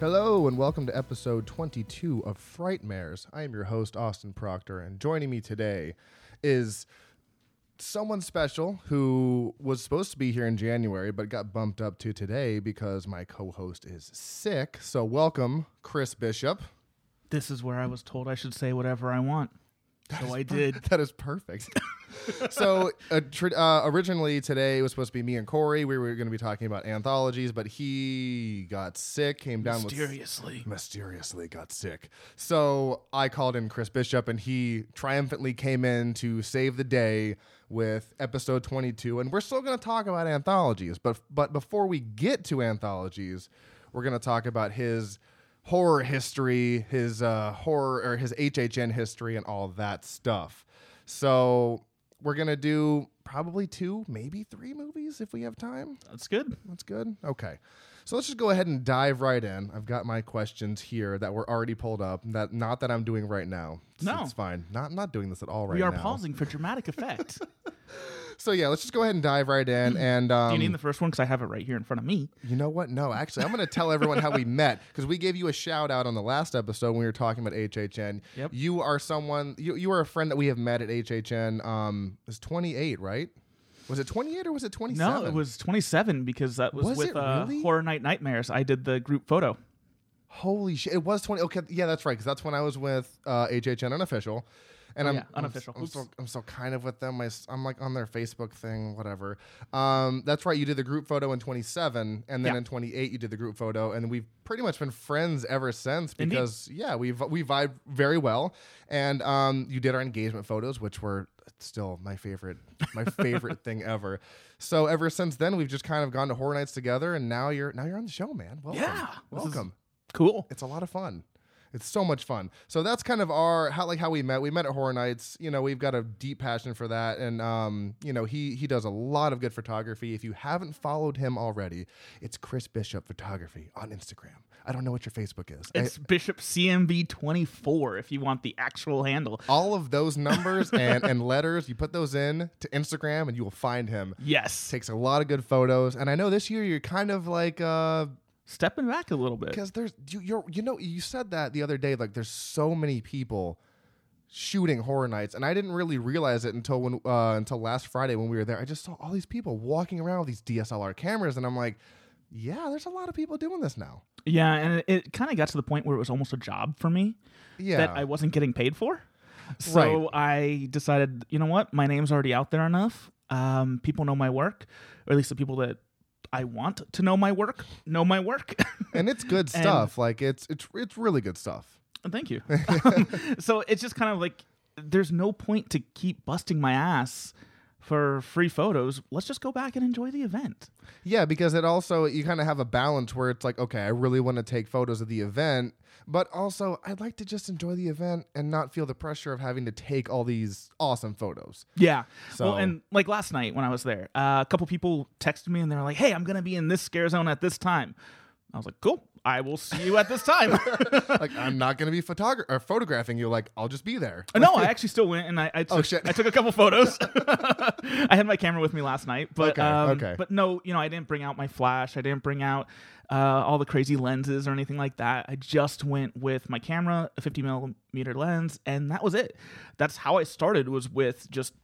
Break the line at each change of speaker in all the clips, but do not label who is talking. Hello and welcome to episode 22 of Frightmares. I am your host Austin Proctor and joining me today is someone special who was supposed to be here in January but got bumped up to today because my co-host is sick. So welcome Chris Bishop.
This is where I was told I should say whatever I want. So I did.
That is perfect. so uh, tr- uh, originally today it was supposed to be me and Corey. We were going to be talking about anthologies, but he got sick, came down with
Mysteriously.
mysteriously got sick. So I called in Chris Bishop, and he triumphantly came in to save the day with episode 22. And we're still going to talk about anthologies, but but before we get to anthologies, we're going to talk about his horror history, his uh, horror or his HHN history, and all that stuff. So we're going to do probably two, maybe three movies if we have time.
That's good.
That's good. Okay. So let's just go ahead and dive right in. I've got my questions here that were already pulled up. That not that I'm doing right now. So
No.
it's fine. Not I'm not doing this at all right
We
now.
are pausing for dramatic effect.
So yeah, let's just go ahead and dive right in. And um,
Do you need the first one? Because I have it right here in front of me.
you know what? No, actually, I'm going to tell everyone how we met because we gave you a shout out on the last episode when we were talking about HHN.
Yep.
You are someone. You you are a friend that we have met at HHN. Um, it was 28, right? Was it 28 or was it 27?
No, it was 27 because that was,
Was
with
it
uh,
really?
Horror Night Nightmares. I did the group photo.
Holy shit! It was twenty. Okay, yeah, that's right. Because that's when I was with uh, HHN unofficial, and I'm
Oh, yeah, unofficial.
I'm, I'm
Oops.
still I'm still kind of with them. I, am like on their Facebook thing, whatever. Um, that's right. You did the group photo in 27, and then
Yeah.
in 28 you did the group photo, and we've pretty much been friends ever since. Because yeah, we vi- we vibe very well, and um, you did our engagement photos, which were still my favorite my favorite thing ever. So ever since then we've just kind of gone to horror nights together, and now you're now you're on the show, man. Welcome.
Yeah, this is-
welcome
Cool.
it's a lot of fun. It's so much fun. So that's kind of our how like how we met. We met at Horror Nights. You know, we've got a deep passion for that, and um, you know, he he does a lot of good photography. If you haven't followed him already, it's Chris Bishop Photography on Instagram. I don't know what your Facebook is. I-
It's Bishop CMV24 if you want the actual handle.
all of those numbers and and letters, you put those in to Instagram, and you will find him.
Yes.
Takes a lot of good photos, and I know this year you're kind of like uh
Stepping back a little bit.
because there's you, you're you know you said that the other day like there's so many people shooting horror nights and i didn't really realize it until when uh, until last friday when we were there i just saw all these people walking around with these dslr cameras and i'm like yeah there's a lot of people doing this now
Yeah, and it, it kind of got to the point where it was almost a job for me.
yeah
that I wasn't getting paid for. So I decided, you know what? My name's already out there enough. Um, people know my work, or at least the people that I want to know my work know my work.
and it's good stuff like it's it's it's really good stuff
And Thank you. Um, so it's just kind of like there's no point to keep busting my ass for free photos. Let's just go back and enjoy the event.
Yeah, because it also you kind of have a balance where it's like, okay, I really want to take photos of the event, but also I'd like to just enjoy the event and not feel the pressure of having to take all these awesome photos.
Yeah.
So-
well, and like last night when I was there, uh, a couple people texted me and they're like, "Hey, I'm gonna be in this scare zone at this time." I was like, "Cool. I will see you at this time."
like I'm not going to be photogra- or photographing you. Like I'll just be there.
Uh, no, I actually still went and I, I took,
Oh, shit.
I took a couple photos. I had my camera with me last night, but
Okay,
um,
okay.
but no, you know, I didn't bring out my flash. I didn't bring out uh, all the crazy lenses or anything like that. I just went with my camera, a 50 millimeter lens, and that was it. That's how I started. Was with just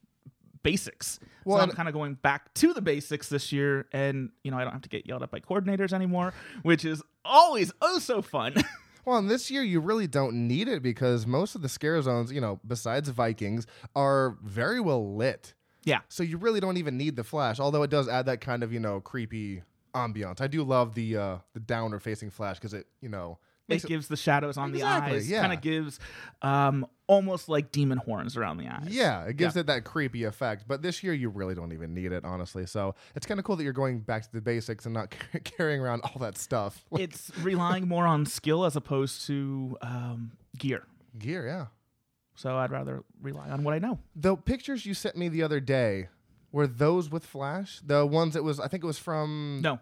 basics.
Well,
so I'm
and-
kind of going back to the basics this year, and you know, I don't have to get yelled at by coordinators anymore, which is always oh so fun.
Well, and this year you really don't need it because most of the scare zones, you know, besides Vikings, are very well lit.
yeah.
So you really don't even need the flash, although it does add that kind of you know creepy ambiance. I do love the uh, the downward facing flash because it you know makes
it gives the shadows on
Exactly,
the eyes.
yeah.
Kind of gives um, almost like demon horns around the eyes.
Yeah, it gives it that creepy effect. But this year, you really don't even need it, honestly. So it's kind of cool that you're going back to the basics and not carrying around all that stuff. Like
It's relying more on skill as opposed to um, gear.
gear, yeah.
So I'd rather rely on what I know.
The pictures you sent me the other day were those with flash. The ones that was, I think it was from
No.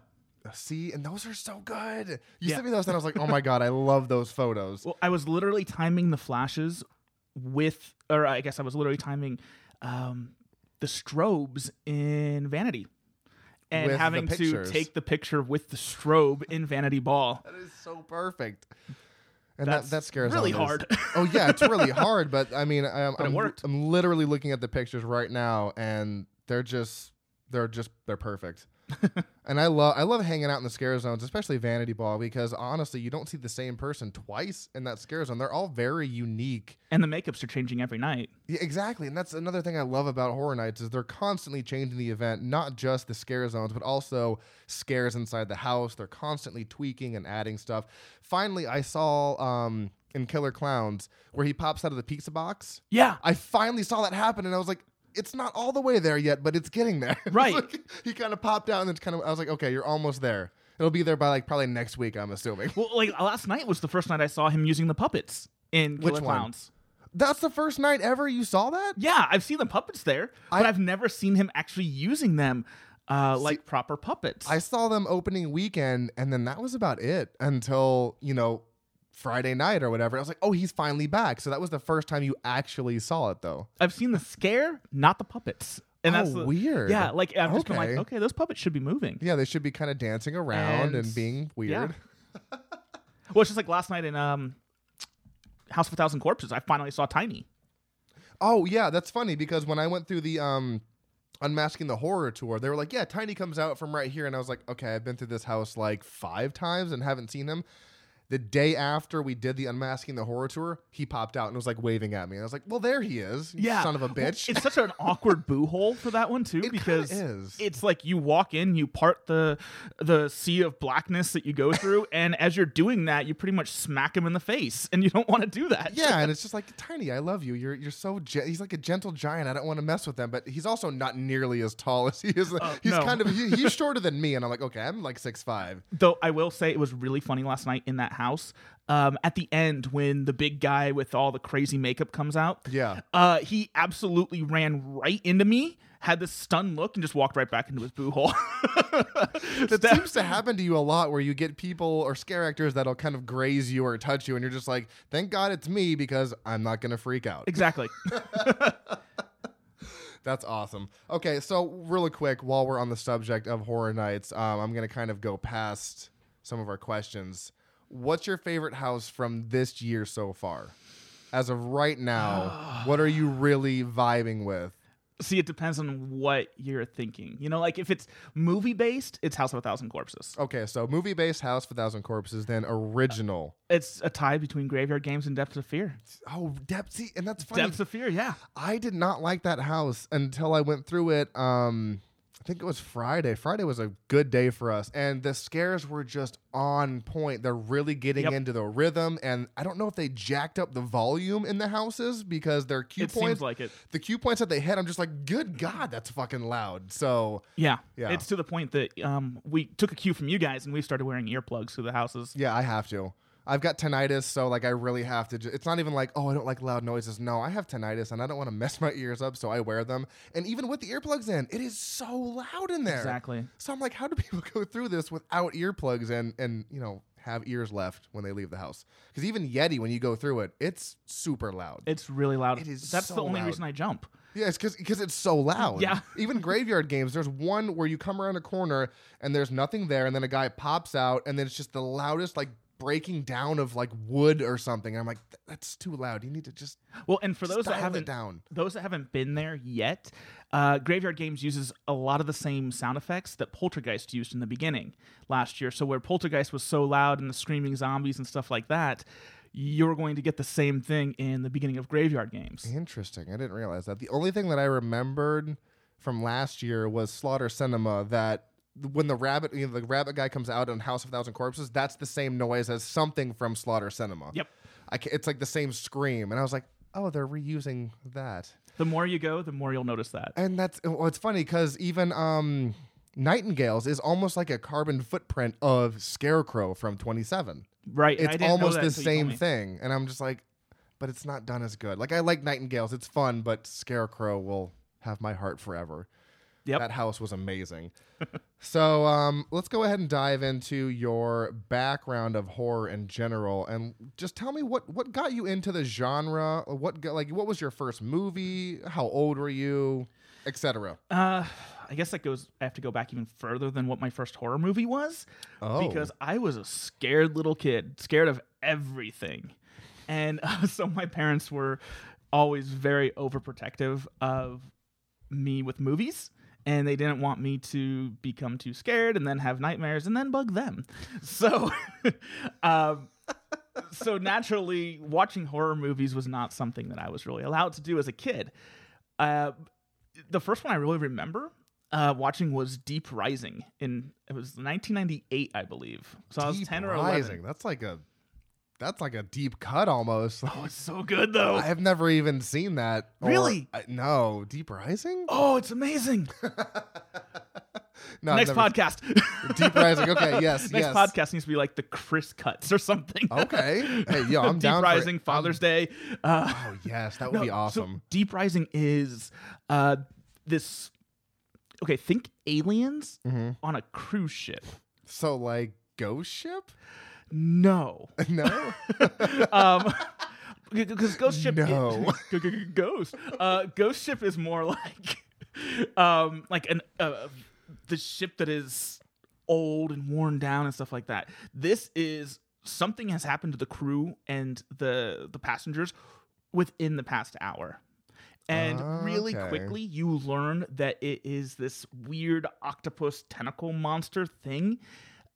C, and those are so good. You
Yeah.
sent me those, and I was like, oh my god, I love those photos.
Well, I was literally timing the flashes with, or I guess I was literally timing um, the strobes in Vanity. and
With the
having to
pictures.
take the picture with the strobe in Vanity Ball.
That is so perfect. And
That's
that, that scares
really
all this.
hard.
oh yeah, it's really hard. But I mean, I'm,
it
I'm,
worked.
I'm literally looking at the pictures right now, and they're just they're just they're perfect. and I love I love hanging out in the scare zones, especially Vanity Ball, because honestly, you don't see the same person twice in that scare zone. They're all very unique.
And the makeups are changing every night.
Yeah, exactly, and that's another thing I love about horror nights is they're constantly changing the event, not just the scare zones, but also scares inside the house. They're constantly tweaking and adding stuff. Finally, I saw um, in Killer Clowns where he pops out of the pizza box.
Yeah.
I finally saw that happen, and I was like, "It's not all the way there yet, but it's getting there." It's
Right.
like, he kind of popped out, and it's kind of I was like, "Okay, you're almost there. It'll be there by like probably next week, I'm assuming."
Well, like last night was the first night I saw him using the puppets in Killer
Which one?
Clowns.
That's the first night ever you saw that.
Yeah, I've seen the puppets there, but I've never seen him actually using them uh, like proper puppets.
I saw them opening weekend, and then that was about it until you know Friday night or whatever. I was like, oh, he's finally back. So that was the first time you actually saw it, though.
I've seen the scare, not the puppets. And that's
Oh,
the-
weird.
Yeah, like I've just been like,
Okay.
okay, those puppets should be moving.
Yeah, they should be kind of dancing around
And-
and, being weird.
Yeah. Well, it's just like last night in um, House of a Thousand Corpses, I finally saw Tiny.
Oh yeah, that's funny because when I went through the um Unmasking the Horror tour, they were like, "Yeah, Tiny comes out from right here," and I was like, "Okay, I've been through this house like five times and haven't seen him." The day after we did the Unmasking the Horror tour, he popped out and was like waving at me. And I was like, "Well, there he is, you son of a
Well,
bitch."
It's such an awkward boo hole for that one too,
It
because
kinda is.
it's like you walk in, you part the the sea of blackness that you go through, and as you're doing that, you pretty much smack him in the face, and you don't want to do that.
yeah, and it's just like Tiny, I love you. You're you're so ge- he's like a gentle giant. I don't want to mess with them, but he's also not nearly as tall as he is. he's
no.
kind of he, he's shorter than me, and I'm like, okay, I'm like six five.
Though I will say it was really funny last night in that house. Um, at the end, when the big guy with all the crazy makeup comes out,
Yeah.
uh, he absolutely ran right into me, had this stunned look, and just walked right back into his boo hole.
That seems to happen to you a lot where you get people or scare actors that'll kind of graze you or touch you, and you're just like, thank God it's me because I'm not going to freak out.
exactly.
That's awesome. Okay, so really quick, while we're on the subject of horror nights, um, I'm going to kind of go past some of our questions. What's your favorite house from this year so far? As of right now, what are you really vibing with?
See, it depends on what you're thinking. You know, like if it's movie based, it's House of a Thousand Corpses.
Okay, so movie based House for Thousand Corpses, then original.
It's a tie between Graveyard Games and Depths of Fear.
Oh, depth. See, and that's funny.
Depths of Fear, yeah.
I did not like that house until I went through it. Um, I think it was Friday. Friday was a good day for us, and the scares were just on point. They're really getting
Yep.
into the rhythm, and I don't know if they jacked up the volume in the houses because their cue
It
points,
seems like it.
the cue points that they hit. I'm just like, good God, that's fucking loud. So
Yeah.
Yeah.
It's to the point that um, we took a cue from you guys and we started wearing earplugs to the houses.
yeah, I have to. I've got tinnitus, so like I really have to. Ju- it's not even like, oh, I don't like loud noises. No, I have tinnitus, and I don't want to mess my ears up, so I wear them. And even with the earplugs in, it is so loud in there.
Exactly.
So I'm like, how do people go through this without earplugs and and you know have ears left when they leave the house? Because even Yeti, when you go through it, it's super loud.
It's really loud.
It is
That's the
so
only
loud.
reason I jump.
yeah, it's because it's so loud.
Yeah.
even graveyard games. There's one where you come around a corner and there's nothing there, and then a guy pops out, and then it's just the loudest like breaking down of like wood or something. And I'm like, "Th- that's too loud. You need to just
Well, and for those that
dial it
haven't
down.
those that haven't been there yet, uh, Graveyard Games uses a lot of the same sound effects that Poltergeist used in the beginning last year. So where Poltergeist was so loud and the screaming zombies and stuff like that, you're going to get the same thing in the beginning of Graveyard Games.
Interesting. I didn't realize that. The only thing that I remembered from last year was Slaughter Cinema that when the rabbit you know, the rabbit guy comes out in House of Thousand Corpses, that's the same noise as something from Slaughter Cinema.
Yep.
I ca it's like the same scream and I was like, "Oh, they're reusing that."
The more you go, the more you'll notice that.
And that's well, it's funny cuz even um Nightingales is almost like a carbon footprint of Scarecrow from 27
Right. and I
it's
didn't know
almost
that
the
until you told
same
me.
thing and i'm just like but it's not done as good like i like nightingales it's fun but scarecrow will have my heart forever
Yep.
that house was amazing so um, let's go ahead and dive into your background of horror in general and just tell me what what got you into the genre what got, like what was your first movie how old were you etc
Uh, I guess that goes. I have to go back even further than what my first horror movie was,
Oh.
because I was a scared little kid, scared of everything, and uh, so my parents were always very overprotective of me with movies. And they didn't want me to become too scared and then have nightmares and then bug them. So, um, so naturally, watching horror movies was not something that I was really allowed to do as a kid. Uh, the first one I really remember uh, watching was Deep Rising in it was 1998, I believe. So I was
Deep
10 or 11.
Rising. That's like a that's like a deep cut almost.
Oh, it's so good though.
I have never even seen that. or-
Really?
I- no, Deep Rising.
oh, it's amazing.
No, I've
Next
never-
podcast.
Deep Rising. Okay, yes,
Next
yes.
podcast needs to be like the Chris cuts or something.
Okay, hey, yo, I'm
Deep
down. for it.
Rising, Father's Day. Uh,
I'm- oh yes, that would be
No,
awesome.
So Deep Rising is uh, this. Okay, think aliens
Mhm.
on a cruise ship.
So like Ghost Ship?
No,
No.
um, because Ghost Ship.
No.
g- g- g- ghost. Uh, ghost Ship is more like, um, like an uh, the ship that is old and worn down and stuff like that. This is something has happened to the crew and the the passengers within the past hour. And really
Okay.
quickly, you learn that it is this weird octopus tentacle monster thing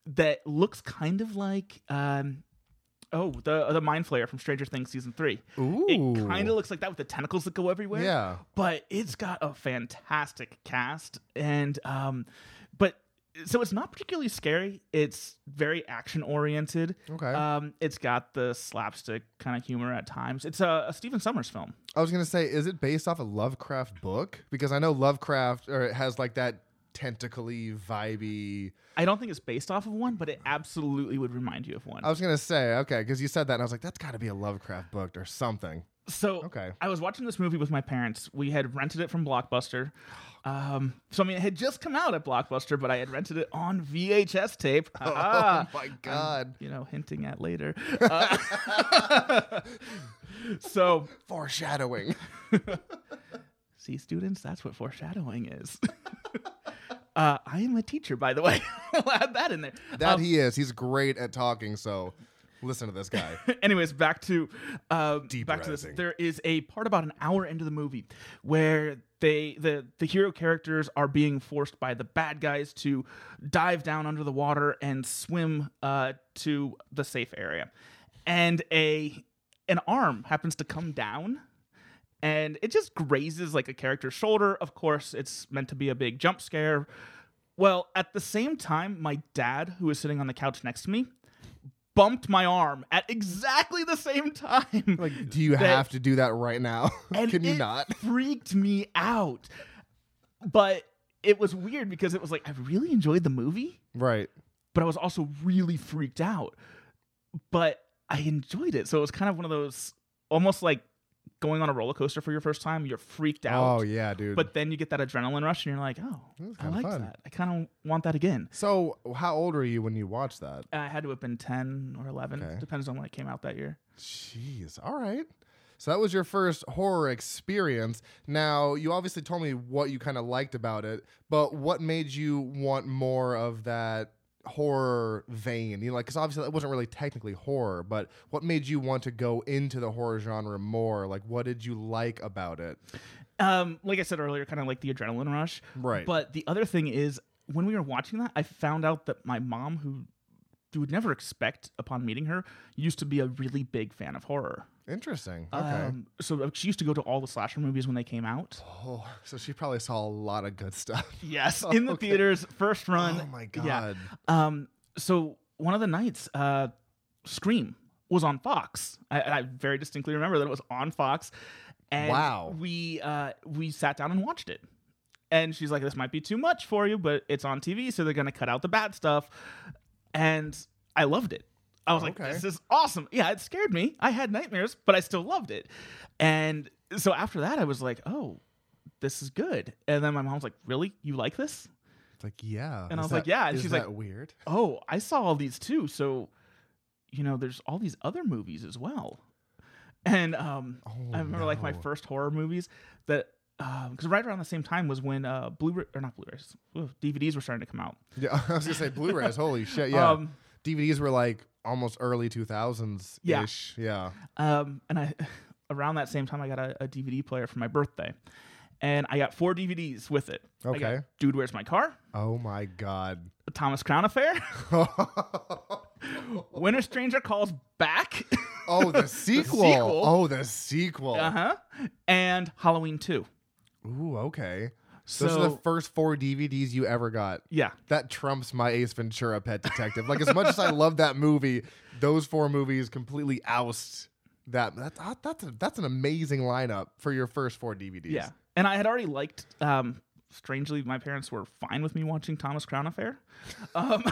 that looks kind of like um, oh the the mind flayer from Stranger Things season three.
Ooh.
It kind of looks like that with the tentacles that go everywhere.
Yeah.
but it's got a fantastic cast and um, but so it's not particularly scary. It's very action oriented.
Okay.
Um, it's got the slapstick kind of humor at times. It's a, a Stephen Summers film.
I was gonna say, is it based off a Lovecraft book? Because I know Lovecraft, or it has like that tentacly, vibey.
I don't think it's based off of one, but it absolutely would remind you of one.
I was gonna say, okay, because you said that, and I was like, that's got to be a Lovecraft book or something.
So
Okay.
I was watching this movie with my parents. We had rented it from Blockbuster. Um, so I mean, it had just come out at Blockbuster, but I had rented it on VHS tape. Ah,
oh my god,
you know, hinting at later. Uh, so
foreshadowing.
see, students, that's what foreshadowing is. uh, I am a teacher, by the way. I'll add that in there.
that he is. He's great at talking. So listen to this guy.
Anyways, back to um,
Deep
back to
Rising.
this. There is a part about an hour into the movie where they the the hero characters are being forced by the bad guys to dive down under the water and swim uh, to the safe area, and a an arm happens to come down. And it just grazes like a character's shoulder. Of course, it's meant to be a big jump scare. Well, at the same time, my dad, who was sitting on the couch next to me, bumped my arm at exactly the same time.
Like, do you have to do that right now?
and
Can you
it
not?
Freaked me out. But it was weird because it was like I really enjoyed the movie,
Right.
but I was also really freaked out. But I enjoyed it. So it was kind of one of those almost like going on a roller coaster for your first time. You're freaked out.
Oh yeah, dude.
But then you get that adrenaline rush and you're like, oh,
was
I
kinda
like
fun.
that. I kind of want that again.
so, how old were you when you watched that?
I had to have been 10 or 11,
Okay.
depends on when it came out that year.
Jeez. All right. So that was your first horror experience. Now, you obviously told me what you kind of liked about it, but what made you want more of that horror vein? You know, like, because obviously that wasn't really technically horror, but what made you want to go into the horror genre more? Like, what did you like about it?
um, like I said earlier, kind of like the adrenaline rush.
Right.
But the other thing is, when we were watching that, I found out that my mom, who you would never expect upon meeting her, used to be a really big fan of horror.
Interesting. Okay.
Um, so she used to go to all the slasher movies when they came out.
oh, so she probably saw a lot of good stuff.
Yes, in the
Okay.
theaters, first run.
Oh my
Yeah.
god.
Um, so one of the nights, uh, Scream was on Fox. I, I very distinctly remember that it was on Fox. And
Wow.
We uh, we sat down and watched it. And she's like, "This might be too much for you, but it's on TV, so they're gonna cut out the bad stuff." And I loved it. I was like,
Okay.
"This is awesome!" Yeah, it scared me. I had nightmares, but I still loved it. And so after that, I was like, "Oh, this is good." And then my mom's like, "Really? You like this?"
It's like, yeah.
And I was like, yeah, and
is
she's
that
like-
weird.
oh, I saw all these too. So, you know, there's all these other movies as well. And um,
Oh,
I remember like my
no.
first horror movies that because right around the same time was when uh, Blu-ray or not Blu-rays, ooh, DVDs were starting to come out.
Yeah, I was gonna say Blu-rays. holy shit! Yeah,
Um,
DVDs were like almost early two thousands ish. Yeah,
Um, and I around that same time I got a, a DVD player for my birthday, and I got four DVDs with it. I got
Okay.
Dude, where's my car?
Oh my god.
The Thomas Crown Affair. when a stranger calls back.
Oh, the sequel.
sequel.
Oh, the sequel.
uh huh. And Halloween two.
Ooh, okay.
So
Those are the first four DVDs you ever got.
yeah.
That trumps my Ace Ventura Pet Detective. Like as much as I love that movie, those four movies completely oust that. That's ah, that's a, that's an amazing lineup for your first four DVDs.
Yeah. And I had already liked, um, strangely, my parents were fine with me watching Thomas Crown Affair. Um,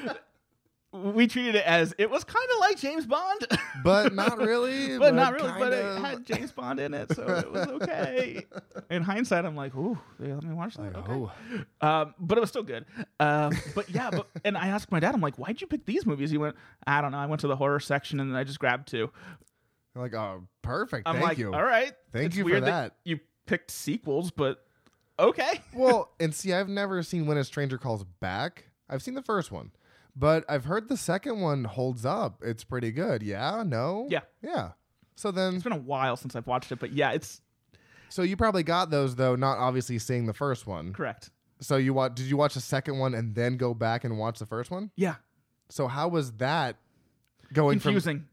we treated it as it was kind of like James Bond,
but not really.
but not really, but
kind
it
of.
had James Bond in it, so it was okay. In hindsight, I'm like, ooh, they let me watch that.
Like,
okay.
oh,
Um, but it was still good. Um, but yeah, but and I asked my dad, I'm like, why'd you pick these movies? He went, I don't know. I went to the horror section and then I just grabbed two.
like oh, perfect.
I'm
Thank
like,
you.
all right.
Thank
it's
you for
weird
that.
You picked sequels, but okay.
well, and see, I've never seen When a Stranger Calls Back. I've seen the first one, but I've heard the second one holds up. It's pretty good. Yeah, no,
Yeah.
yeah. So then,
It's been a while since I've watched it, but yeah, it's
so you probably got those though, not obviously seeing the first one.
correct.
So you watch? Did you watch the second one and then go back and watch the first one?
Yeah.
So how was that going from-
Confusing.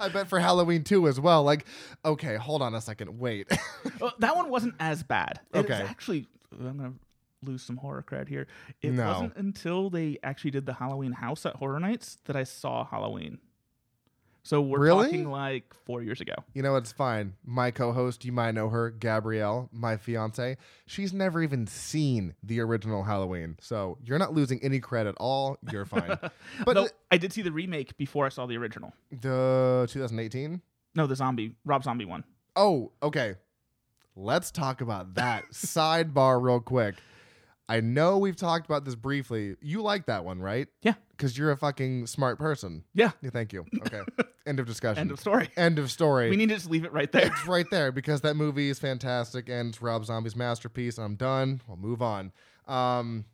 I bet for Halloween too as well. Like, okay, hold on a second, wait.
Uh, that one wasn't as bad. It was
Okay.
actually, uh, I'm going to lose some horror cred here. It
No.
wasn't until they actually did the Halloween house at Horror Nights that I saw Halloween. So we're
Really?
talking like four years ago.
You know, it's fine. My co host, you might know her, Gabrielle, my fiance, she's never even seen the original Halloween. So you're not losing any credit at all. You're fine. but
But I did see the remake before I saw the original.
the 2018?
No, the zombie Rob Zombie one.
Oh, okay. Let's talk about that. Sidebar, real quick. I know we've talked about this briefly. You like that one, right?
Yeah.
Because you're a fucking smart person.
Yeah.
Yeah, Thank you. Okay. End of discussion.
End of story.
End of story.
We need to just leave it right there.
it's right there because that movie is fantastic and it's Rob Zombie's masterpiece. I'm done. We'll move on. Um,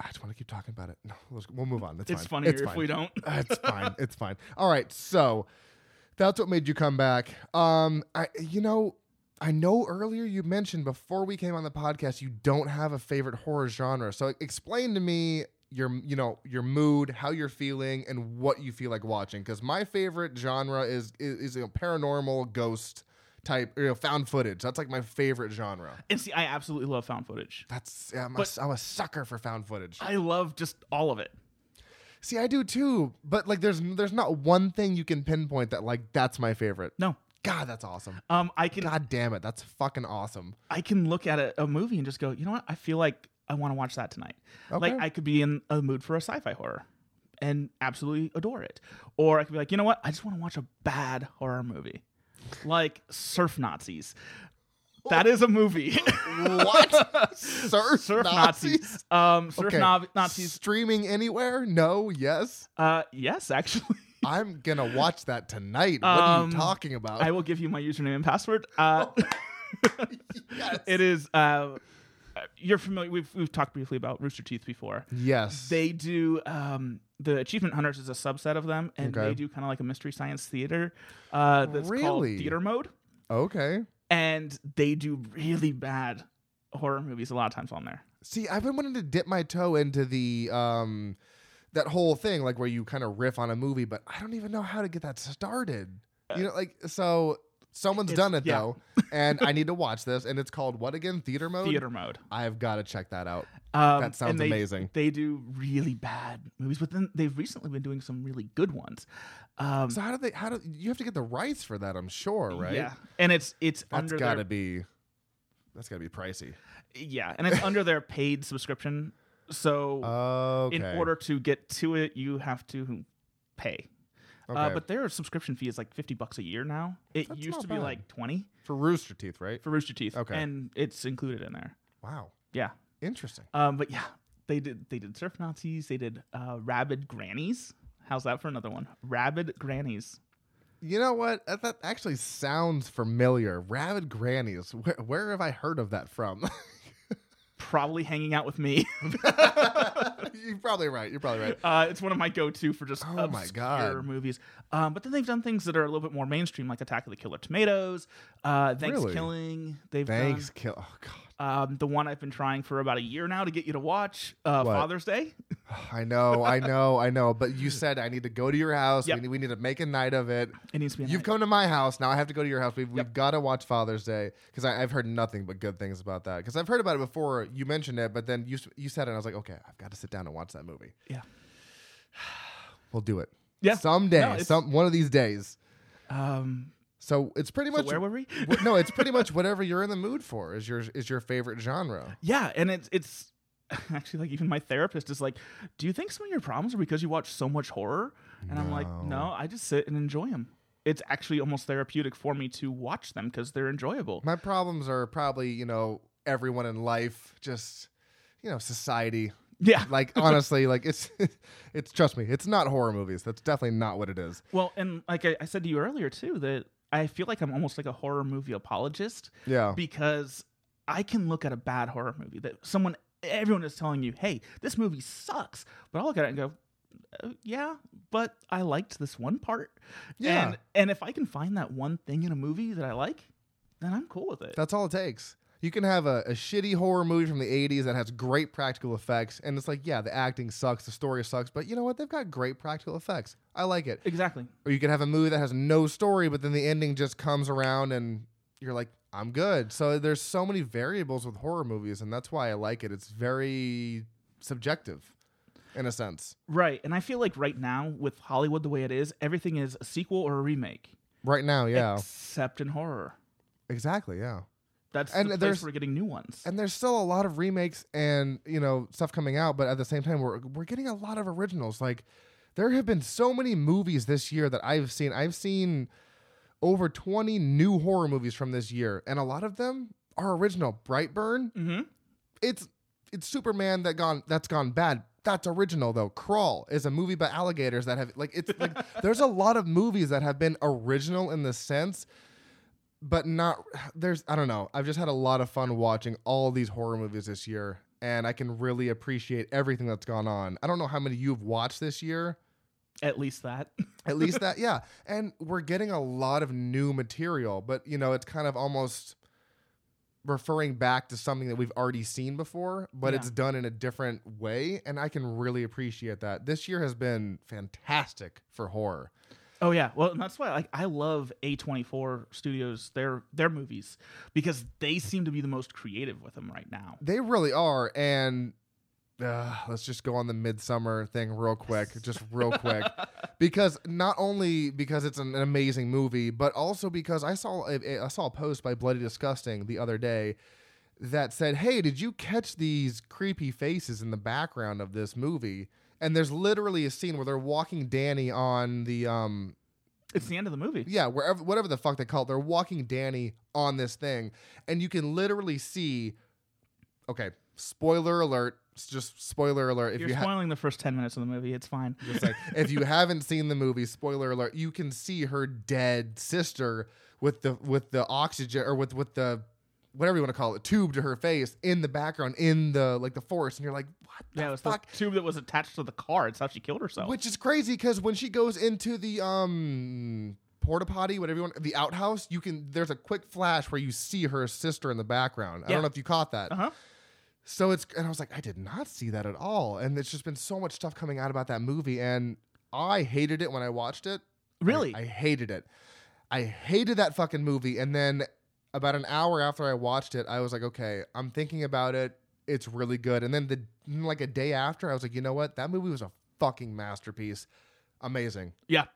I just want to keep talking about it. No, let's, we'll move on. That's
It's
fine.
funnier if
fine.
we don't.
Uh, it's fine. It's fine. All right. So that's what made you come back. Um, I you know, I know earlier you mentioned before we came on the podcast you don't have a favorite horror genre. So explain to me your you know your mood, how you're feeling, and what you feel like watching. Because my favorite genre is is, is you know, paranormal, ghost type, you know, found footage. That's like my favorite genre.
And see, I absolutely love found footage.
That's yeah, I'm, a-
But-
I'm a sucker for found footage.
I love just all of it.
See, I do too, but like, there's there's not one thing you can pinpoint that like that's my favorite.
No.
God, that's awesome.
Um, I can
God damn it, that's fucking awesome.
I can look at a, a movie and just go, you know what? I feel like I want to watch that tonight. Like
Okay.
I could be in a mood for a sci-fi horror and absolutely adore it. Or I could be like, you know what? I just want to watch a bad horror movie. Like Surf Nazis. That is a movie.
What? Surf,
Surf
Nazis?
Nazis. Um, Surf
Okay.
Nav- Nazis.
Streaming anywhere? No. Yes.
Uh, yes, actually.
I'm gonna watch that tonight. what are
Um,
you talking about?
I will give you my username and password.
Oh,
Uh,
yes.
It is. Uh, you're familiar. We've we've talked briefly about Rooster Teeth before.
yes.
They do um, the Achievement Hunters is a subset of them, and
Okay.
they do kind of like a mystery science theater uh, that's called
Really?
Theater Mode,
okay.
and they do really bad horror movies a lot of times on there.
See, I've been wanting to dip my toe into the um that whole thing, like where you kind of riff on a movie, but I don't even know how to get that started. You know, like so someone's
Uh, It's-
done it
yeah.
though, and I need to watch this, and it's called what again? Theater mode.
Theater Mode.
I've got to check that out.
Um,
Oh, That sounds
and they-
amazing.
They do really bad movies, but then they've recently been doing some really good ones. Um,
So how do they? How do you have to get the rights for that? I'm sure, right?
Yeah, and it's it's
That's
under
gotta
their
be. That's gotta be pricey.
yeah, and it's under their paid subscription. So
Oh, Okay.
in order to get to it, you have to pay. Uh,
Okay.
but their subscription fee is like fifty bucks a year now. It
That's
used
not
to be
bad.
like twenty
for Rooster Teeth, right?
for Rooster Teeth,
Okay.
and it's included in there.
Wow,
Yeah,
interesting.
um, but yeah, they did they did surf Nazis, they did uh, rabid grannies. How's that for another one? Rabid grannies.
You know what? That, that actually sounds familiar. Rabid grannies. Where, where have I heard of that from?
Probably hanging out with me.
You're probably right. You're probably right.
Uh, it's one of my go-to for just
Oh my
obscure
God.
movies. Um, but then they've done things that are a little bit more mainstream, like Attack of the Killer Tomatoes, uh, Thanks
Really?
Killing. They've
Thanks, kill. Oh god,
done um, the one I've been trying for about a year now to get you to watch, uh,
What?
Father's Day.
I know, I know, I know. But you said I need to go to your house.
Yep.
We, need, we need to make a night of it.
It needs to be. a
You've
night.
come to my house. Now I have to go to your house. We've, we've
Yep.
got to watch Father's Day because I've heard nothing but good things about that. Because I've heard about it before. You mentioned it, but then you s- you said it. and I was like, okay, I've got to sit down and watch that movie.
Yeah.
We'll do it.
Yeah. No,
someday,
it's-
some one of these days.
Um,
So it's pretty
so
much
where were we?
wh- no, it's pretty much whatever you're in the mood for is your is your favorite genre.
Yeah, and it's it's actually like even my therapist is like, "Do you think some of your problems are because you watch so much horror?" And I'm like,
No.
"No, I just sit and enjoy them. It's actually almost therapeutic for me to watch them because they're enjoyable."
My problems are probably you know everyone in life, just you know society.
Yeah.
Like honestly, like it's it's trust me, it's not horror movies. That's definitely not what it is.
Well, and like I, I said to you earlier too, that I feel like I'm almost like a horror movie apologist
Yeah.
because I can look at a bad horror movie that someone everyone is telling you, "Hey, this movie sucks," but I'll look at it and go. "Uh, Yeah, but I liked this one part.
Yeah.
And, and if I can find that one thing in a movie that I like, then I'm cool with it.
That's all it takes. You can have a, a shitty horror movie from the 80s that has great practical effects, and it's like, yeah, the acting sucks, the story sucks, but you know what? They've got great practical effects. I like it.
exactly.
Or you could have a movie that has no story, but then the ending just comes around and you're like, I'm good. So there's so many variables with horror movies, and that's why I like it. It's very subjective in a sense.
Right. And I feel like right now with Hollywood the way it is, everything is a sequel or a remake.
Right now, yeah.
Except in horror.
exactly, yeah.
That's
And
the place
there's-
we're getting new ones.
and there's still a lot of remakes and you know stuff coming out but at the same time we're, we're getting a lot of originals like there have been so many movies this year that i've seen i've seen over 20 new horror movies from this year and a lot of them are original brightburn
mm-hmm.
it's it's superman that gone that's gone bad that's original though crawl is a movie by alligators that have like it's like there's a lot of movies that have been original in the sense but not there's i don't know i've just had a lot of fun watching all these horror movies this year and i can really appreciate everything that's gone on i don't know how many you've watched this year
At least that.
at least that yeah and we're getting a lot of new material but you know it's kind of almost referring back to something that we've already seen before but
Yeah.
it's done in a different way and i can really appreciate that this year has been fantastic for horror
Oh yeah, well, and that's why like I love A24 Studios their their movies because they seem to be the most creative with them right now.
they really are and uh, let's just go on the midsummer thing real quick just real quick because not only because it's an, an amazing movie but also because i saw a- a- I saw a post by bloody disgusting the other day that said hey did you catch these creepy faces in the background of this movie and there's literally a scene where they're walking danny on the um
It's the end of the movie.
yeah, wherever whatever the fuck they call it, they're walking Danny on this thing, and you can literally see. Okay, spoiler alert! s- Just spoiler alert. If
You're
you ha-
spoiling the first 10 minutes of the movie. It's fine.
just like, if you haven't seen the movie, spoiler alert! You can see her dead sister with the with the oxygen or with with the whatever you want to call it tube to her face in the background in the like the forest, and you're like, what the
Yeah, it was
fuck?
the tube that was attached to the car. It's how she killed herself.
Which is crazy because when she goes into the um porta potty, whatever you want, the outhouse, you can there's a quick flash where you see her sister in the background. I
Yeah.
don't know if you caught that.
Uh-huh.
So it's and I was like, I did not see that at all. And there's just been so much stuff coming out about that movie, and I hated it when I watched it.
really?
I, I hated it. I hated that fucking movie. And then about an hour after I watched it, I was like, okay, I'm thinking about it. It's really good. And then the like a day after, I was like, you know what? That movie was a fucking masterpiece. Amazing.
yeah.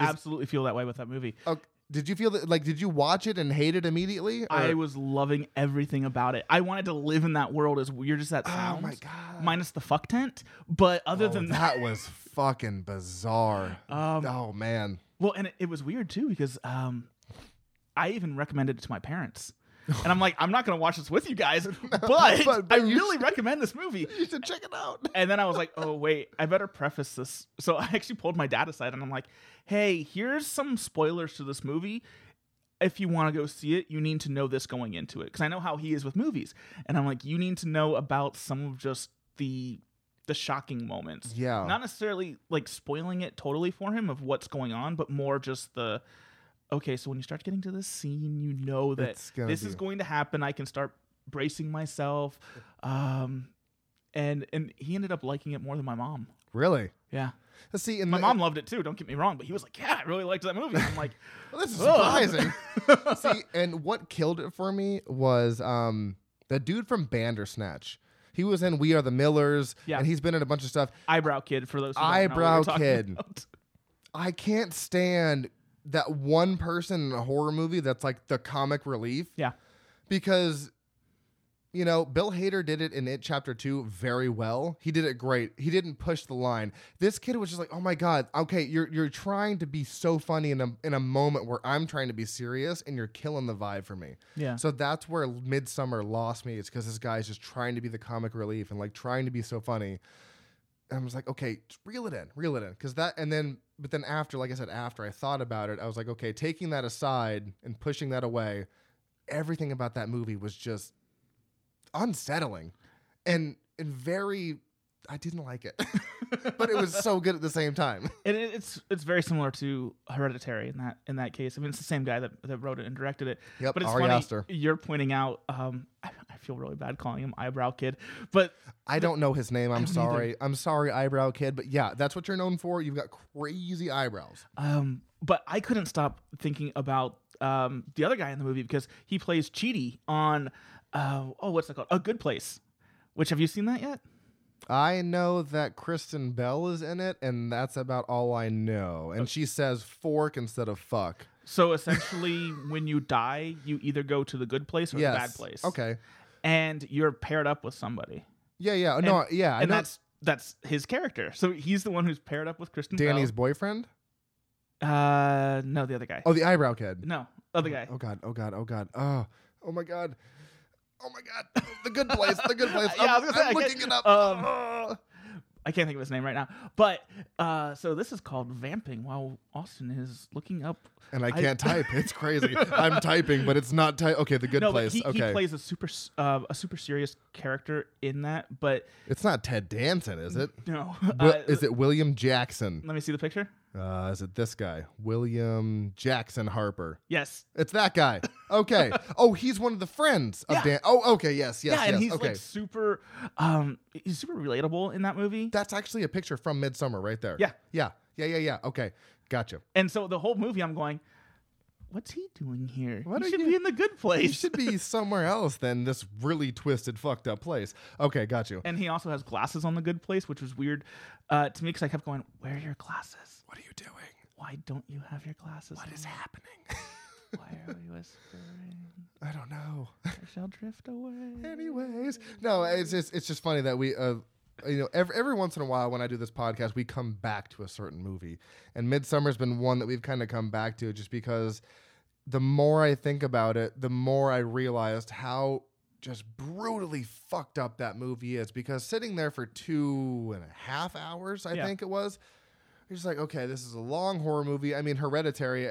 Absolutely feel that way with that movie.
Oh, did you feel that, like did you watch it and hate it immediately? Or-
I was loving everything about it. I wanted to live in that world as weird as that sounds.
Oh my god.
Minus the fuck tent, but um, other
Oh,
than that,
that was fucking bizarre.
Um,
oh man.
well, and it, it was weird too because um, I even recommended it to my parents. and I'm like, I'm not gonna watch this with you guys, but,
but- but
I
you
really recommend this movie.
You should check it out.
And then I was like, oh wait, I better preface this. So I actually pulled my dad aside and I'm like, hey, here's some spoilers to this movie. If you want to go see it, you need to know this going into it because I know how he is with movies. And I'm like, you need to know about some of just the the shocking moments.
Yeah.
Not necessarily like spoiling it totally for him of what's going on, but more just the okay, so when you start getting to this scene, you know that
It's gonna
this
be-
is going to happen. I can start bracing myself. Um and and he ended up liking it more than my mom.
Really?
Yeah.
See, and
My
the-
mom loved it too, don't get me wrong, but he was like, "Yeah, I really liked that movie." I'm like,
Well, this is
Ugh.
surprising. See, and what killed it for me was um the dude from Bandersnatch. He was in We Are the Millers,
Yeah.
and he's been in a bunch of stuff.
"Eyebrow Kid" for those who don't
Eyebrow
know what we're talking
Kid.
about.
I can't stand that one person in a horror movie that's like the comic relief
Yeah.
because you know Bill Hader did it in It Chapter 2 very well. He did it great. He didn't push the line. This kid was just like, "Oh my god, okay, you're you're trying to be so funny in a in a moment where I'm trying to be serious and you're killing the vibe for me."
Yeah.
So that's where Midsummer lost me. It's because this guy's just trying to be the comic relief and like trying to be so funny. And I was like, okay, just reel it in, reel it in, because that. And then, but then after, like I said, after I thought about it, I was like, okay, taking that aside and pushing that away, everything about that movie was just unsettling, and and very. I didn't like it, but it was so good at the same time.
And it, it's it's very similar to Hereditary in that in that case. I mean, it's the same guy that, that wrote it and directed it.
Yep,
but it's
Ari
funny
Aster.
you're pointing out. Um, I, I feel really bad calling him Eyebrow Kid, but
I don't know his name. I'm
don't either.
sorry. I'm sorry, eyebrow kid. But yeah, that's what you're known for. You've got crazy eyebrows.
um, but I couldn't stop thinking about um the other guy in the movie because he plays Cheaty on uh oh what's that called A Good Place, which have you seen that yet?
I know that Kristen Bell is in it, and that's about all I know. And she says fork instead of fuck.
So essentially, when you die, you either go to the good place or
Yes.
the bad place.
Okay.
and you're paired up with somebody,
Yeah, yeah. No, yeah. I
and
know
that's that's his character. So he's the one who's paired up with Kristen.
Danny's boyfriend.
Bell. Uh, no, the other guy.
Oh, the eyebrow kid.
No, other guy.
Oh god. Oh god. Oh god. Oh. Oh my god. Oh my god. The good place. The good place.
Yeah, I
I'm,
was gonna say,
I'm
I get-
looking it up.
um,
Ugh.
I can't think of his name right now. But uh, so this is called vamping while Austin is looking up.
and I can't type. It's crazy. I'm typing, but it's not type. Okay, the good
no,
place.
but he,
okay.
he plays a super s- uh, a super serious character in that. But
It's not Ted Danson, is it?
no,
Wi-
uh,
is it William Jackson?
Let me see the picture.
Uh, is it this guy? William Jackson Harper.
Yes.
It's that guy. Okay. oh, he's one of the friends of
Yeah.
Dan. Oh, okay. Yes, yes,
yeah,
yes.
and he's
okay.
like super. Um, he's super relatable in that movie.
That's actually a picture from Midsummer right there.
Yeah.
Yeah. Yeah, yeah, yeah. Okay. Gotcha.
And so the whole movie, I'm going, what's he doing here?
What
he
are
should
you-
be in the good
He
place.
should be somewhere else than this really twisted, fucked up place. Okay, got you.
And he also has glasses on the good place, which was weird uh, to me because I kept going, where are your glasses?
What are you doing?
Why don't you have your glasses? What
It's happening.
Why are we whispering?
I don't know.
I shall drift away.
Anyways, no, it's just it's just funny that we, uh, you know, every, every once in a while when I do this podcast, we come back to a certain movie, and Midsummer's been one that we've kind of come back to just because the more I think about it, the more I realized how just brutally fucked up that movie is. Because sitting there for two and a half hours, I
Yeah.
think it was, you're just like, okay, this is a long horror movie. I mean, Hereditary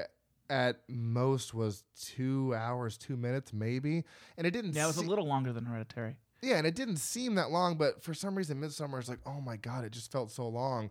at most was two hours, two minutes, maybe, and it didn't.
Yeah, it was a
se-
little longer than Hereditary.
yeah, and it didn't seem that long, but for some reason, Midsummer is like, oh my god, it just felt so long.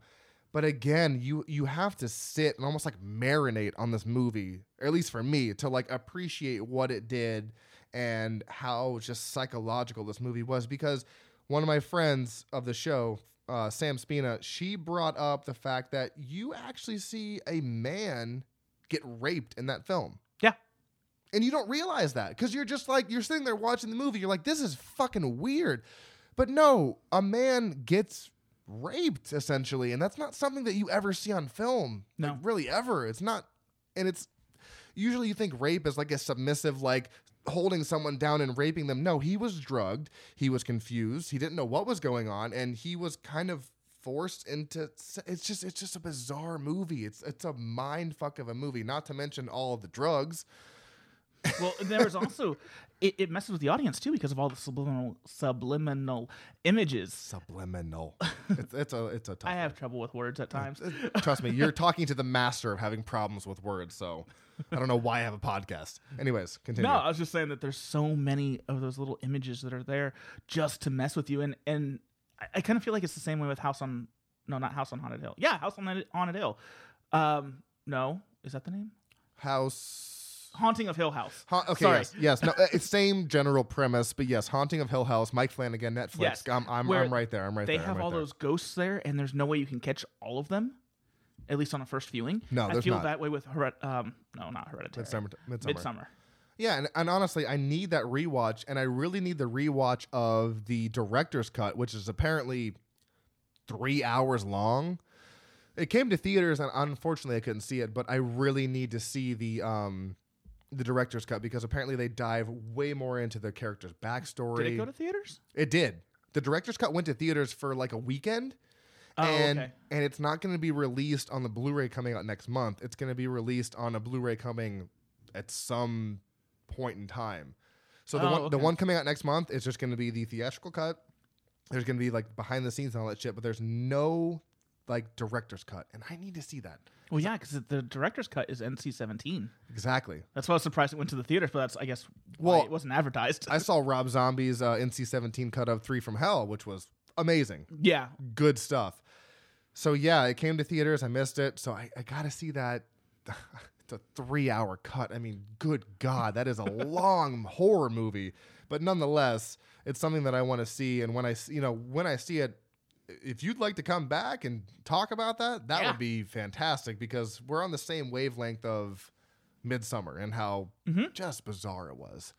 But again, you you have to sit and almost like marinate on this movie, or at least for me, to like appreciate what it did and how just psychological this movie was. Because one of my friends of the show, uh, Sam Spina, she brought up the fact that you actually see a man get raped in that film.
Yeah.
And you don't realize that because you're just like, you're sitting there watching the movie. You're like, this is fucking weird. But no, a man gets raped essentially. And that's not something that you ever see on film.
No.
Like, really, ever. It's not. And it's usually you think rape is like a submissive, like holding someone down and raping them. No, he was drugged. He was confused. He didn't know what was going on. And he was kind of forced into it's just it's just a bizarre movie it's it's a mind fuck of a movie not to mention all of the drugs
Well, and there was also it, it messes with the audience too because of all the subliminal subliminal images.
Subliminal. it's, it's a it's a tough.
I have trouble with words at times.
Trust me, you're talking to the master of having problems with words. So I don't know why I have a podcast. Anyways, continue.
No, I was just saying that there's so many of those little images that are there just to mess with you, and and I, I kind of feel like it's the same way with House on no, not House on Haunted Hill. Yeah, House on Haunted- Haunted Hill. Um, no, is that the name?
House.
Haunting of Hill House.
Ha- okay.
Sorry.
Yes. Yes. No. uh, It's same general premise, but yes, haunting of Hill House. Mike Flanagan, Netflix.
Yes.
I'm I'm,
Where
I'm right there. I'm right
they
there. I'm
have
right
all
there.
those ghosts there, and there's no way you can catch all of them, at least on a first viewing.
No,
I
there's
feel
not.
that way with Hered- um, no, not Hereditary.
Midsummer, midsummer.
Midsummer.
Yeah, and, and honestly, I need that rewatch, and I really need the rewatch of the director's cut, which is apparently three hours long. It came to theaters, and unfortunately, I couldn't see it. But I really need to see the um, the director's cut because apparently they dive way more into the character's backstory.
Did it go to theaters?
It did. The director's cut went to theaters for like a weekend.
Oh,
and
okay.
and it's not going to be released on the Blu-ray coming out next month. It's going to be released on a Blu-ray coming at some point in time. So the
Oh,
one the
okay.
one coming out next month is just going to be the theatrical cut. There's going to be like behind the scenes and all that shit, but there's no like director's cut, and I need to see that
Well, yeah, because the director's cut is NC-17.
exactly.
That's why I was surprised it went to the theaters, but that's I guess why
Well,
it wasn't advertised.
I saw Rob Zombie's uh, NC-17 cut of Three from Hell, which was amazing.
yeah,
good stuff. So yeah, it came to theaters. I missed it, so I, I gotta see that. it's a three-hour cut. I mean, good God, that is a long horror movie. But nonetheless, it's something that I want to see. And when I, s- you know, when I see it, if you'd like to come back and talk about that, that
Yeah.
would be fantastic because we're on the same wavelength of Midsummer and how just bizarre it was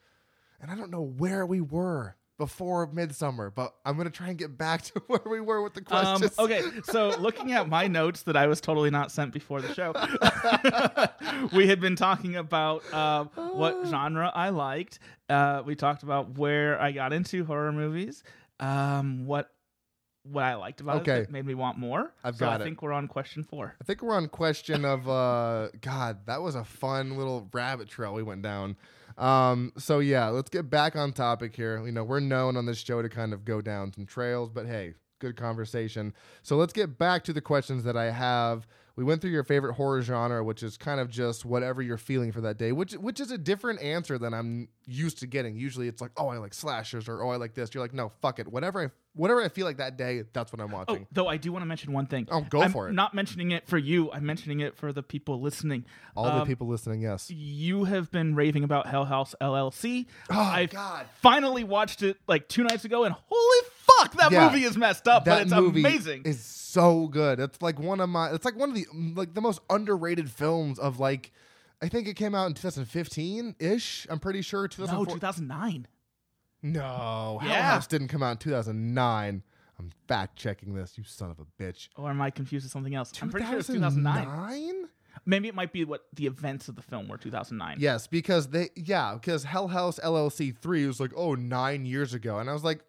and I don't know where we were before midsummer, but I'm gonna try and get back to where we were with the
Um,
questions.
okay, so looking at my notes that I was totally not sent before the show, we had been talking about um,
Ah.
what genre I liked. Uh, we talked about where I got into horror movies, um, what what I liked about
Okay.
it that made me want more.
I've
so
got
I
it.
think we're on question four.
I think we're on question of uh, God. That was a fun little rabbit trail we went down. Um, so yeah, let's get back on topic here. You know, we're known on this show to kind of go down some trails, but hey, good conversation. So let's get back to the questions that I have. We went through your favorite horror genre, which is kind of just whatever you're feeling for that day, which which is a different answer than I'm used to getting. Usually, it's like, oh, I like slashers, or oh, I like this. You're like, no, fuck it, whatever I whatever I feel like that day, that's what I'm watching.
Oh, though I do want to mention one thing.
Oh, go
I'm
for it.
Not mentioning it for you. I'm mentioning it for the people listening.
All the
Um,
people listening, yes.
you have been raving about Hell House LLC.
Oh,
I
God.
finally watched it like two nights ago, and holy fuck, that
Yeah.
movie is messed up, but
that
it's
movie
amazing.
is so good. It's like one of my. It's like one of the mm, like the most underrated films of like. I think it came out in 2015 ish. I'm pretty sure
no,
2004.
2009.
No, Hell
Yeah.
House didn't come out in 2009. I'm fact checking this. You son of a bitch.
Or am I confused with something else? I'm pretty sure it's 2009.
2009?
Maybe it might be what the events of the film were 2009.
Yes, because they yeah, because Hell House LLC three was like oh nine years ago, and I was like,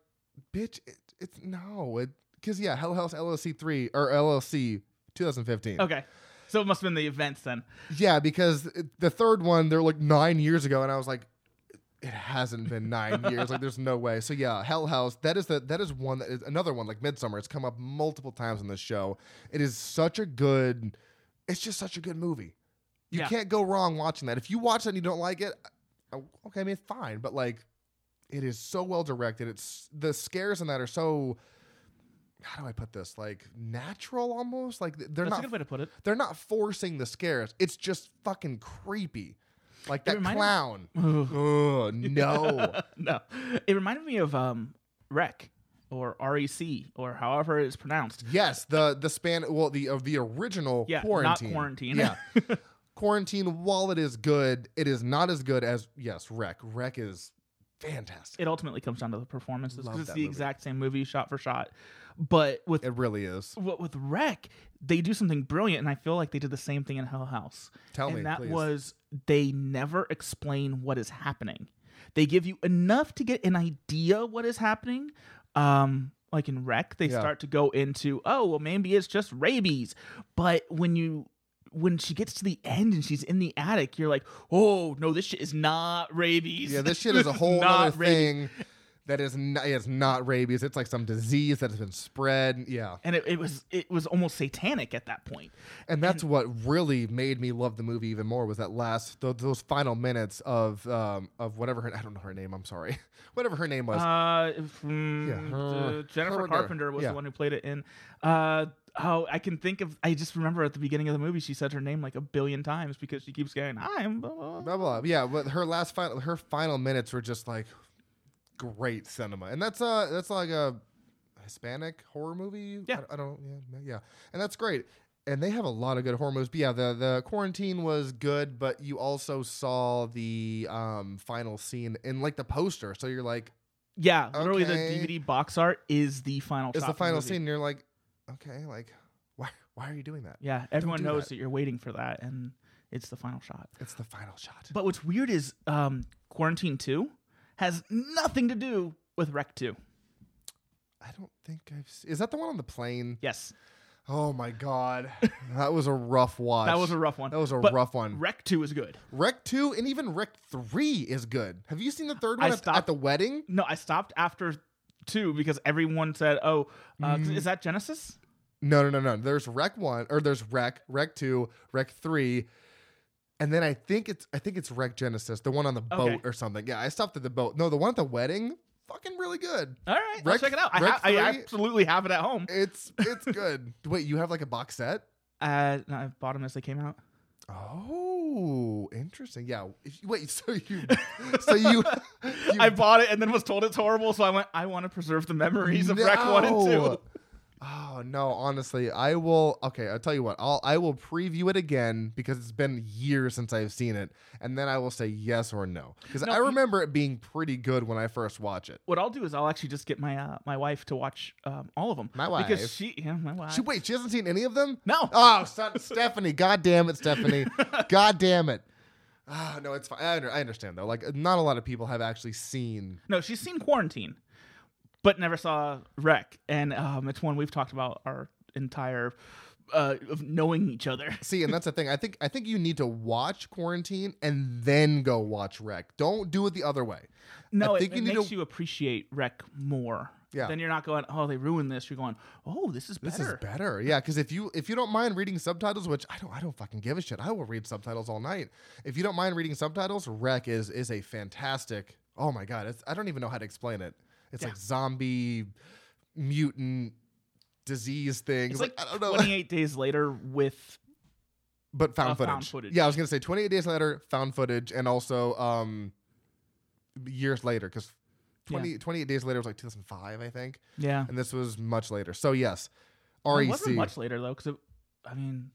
bitch, it, it's no, it because yeah, Hell House LLC three or LLC 2015.
Okay. So it must have been the events then.
Yeah, because it- the third one, they're like nine years ago, and I was like, it hasn't been nine years. Like, there's no way. So yeah, Hell House. That is the that is one that is another one like Midsummer. It's come up multiple times on this show. It is such a good. It's just such a good movie. You
Yeah.
can't go wrong watching that. If you watch it and you don't like it, I- okay, I mean fine, but like, it is so well directed. It's the scares in that are so. How do I put this? Like natural, almost like they're
That's
not
a good way to put it.
they're not forcing the scares. It's just fucking creepy. Like
It
that
reminded-
clown. Ugh, no.
no. It reminded me of um, Rec or REC or however it is pronounced.
yes, the the span well the of the original
Yeah,
quarantine.
not quarantine.
Yeah. quarantine while it is good, it is not as good as yes, Wreck. Wreck is fantastic.
it ultimately comes down to the performances
Love
because it's
that
the
movie.
exact same movie shot for shot but with
It really is.
what with wreck they do something brilliant and i feel like they did the same thing in hell house
Tell
and
me,
that
please.
was they never explain what is happening they give you enough to get an idea what is happening um like in wreck they
Yeah.
start to go into oh well maybe it's just rabies but when you when she gets to the end and she's in the attic, you're like, oh no, this shit is not rabies.
Yeah, this shit is a whole
not
other thing
rabies.
that is not, it's not rabies. It's like some disease that has been spread. Yeah.
And it, it was it was almost satanic at that point.
And that's what really made me love the movie even more was that last those, those final minutes of um of whatever her I don't know her name, I'm sorry. whatever her name was.
Uh, from
Yeah, her-
the- Jennifer
her-
Carpenter was
yeah.
the one who played it in. Uh, oh, I can think of. I just remember at the beginning of the movie, she said her name like a billion times because she keeps going, "I'm." Blah, blah, blah."
blah blah. Yeah, but her last final her final minutes were just like great cinema, and that's uh that's like a Hispanic horror movie.
Yeah.
I, I don't. Yeah, yeah, and that's great. And they have a lot of good horror movies. But yeah, the the quarantine was good, but you also saw the um final scene in like the poster, so you're like,
Yeah, literally
Okay.
the DVD box art is the final.
it's
shot
the
of
final
movie.
scene, and you're like, okay, like why why are you doing that?
Yeah, everyone
do
knows
that.
that. you're waiting for that, and it's the final shot.
It's the final shot.
But what's weird is um, Quarantine Two has nothing to do with Rec Two.
I don't think I've. Se- Is that the one on the plane?
Yes,
Oh my god, that was a rough watch.
that was a rough one.
That was a
But
rough one.
Rec Two is good.
Rec 2 and even Rec 3 is good. Have you seen the third
I
one at,
stopped-
at the wedding?
No, I stopped after two because everyone said, "Oh, uh, is that Genesis?"
No, no, no, no. There's Rec 1 or there's Rec, Rec 2, Rec 3. And then I think it's I think it's Rec Genesis, the one on the
Okay.
boat or something. Yeah, I stopped at the boat. No, the one at the wedding, fucking really good.
All right,
Rec-
let's check it out. I,
Rec
ha- I
three?
absolutely have it at home.
It's it's good. Wait, you have like a box set?
Uh, no, I bought them as they came out.
Oh, interesting. Yeah. If you- Wait, so you so you, you
I bought it and then was told it's horrible, so I went. I want to preserve the memories of Rec One and
No.
Two.
Oh no, honestly, I will okay, I'll tell you what. I'll I will preview it again because it's been years since I've seen it, and then I will say yes or no. Because
No,
I
you-
remember it being pretty good when I first watch it.
What I'll do is I'll actually just get my uh, my wife to watch um, all of them.
My wife.
because she, yeah, my wife.
She wait, she hasn't seen any of them?
no,
Oh, son, Stephanie, god damn it, Stephanie. god damn it. Ah, no, it's fine. I, under, I understand though. Like not a lot of people have actually seen
no, she's seen Quarantine, but never saw Rec, and um, it's one we've talked about our entire uh, of knowing each other.
See, and that's the thing. I think I think you need to watch Quarantine and then go watch Rec. Don't do it the other way.
No,
I
it,
think
it
you need
makes
to-
you appreciate rec more.
Yeah.
Then you're not going, oh, they ruined this. You're going, oh, this is better.
This is better. Yeah, because if you if you don't mind reading subtitles, which I don't I don't fucking give a shit. I will read subtitles all night. If you don't mind reading subtitles, Rec is is a fantastic. Oh my god, it's, I don't even know how to explain it. It's
Yeah.
like zombie, mutant, disease things.
It's
like,
like
I don't know.
28 days later with
but found
uh,
footage.
found footage.
Yeah, I was gonna say 28 days later, found footage, and also um, years later because. 20, 28 days later was like 2005, I think,
yeah.
and this was much later. So yes, E
It
REC.
wasn't much later though, because I mean,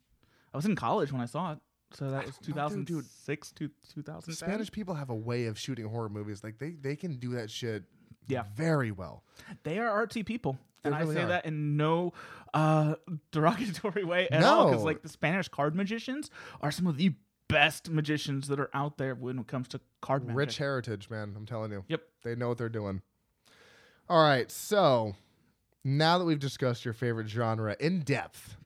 I was in college when I saw it, so that was
don't know, dude.
2006 to 2007.
Spanish people have a way of shooting horror movies. Like they they can do that shit
Yeah.
very well.
They are artsy people,
They
and
really
I say
are.
that in no uh, derogatory way at all,
No.
because like the Spanish card magicians are some of the best magicians that are out there when it comes to card magic.
Rich heritage, man, I'm telling you.
Yep.
They know what they're doing. All right, so now that we've discussed your favorite genre in depth,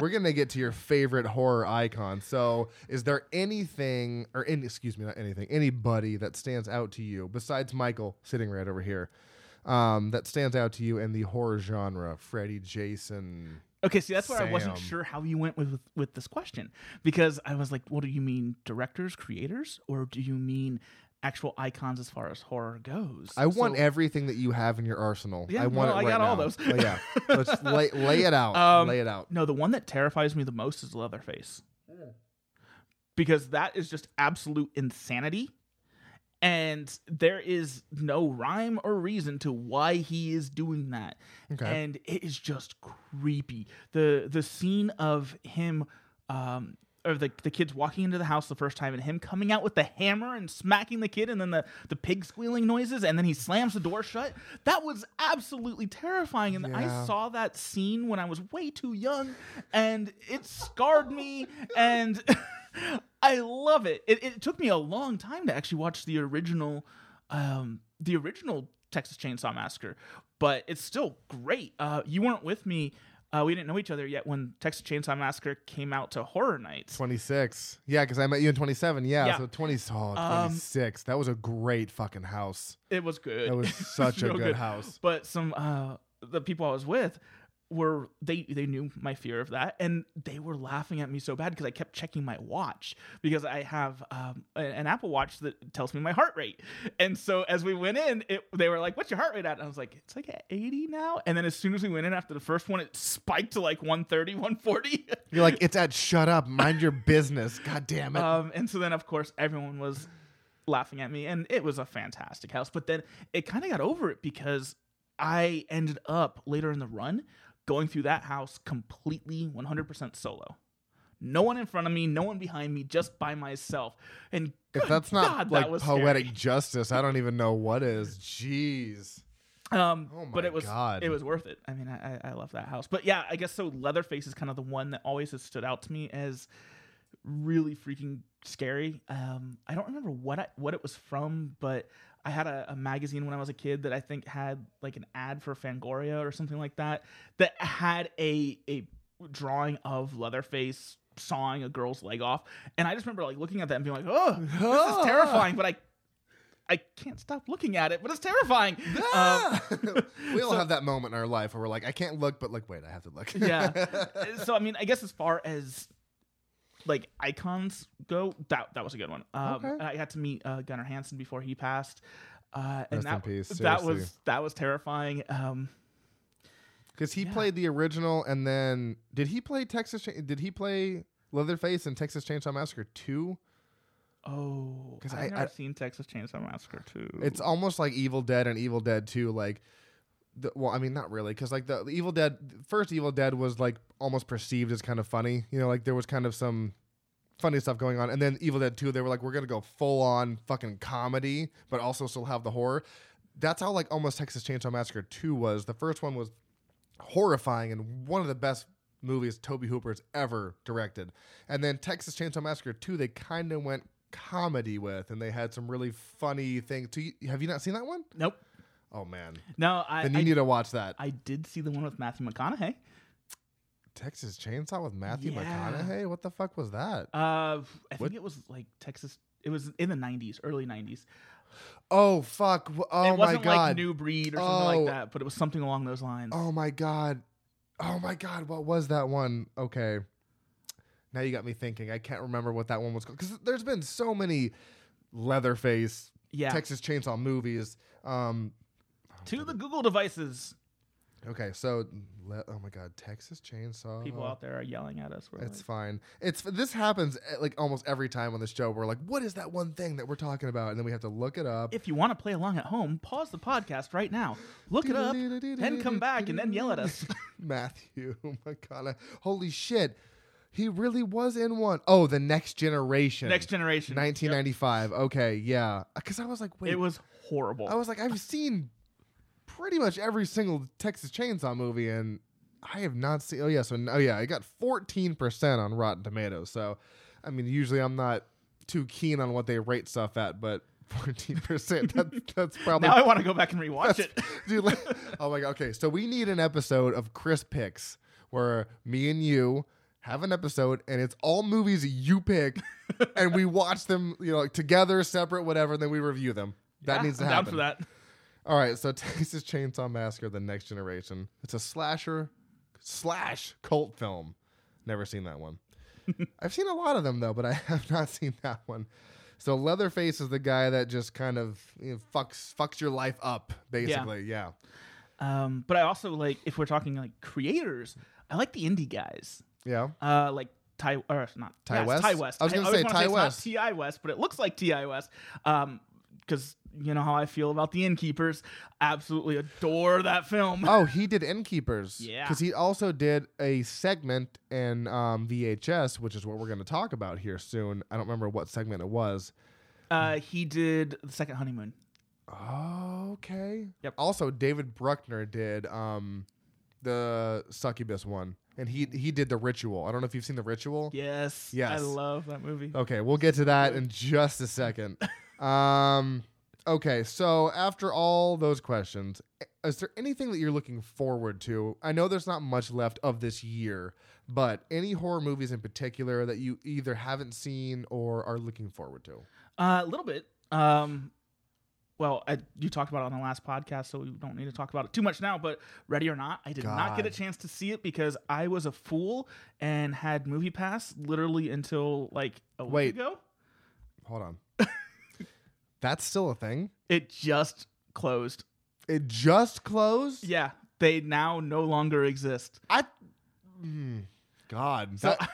we're gonna get to your favorite horror icon. So, is there anything, or any, excuse me, not anything, anybody that stands out to you besides Michael sitting right over here, um, that stands out to you in the horror genre? Freddy, Jason,
Okay, see, that's where I wasn't
Sam.
sure how you went with, with with this question because I was like, what do you mean, directors, creators, or do you mean actual icons as far as horror goes?
I want
So,
everything that you have in your arsenal.
Yeah,
I want
no,
it
I
right
got all
now.
those.
Oh, yeah, let's lay, lay it out.
Um,
lay it out.
no, the one that terrifies me the most is Leatherface
Mm.
because that is just absolute insanity, and there is no rhyme or reason to why he is doing that.
Okay.
and it is just creepy. The the scene of him um or the, the kids walking into the house the first time and him coming out with the hammer and smacking the kid and then the, the pig squealing noises and then he slams the door shut. That was absolutely terrifying. And
Yeah.
I saw that scene when I was way too young and it scarred me and I love it. it. It took me a long time to actually watch the original um, the original Texas Chainsaw Massacre, but it's still great. Uh, you weren't with me Uh, we didn't know each other yet when Texas Chainsaw Massacre came out to Horror Nights.
26. Yeah, because I met you in 27. Yeah,
Yeah.
so 20, oh,
Um,
26. that was a great fucking house.
It was good.
That was such a
real
good, house.
But some uh, the people I was with were they they knew my fear of that, and they were laughing at me so bad because I kept checking my watch because I have um, a- an Apple Watch that tells me my heart rate, and so as we went in, it, they were like, "What's your heart rate at?" And I was like, "It's like at 80 now." And then as soon as we went in after the first one, it spiked to like 130, 140.
You're like, it's at shut up, mind your business. God damn it.
Um, and so then, of course, everyone was laughing at me, and it was a fantastic house. But then it kind of got over it because I ended up later in the run going through that house completely 100% solo. No one in front of me, no one behind me, just by myself. And
if
good
that's not
God, that
like
was
poetic
scary.
justice, I don't even know what is. Jeez.
Um,
Oh my
but it was
God.
it was worth it. I mean, I, I I love that house. But yeah, I guess so. Leatherface is kind of the one that always has stood out to me as really freaking scary. Um, I don't remember what I, what it was from, but I had a, a magazine when I was a kid that I think had like an ad for Fangoria or something like that that had a a drawing of Leatherface sawing a girl's leg off, and I just remember like looking at that and being like, oh, this is terrifying. But I I can't stop looking at it, but it's terrifying. Um,
Ah! we all
so-
have that moment in our life where we're like, I can't look, but like, wait, I have to look.
yeah. So I mean, I guess as far as like icons go, that that was a good one. Um,
Okay.
and I got to meet uh, Gunnar Hansen before he passed, uh,
Rest
and
in
that
peace,
that was
seriously.
that was terrifying. Um,
Because he
Yeah.
played the original, and then did he play Texas? Cha- Did he play Leatherface in Texas Chainsaw Massacre two?
oh,
'Cause
I've
I-
never
I-
seen Texas Chainsaw Massacre too.
It's almost like Evil Dead and Evil Dead two. Like, the, well, I mean, not really, because like the, the Evil Dead first Evil Dead was like almost perceived as kind of funny. You know, like there was kind of some funny stuff going on, and then Evil Dead two, they were like, we're gonna go full on fucking comedy, but also still have the horror. That's how like almost Texas Chainsaw Massacre two was. The first one was horrifying and one of the best movies Toby Hooper's ever directed. And then Texas Chainsaw Massacre 2, they kind of went comedy with and they had some really funny things. Do you- Have you not seen that one?
nope.
Oh man.
No, I
Then you
I,
need to watch that.
I did see the one with Matthew McConaughey.
Texas Chainsaw with Matthew
Yeah.
McConaughey? What the fuck was that?
Uh, I think
What?
it was like Texas. It was in the '90s, early '90s.
Oh fuck. W- Oh my
it wasn't
god.
like New Breed or something
Oh.
like that, but it was something along those lines.
oh my god. Oh my god, what was that one? Okay. Now you got me thinking. I can't remember what that one was called cuz there's been so many Leatherface
yeah.
Texas Chainsaw movies. Um,
to the Google devices.
okay, so le- oh my god, Texas Chainsaw.
people out there are yelling at us. We're
Uh-huh. It's
like,
fine. It's this happens eh, like almost every time on the show. We're like, what is that one thing that we're talking about? And then we have to look it up.
if you want to play along at home, pause the podcast right now, look it up, then come back and then yell at us.
Matthew oh McConaughey. Holy shit. He really was in one. Oh, the next generation.
Next generation.
1995. Okay, yeah. Cuz I was like,
Yep.
wait.
It was horrible.
I was like, I've seen pretty much every single Texas Chainsaw movie, and I have not seen. Oh yeah, so oh yeah, I got fourteen percent on Rotten Tomatoes. So, I mean, usually I'm not too keen on what they rate stuff at, but fourteen percent. That, that's probably.
now I want to go back and rewatch it.
Dude, like- oh my god. Okay, so we need an episode of Chris picks where me and you have an episode, and it's all movies you pick, and we watch them, you know, like together, separate, whatever, and then we review them. That
Yeah,
needs to
I'm
happen.
Down for that.
All right, so Texas Chainsaw Massacre: The Next Generation. It's a slasher slash cult film. Never seen that one. I've seen a lot of them though, but I have not seen that one. So Leatherface is the guy that just kind of you know, fucks fucks your life up, basically. Yeah.
Um, but I also like if we're talking like creators, I like the indie guys.
yeah,
Uh, like Ty or not
Ty
yeah, it's
West?
Ty West.
I was gonna
always
say
wanna
Ty
it's
West.
Not Ti West, but it looks like Ti West. Um, because you know how I feel about the innkeepers. Absolutely adore that film.
Oh, he did Innkeepers.
Yeah.
because he also did a segment in um, VHS, which is what we're going to talk about here soon. I don't remember what segment it was.
Uh, he did the second honeymoon.
Okay.
Yep.
Also, David Bruckner did um, the succubus one, and he he did the ritual. I don't know if you've seen the ritual.
Yes.
Yes.
I love that movie.
Okay, we'll get to that in just a second. Um, Okay, so after all those questions, is there anything that you're looking forward to? I know there's not much left of this year, but any horror movies in particular that you either haven't seen or are looking forward to?
Uh, a little bit. Um, well, I, you talked about it on the last podcast, so we don't need to talk about it too much now. But Ready or Not, I did not get a
God.
chance to see it because I was a fool and had Movie Pass literally until like a
Wait.
week ago.
Hold on. That's still a thing?
It just closed.
It just closed?
Yeah, they now no longer exist.
I mm, God.
So-
that-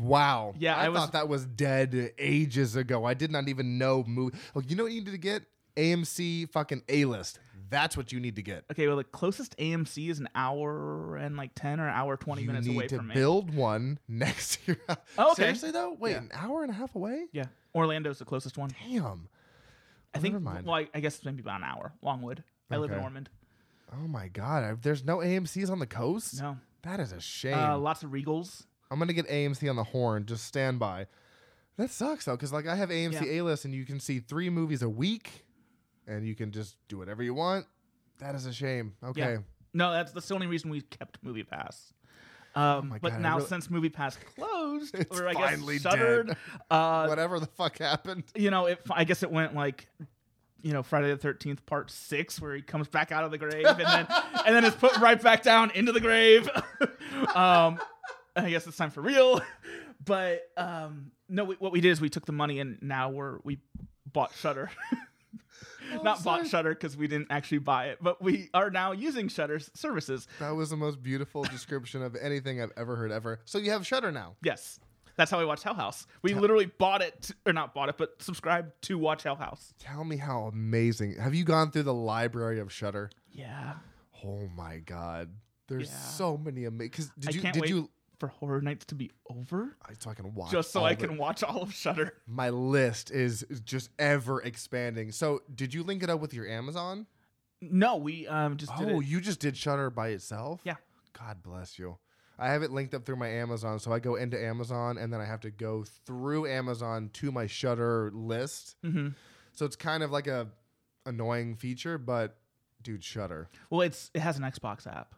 wow.
Yeah,
I,
I was-
thought that was dead ages ago. I did not even know movie. Oh, you know what you need to get? AMC fucking A list. That's what you need to get.
Okay, well, the closest AMC is an hour and like ten or an hour twenty
you
minutes
need
away
to
from me.
build one next year.
Oh, okay.
Seriously though, wait,
Yeah.
an hour and a half away?
Yeah, Orlando's the closest one.
Damn.
I think.
never mind.
Well, I, I guess it's maybe about an hour. Longwood. I live in
Okay.
Ormond.
Oh my god, I, there's no AMC's on the coast.
No,
That is a shame.
uh, lots of Regals.
I'm gonna get AMC on the horn. Just stand by. That sucks though, because like I have AMC A list, and you can see three movies a week, and you can just do whatever you want. That is a shame. Okay,
No, that's, that's the only reason we kept Movie Pass. Um,
Oh my
but
God, I
now
really-
since Movie Pass closed,
It's
or I
finally
guess shuttered,
dead.
uh,
whatever the fuck happened.
you know, it, I guess it went like, you know, Friday the Thirteenth Part Six, where he comes back out of the grave and then and then is put right back down into the grave. um, I guess it's time for real. But um, no, we, what we did is we took the money and now we're we bought Shutter. Not bought
Oh, sorry.
Shutter because we didn't actually buy it, but we are now using Shutter's services.
That was the most beautiful description of anything I've ever heard ever. So you have Shutter now.
Yes. That's how we watch Hell House. We literally bought it, t- or not bought it, but subscribed to watch Hell House.
Tell me how amazing. Have you gone through the library of Shutter?
Yeah.
Oh my god, there's
Yeah.
so many amazing. Because did
I
you
can't
did
wait
you?
for Horror Nights to be over
I- So I can watch.
just so
all
I
of it.
can watch all of Shudder.
My list is just ever expanding. So did you link it up with your Amazon?
No, we um just did
Oh,
it.
you just did Shutter by itself?
Yeah.
God bless you. I have it linked up through my Amazon, so I go into Amazon and then I have to go through Amazon to my Shutter list.
hmm
So it's kind of like a annoying feature, but dude, Shutter.
Well, it's it has an Xbox app,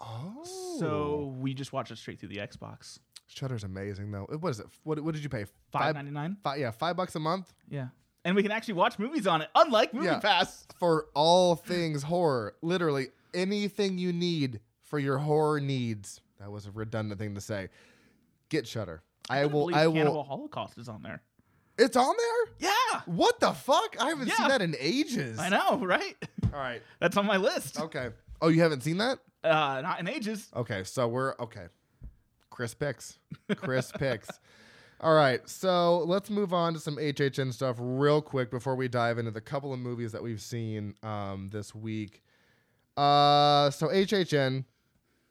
Oh,
so we just watch it straight through the Xbox.
Shutter's amazing though. What is it? What, what did you pay?
Five ninety nine.
Five, yeah, five bucks a month
Yeah, and we can actually watch movies on it, unlike Movie
Yeah.
Pass.
for all things horror. Literally anything you need for your horror needs. That was a redundant thing to say. Get Shutter. I,
couldn't
will.
believe
I will.
Cannibal Holocaust is on there.
It's on there?
Yeah,
What the fuck? I haven't seen
Yeah.
that in ages.
I know, right?
All right.
That's on my list.
Okay. Oh, you haven't seen that?
Uh, not in ages.
Okay. So we're okay. Chris picks. Chris picks. All right. So let's move on to some HHN stuff real quick before we dive into the couple of movies that we've seen um, this week. Uh, so HHN,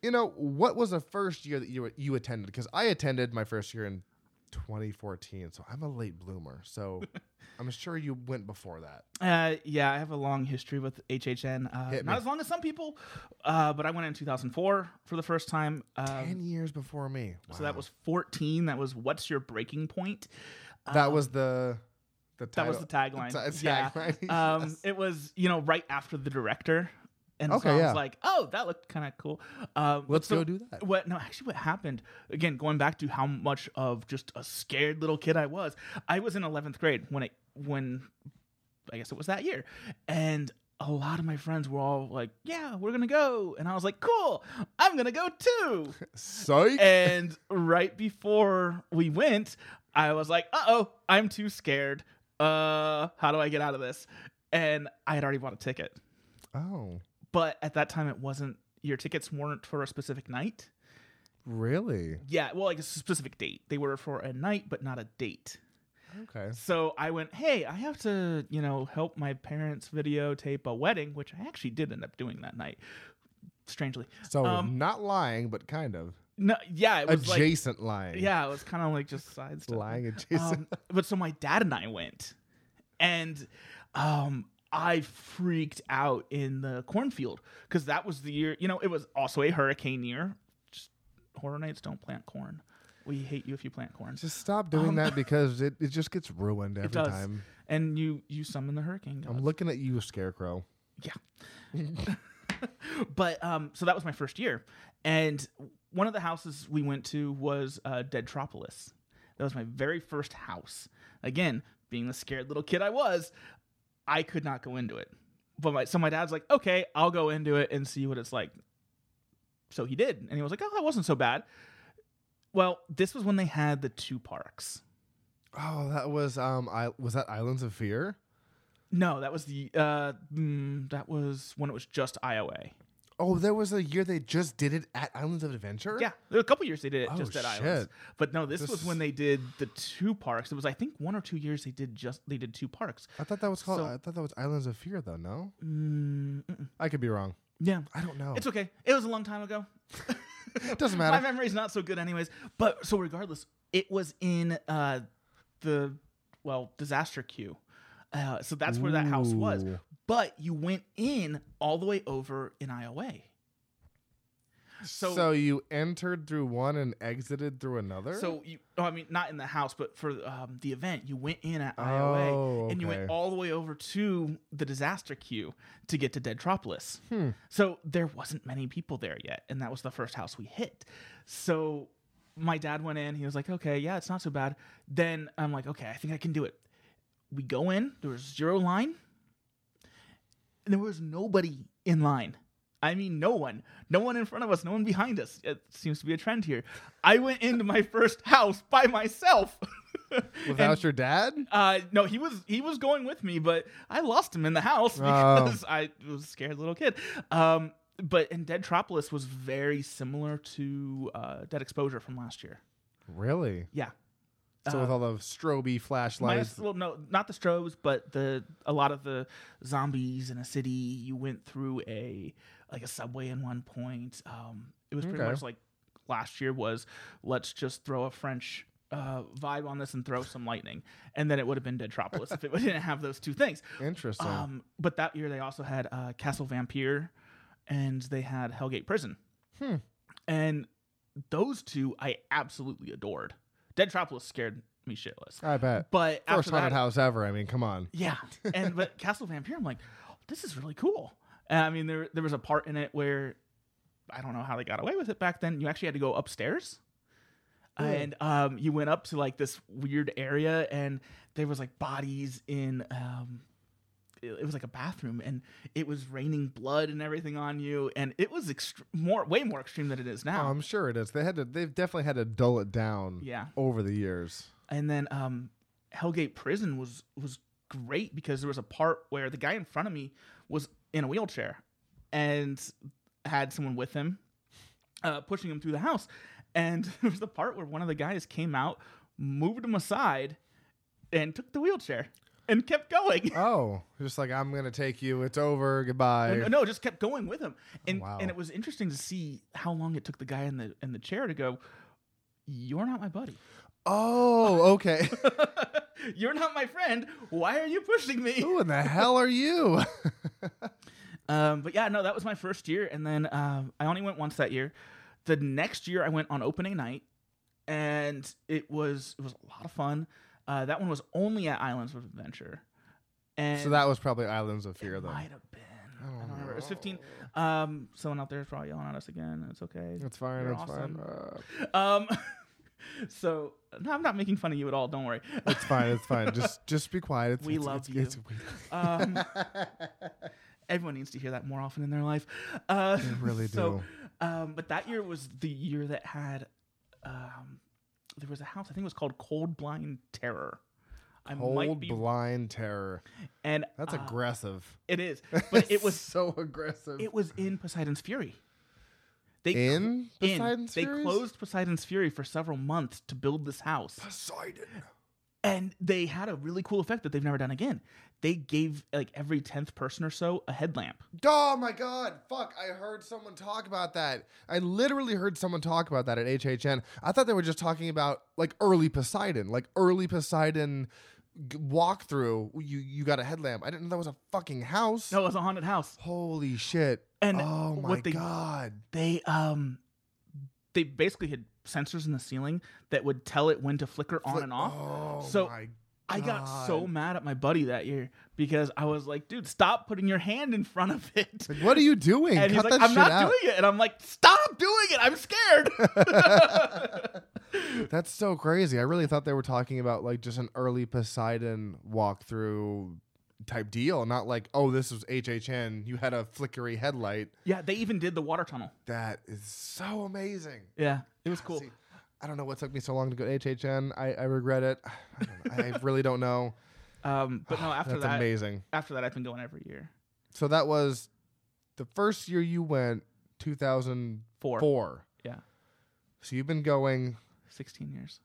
you know, what was the first year that you you attended? Because I attended my first year in 2014, so I'm a late bloomer. So I'm sure you went before that.
Uh, yeah, I have a long history with HHN. Uh,
Hit me.
not as long as some people, uh, but I went in 2004 for the first time. Um,
10 years before me.
so that
Wow.
was 14. That was what's your breaking point?
that was the the
um, That
title.
was the tagline.
The ti-
yeah.
tagline,
Um,
yes.
It was you know right after the director, and
Okay,
so I
yeah.
was like, oh, that looked kind of cool. Um,
Let's
so
go do that.
What? No, actually, what happened? Again, going back to how much of just a scared little kid I was. I was in 11th grade when it when I guess it was that year, and a lot of my friends were all like, "Yeah, we're gonna go," and I was like, "Cool, I'm gonna go too."
Psych.
Eh. and right before we went, I was like, "Uh oh, I'm too scared. Uh, how do I get out of this?" And I had already bought a ticket,
oh,
but at that time, it wasn't. Your tickets weren't for a specific night.
really?
Yeah, well, like a specific date. They were for a night, but not a date.
Okay.
So I went, hey, I have to, you know, help my parents videotape a wedding, which I actually did end up doing that night, strangely.
So
Um,
not lying, but kind of
No, yeah, it was like,
adjacent lying.
yeah, it was kind of like just side stuff.
lying adjacent.
Um, but so my dad and I went, and um, I freaked out in the cornfield because that was the year, you know, it was also a hurricane year. Just horror nights don't plant corn. We hate you if you plant corn.
Just stop doing that because it, it just gets ruined every
um, It does.
time.
And you you summon the hurricane
I'm
god.
looking at you, Scarecrow.
yeah. but um, so that was my first year, and one of the houses we went to was uh, Deadtropolis. That was my very first house. Again, being the scared little kid I was, I could not go into it. But my, so my dad's like, okay, I'll go into it and see what it's like. So he did, and he was like, oh, that wasn't so bad. Well, this was when they had the two parks.
Oh, that was um, I was that Islands of Fear.
No, that was the uh, mm, that was when it was just IOA.
Oh, there was a year they just did it at Islands of Adventure.
Yeah, there were a couple years they did it
Oh,
just at
shit.
Islands, but no, this,
This-
was when they did the two parks. It was I think one or two years they did just they did two parks.
I thought that was called.
So-
I thought that was Islands of Fear, though. No,
Mm, mm-mm.
I could be wrong.
yeah,
I don't know.
it's okay. It was a long time ago.
it Oh. doesn't
My
matter.
memory's not so good, anyways. But so regardless, it was in uh, the well disaster queue. Uh, so that's where that house was.
Ooh.
But you went in all the way over in Iowa.
So,
So-
you entered through one and exited through another.
So you, oh, I mean, not in the house, but for um, the event, you went in at IOA
Oh,
and you went
okay.
all the way over to the disaster queue to get to Deadtropolis.
Hmm.
So there wasn't many people there yet, and that was the first house we hit. So my dad went in. He was like, "Okay, yeah, it's not so bad." Then I'm like, "Okay, I think I can do it." We go in. There was zero line. And there was nobody in line. I mean, no one. No one in front of us. No one behind us. It seems to be a trend here. I went into my first house by myself.
without your dad.
Uh, no, he was he was going with me, but I lost him in the house because I was a scared little kid. Um, but and Deadtropolis was very similar to uh, Dead Exposure from last year.
Really?
Yeah, Uh,
So with all the stroby flashlights.
minus well, no, not the strobes, but the a lot of the zombies in a city. You went through a like a subway in one point. Um, it was pretty
Okay.
much like last year was let's just throw a French uh, vibe on this and throw some lightning, and then it would have been Deadtropolis if it didn't have those two things.
Interesting.
Um, but that year they also had uh, Castle Vampire, and they had Hellgate Prison.
Hmm.
And those two I absolutely adored. Deadtropolis scared me shitless.
I bet.
But
First
after that,
haunted house ever. I mean, come on.
yeah. And but Castle Vampire, I'm like, this is really cool. And I mean, there there was a part in it where I don't know how they got away with it back then. You actually had to go upstairs.
Ooh.
And um, you went up to like this weird area, and there was like bodies in. Um, it it was like a bathroom, and it was raining blood and everything on you, and it was ext- more, way more extreme than it is
Oh,
now.
I'm sure it is. They had to. They've definitely had to dull it down.
yeah,
Over the years.
and then um, Hellgate Prison was was great because there was a part where the guy in front of me was in a wheelchair and had someone with him, uh, pushing him through the house. And there was the part where one of the guys came out, moved him aside, and took the wheelchair and kept going.
Oh, just like I'm gonna take you. It's over. Goodbye.
uh, No, no, just kept going with him, and
wow.
and it was interesting to see how long it took the guy in the in the chair to go. You're not my buddy.
Oh, okay.
You're not my friend. Why are you pushing me?
Who in the hell are you?
Um, but yeah, no, that was my first year, and then um, I only went once that year. The next year, I went on opening night, and it was it was a lot of fun. Uh, that one was only at Islands of Adventure, and
so that was probably Islands of Fear,
it
though. Oh.
might have been. I don't remember. It was 15. Um, someone out there is probably yelling at us again. It's okay.
It's fine.
You're
It's
awesome.
fine. Uh,
Um, so no, I'm not making fun of you at all. Don't worry.
it's fine. It's fine. Just just be quiet. It's,
We
it's-
love
it's-
you.
it's-
Um, everyone needs to hear that more often in their life. Uh,
They really
so, Um, but that year was the year that had um, there was a house. I think it was called Cold Blind Terror. I might
Cold
be
blind terror.
and
That's
uh,
aggressive.
it is, but it was
so aggressive.
it was in Poseidon's Fury. They cl-
in
in.
Poseidon's
they
Furies?
closed Poseidon's Fury for several months to build this house.
Poseidon.
and they had a really cool effect that they've never done again. They gave like every tenth person or so a headlamp.
Oh my god! Fuck! I heard someone talk about that. I literally heard someone talk about that at HHN. I thought they were just talking about like early Poseidon, like early Poseidon g- walkthrough. You you got a headlamp. I didn't know that was a fucking house.
No, it was a haunted house.
Holy shit!
And
oh my
what they-
god!
They um, they basically had sensors in the ceiling that would tell it when to flicker on and off.
Oh
So,
my
I got so
God.
mad at my buddy that year because I was like, dude, stop putting your hand in front of it.
Like, what are you doing?
And he's
Cut
like,
that
I'm
shit
not
out.
doing it. And I'm like, stop doing it. I'm scared.
That's so crazy. I really thought they were talking about like just an early Poseidon walkthrough type deal, not like, oh, this was HHN. You had a flickery headlight.
yeah, they even did the water tunnel.
That is so amazing.
Yeah, it was cool.
See, I don't know what took me so long to go to HHN. I, I regret it. I, don't know. I really don't know.
Um, but no, after
That's
that,
amazing.
after that, I've been going every year.
So that was the first year you went, 2004.
Four, Yeah.
So you've been going,
16 years.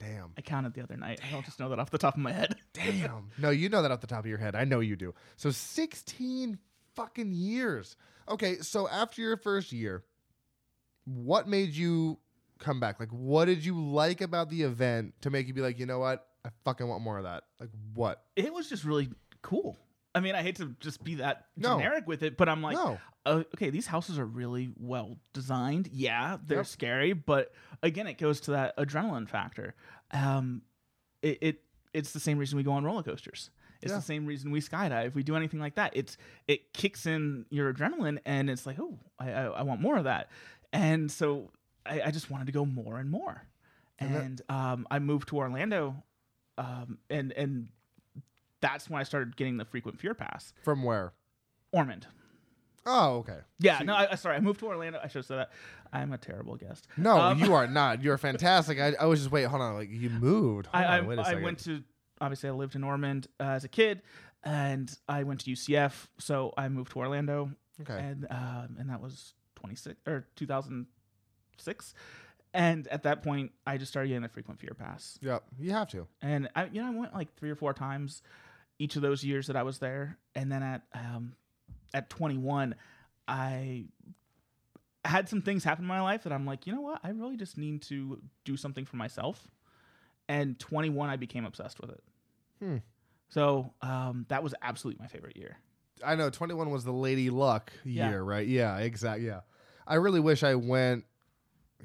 damn.
I counted the other night. I don't just know that off the top of my head.
Damn. No, you know that off the top of your head. I know you do. So 16 fucking years. Okay, so after your first year, what made you come back? Like, what did you like about the event to make you be like, you know what? I fucking want more of that. Like, what?
It was just really cool. I mean, I hate to just be that
No.
generic with it, but I'm like,
no.
uh, okay, these houses are really well designed. Yeah, they're
Yep.
scary, but again, it goes to that adrenaline factor. Um, it, it it's the same reason we go on roller coasters. It's
Yeah.
the same reason we skydive. We do anything like that. It's it kicks in your adrenaline, and it's like, oh, I I, I want more of that. And so I, I just wanted to go more and more.
And that-
And um, I moved to Orlando, um, and and that's when I started getting the frequent fear pass.
From where?
Ormond.
Oh, okay.
Yeah,
So
no, I, I- sorry, I moved to Orlando. I should have said that. I'm a terrible guest.
No,
Um,
you are not. You're fantastic. I, I was just, wait, hold on. Like, you moved. Hold
I, I,
on, Oh, wait a
I
second.
went to obviously I lived in Ormond uh, as a kid, and I went to UCF. So I moved to Orlando,
okay.
and um, and that was 26 or 2006. And at that point, I just started getting the frequent fear pass,
Yep. You have to.
and I you know I went like three or four times each of those years that I was there, and then at um, at 21, I had some things happen in my life that I'm like, you know what? I really just need to do something for myself. And 21, I became obsessed with it.
Hmm.
So um, that was absolutely my favorite year.
I know 21 was the Lady Luck year,
Yeah.
right? Yeah, exactly. Yeah. I really wish I went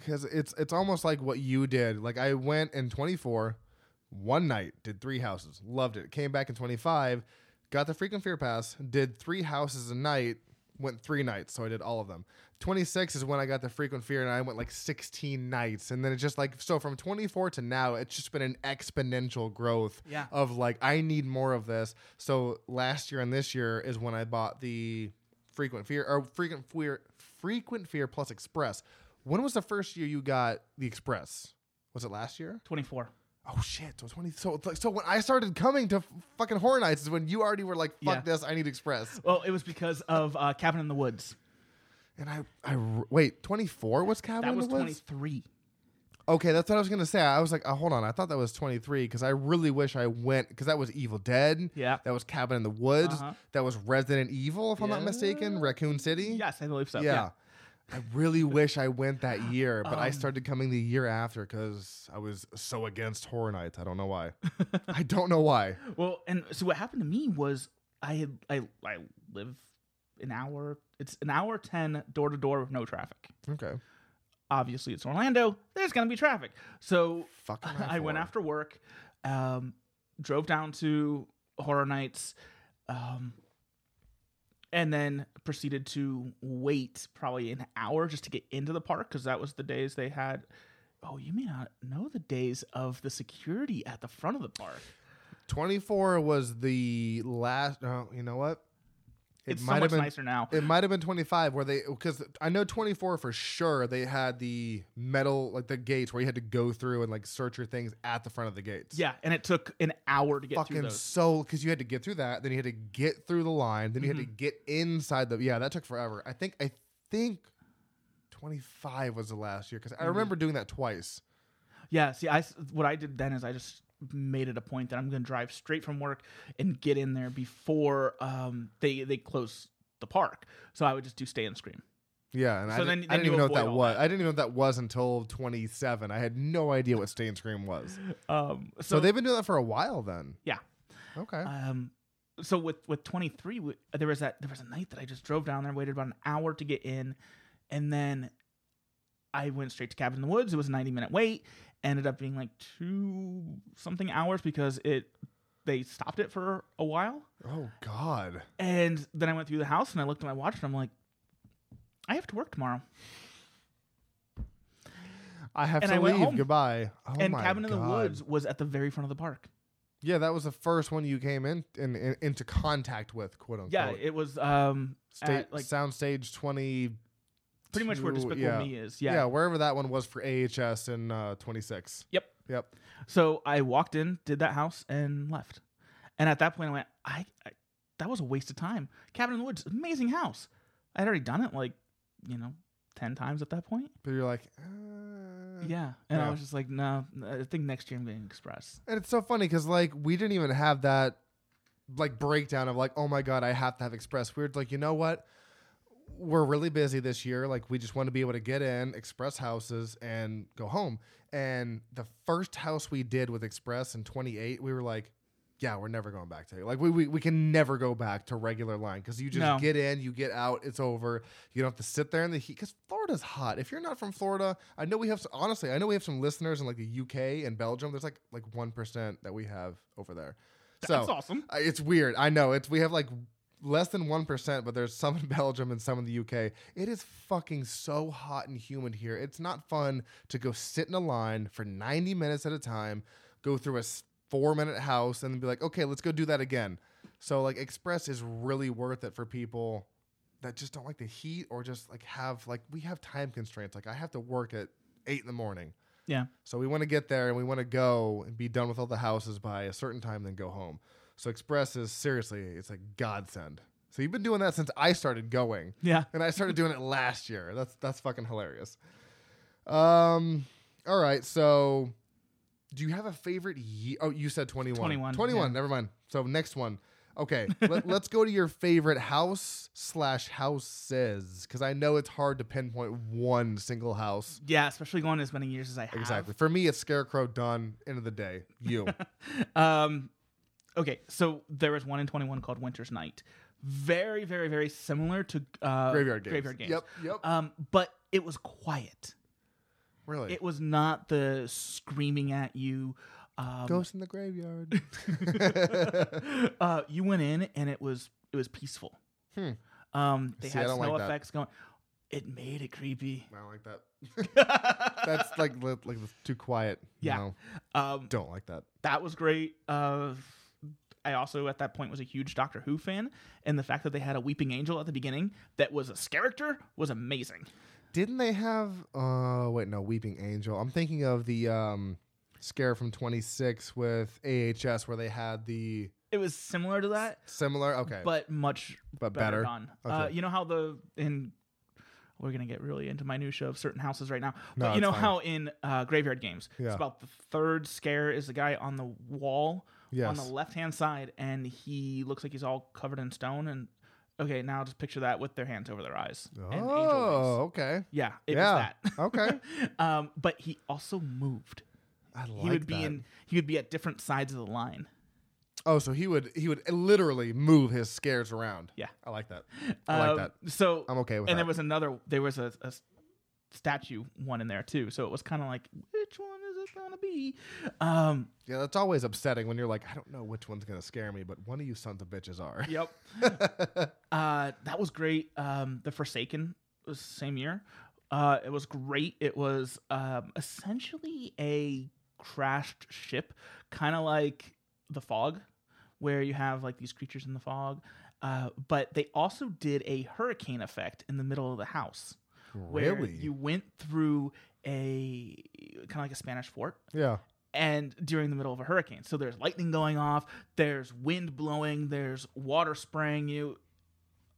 cuz it's it's almost like what you did. Like I went in 24 one night, did 3 houses. Loved it. Came back in 25, got the freaking fear pass, did 3 houses a night, went 3 nights, so I did all of them. 26 is when I got the frequent fear and I went like 16 nights and then it's just like so from 24 to now it's just been an exponential growth
Yeah.
of like I need more of this. So last year and this year is when I bought the frequent fear or frequent fear frequent fear plus express. When was the first year you got the express? Was it last year?
24.
Oh shit! So twenty. So it's like- so when I started coming to f- fucking horror nights is when you already were like, "Fuck
Yeah.
this! I need express."
Well, it was because of uh, Cabin in the Woods.
And I, I r- wait. Twenty four was Cabin
That
in
was
the Woods?
23.
Okay, that's what I was gonna say. I was like, oh, hold on, I thought that was twenty three because I really wish I went because that was Evil Dead.
Yeah.
that was Cabin in the Woods.
Uh-huh.
That was Resident Evil, if I'm not
Yeah.
mistaken. Raccoon City.
Yes, I believe so.
yeah.
Yeah.
I really wish I went that year, but I
Um.
started coming the year after because I was so against Horror Nights. I don't know why. I don't know why.
Well, and so what happened to me was I had I I live an hour. It's an hour 10 door to door with no traffic.
Okay,
obviously it's Orlando. There's gonna be traffic. So
fucking.
I went
for it.
after work, um, drove down to Horror Nights, um, and then proceeded to wait probably an hour just to get into the park because that was the days they had. Oh, you may not know the days of the security at the front of the park.
24 was the last. Oh, you know what? It
it's so
might have
much
been
nicer now.
It might have been 25 where they because I know 24 for sure they had the metal like the gates where you had to go through and like search your things at the front of the gates.
yeah, and it took an hour to get through
Fucking
those.
so because you had to get through that, then you had to get through the line, then you had to
Mm-hmm.
get inside the yeah that took forever. I think I think 25 was the last year because
Mm-hmm.
I remember doing that twice.
Yeah, see, I s- what I did then is I just made it a point that I'm going to drive straight from work and get in there before um, they they close the park. So I would just do stay and scream.
Yeah, and I,
So
didn't-
then-
I
then
didn't
you
even know what that
avoid all
was. I didn't even know what that was until 27. I had no idea what stay and scream was.
Um,
So,
so,
they've been doing that for a while then.
Yeah.
Okay.
um, so with with 23, w- there was that there was a night that I just drove down there, waited about an hour to get in, and then I went straight to Cabin in the Woods. It was a 90 minute wait. Ended up being like two something hours because it they stopped it for a while.
Oh God.
And then I went through the house and I looked at my watch and I'm like, I have to work tomorrow.
I have
And
to
I went
leave.
home.
Goodbye. Oh
and
my
Cabin in the
God.
Woods was at the very front of the park.
Yeah, that was the first one you came in, in, in into contact with, quote unquote.
Yeah, it was um
Sta-
at, like
soundstage twenty.
pretty much where
two-
Despicable
yeah.
Me is.
Yeah.
yeah.
wherever that one was for AHS in uh, twenty six.
Yep.
Yep.
So I walked in, did that house, and left. And at that point, I went, I, I that was a waste of time. Cabin in the Woods, amazing house. I'd already done it like, you know, ten times at that point.
But you're like, uh,
Yeah, and
Yeah.
I was just like, no, I think next year I'm getting Express.
And it's so funny because like we didn't even have that like breakdown of like, oh my god, I have to have Express. We were like, you know what? We're really busy this year. Like we just want to be able to get in Express houses and go home. And the first house we did with Express in 28, we were like. Yeah, we're never going back to it. Like we, we we can never go back to regular line because you just
No.
get in, you get out, it's over. You don't have to sit there in the heat because Florida's hot. If you're not from Florida, I know we have honestly, I know we have some listeners in like the UK and Belgium. There's like like one percent that we have over there.
That's
so
awesome.
I- it's weird. I know it's we have like less than one percent, but there's some in Belgium and some in the UK. It is fucking so hot and humid here. It's not fun to go sit in a line for 90 minutes at a time, go through a four minute house, and then be like, okay, let's go do that again. So like Express is really worth it for people that just don't like the heat or just like have like we have time constraints. Like I have to work at eight in the morning.
Yeah.
So we want to get there and we want to go and be done with all the houses by a certain time, then go home. So Express is seriously, it's a godsend. So you've been doing that since I started going,
Yeah.
and I started doing it last year. That's that's fucking hilarious. Um, all right. So, do you have a favorite year? Oh, you said twenty one.
21, yeah.
Never mind. So next one. Okay, let, us go to your favorite house slash houses because I know it's hard to pinpoint one single house.
Yeah, especially going as many years as I have.
Exactly. For me, it's Scarecrow done. End of the day, you.
Um, okay, so there was one in 21 called Winter's Night. Very, very, very similar to uh,
Graveyard games.
Graveyard Games.
Yep. Yep.
Um, but it was quiet.
really.
It was not the screaming at you. Um,
Ghost in the graveyard.
uh, you went in and it was it was peaceful.
Hmm.
Um, they
See, I
had
don't
snow
like that.
effects going. It made it creepy.
I don't like that. That's like li- like it's too quiet.
Yeah.
No,
um,
don't like that.
that was great. Uh, I also at that point was a huge Doctor Who fan, and the fact that they had a weeping angel at the beginning that was a character was amazing.
Didn't they have? Oh wait, no, Weeping Angel. I'm thinking of the um, scare from 26 with AHS where they had the
It was similar to that,
similar. Okay, but,
but much better,
better.
done. Uh,
Okay.
you know how the in we're gonna get really into minutia of certain houses right now,
No,
but
it's
you know
fine.
how in uh, graveyard games,
Yeah.
it's about the third scare is the guy on the wall on
Yes.
the left hand side, and he looks like he's all covered in stone. And okay, now just picture that with their hands over their eyes. and angel wings.
Oh, okay.
yeah, it
Yeah.
was that.
Okay.
um, but he also moved.
I like
he would be
that.
in. He would be at different sides of the line.
Oh, so he would he would literally move his scares around.
Yeah.
I like that. I like
Um,
that.
So
I'm okay with
and
that.
there was another there was a, a s- statue one in there too so it was kind of like which one is it gonna be um
Yeah, that's always upsetting when you're like, I don't know which one's gonna scare me, but one of you sons of bitches are.
yep uh that was great um the forsaken was the same year uh it was great it was um essentially a crashed ship kind of like the fog where you have like these creatures in the fog uh, but they also did a hurricane effect in the middle of the house where
Really?
you went through a kind of like a Spanish fort
yeah.
and during the middle of a hurricane. So there's lightning going off, there's wind blowing, there's water spraying you,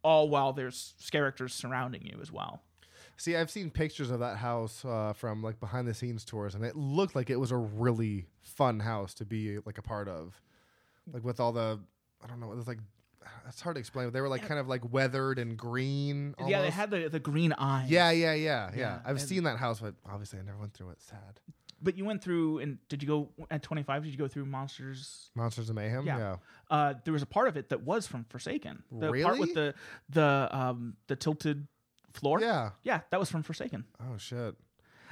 all while there's characters surrounding you as well.
See, I've seen pictures of that house uh, from like behind the scenes tours, and it looked like it was a really fun house to be like a part of, like with all the I don't know, it was like it's hard to explain, but they were like kind of like weathered and green. Almost.
Yeah, they had the, the green eyes.
Yeah, yeah, yeah, yeah.
Yeah,
I've
and-
seen that house, but obviously I never went through it. Sad.
But you went through, and did you go at 25? Did you go through Monsters?
Monsters of Mayhem.
Yeah. Uh, there was a part of it that was from Forsaken. The part
Really?
with the the um, the tilted floor.
Yeah.
Yeah, that was from Forsaken.
Oh shit.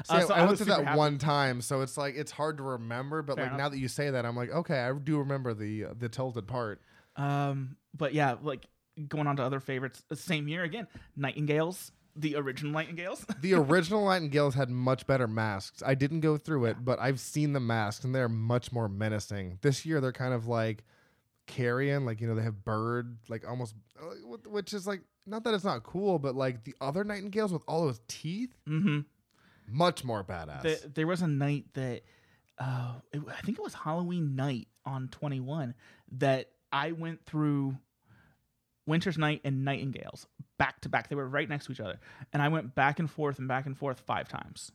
See,
Uh, so
I,
I
went
was
through that
super happy.
one time, so it's like it's hard to remember. But
Fair
like
enough.
now that you say that, I'm like, okay, I do remember the the tilted part.
Um, but yeah, like going on to other favorites. the Same year again, Nightingales, the original Nightingales.
The original Nightingales had much better masks. I didn't go through it, but I've seen the masks, and they're much more menacing. This year, they're kind of like carrion, like you know, they have bird, like almost, uh, wh- which is like not that it's not cool, but like the other Nightingales with all those teeth,
mm-hmm.
much more badass.
the, there was a night that uh, it, I think it was Halloween night on 21 that I went through Winter's Night and Nightingales back to back. They were right next to each other, and I went back and forth and back and forth five times.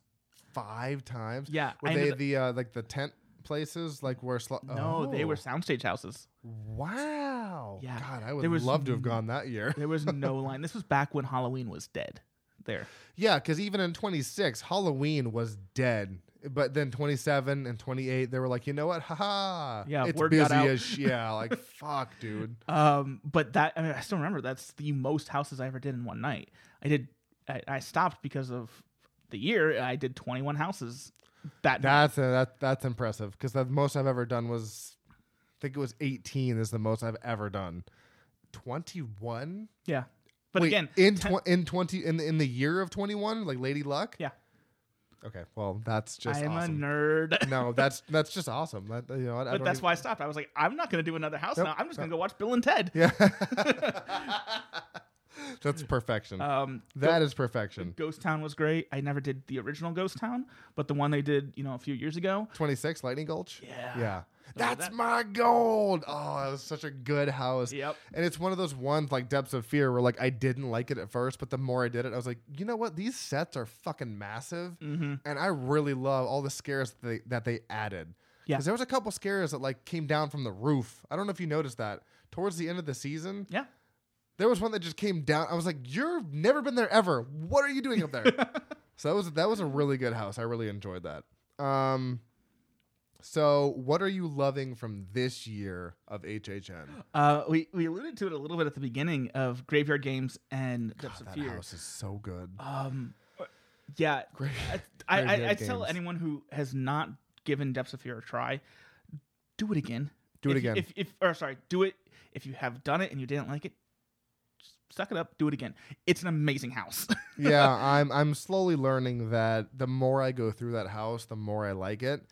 Five times.
Yeah,
Were
I
they
ended up-
the uh, like the tent places, like where? Sl-
No, they were
Oh.
soundstage houses.
Wow.
Yeah.
God, I would
There was
love to have
n-
gone that year.
There was no line. This was back when Halloween was dead. There,
Yeah, because even in 26, Halloween was dead. But then 27 and 28, they were like, you know what? Ha ha.
Yeah,
it's
word
busy
got out.
as sh- yeah. Like fuck, dude.
um, but that I, mean, I still remember. That's the most houses I ever did in one night. I did. I, I stopped because of the year. I did 21 houses. That
That's uh that that's impressive because the most I've ever done was, I think it was 18 is the most I've ever done. 21.
Yeah. But
Wait,
again,
in tw- in 20 in the, in the year of 21, like Lady Luck.
Yeah.
Okay. Well, that's just
I am
awesome.
a nerd.
no, that's that's just awesome. That, you know, I, I
but
don't e-
that's
even-
why I stopped. I was like, I'm not going to do another house
Nope.
now. I'm just going to go watch Bill and Ted.
Yeah. That's perfection.
Um,
that is perfection.
Ghost Town was great. I never did the original Ghost Town, but the one they did, you know, a few years ago.
26 Lightning Gulch?
Yeah.
Yeah. That's
that-
my gold. Oh, that was such a good house.
Yep.
And it's one of those ones like Depths of Fear where like I didn't like it at first, but the more I did it, I was like, you know what? These sets are fucking massive.
Mm-hmm.
And I really love all the scares that they, that they added.
Yeah.
Because there was a couple scares that like came down from the roof. I don't know if you noticed that. Towards the end of the season,
Yeah.
There was one that just came down. I was like, "You've never been there ever. What are you doing up there?" so that was that was a really good house. I really enjoyed that. Um, so what are you loving from this year of HHN?
Uh, we, we alluded to it a little bit at the beginning of Graveyard Games and Depths
God,
of
that
Fear.
house is so good.
Um, yeah.
Great.
I, I, I,
Graveyard
I tell
Games.
anyone who has not given Depths of Fear a try, do it again.
Do it
If you-
again.
If, if or sorry, do it if you have done it and you didn't like it, just suck it up, do it again. It's an amazing house.
yeah, I'm I'm slowly learning that the more I go through that house, the more I like it.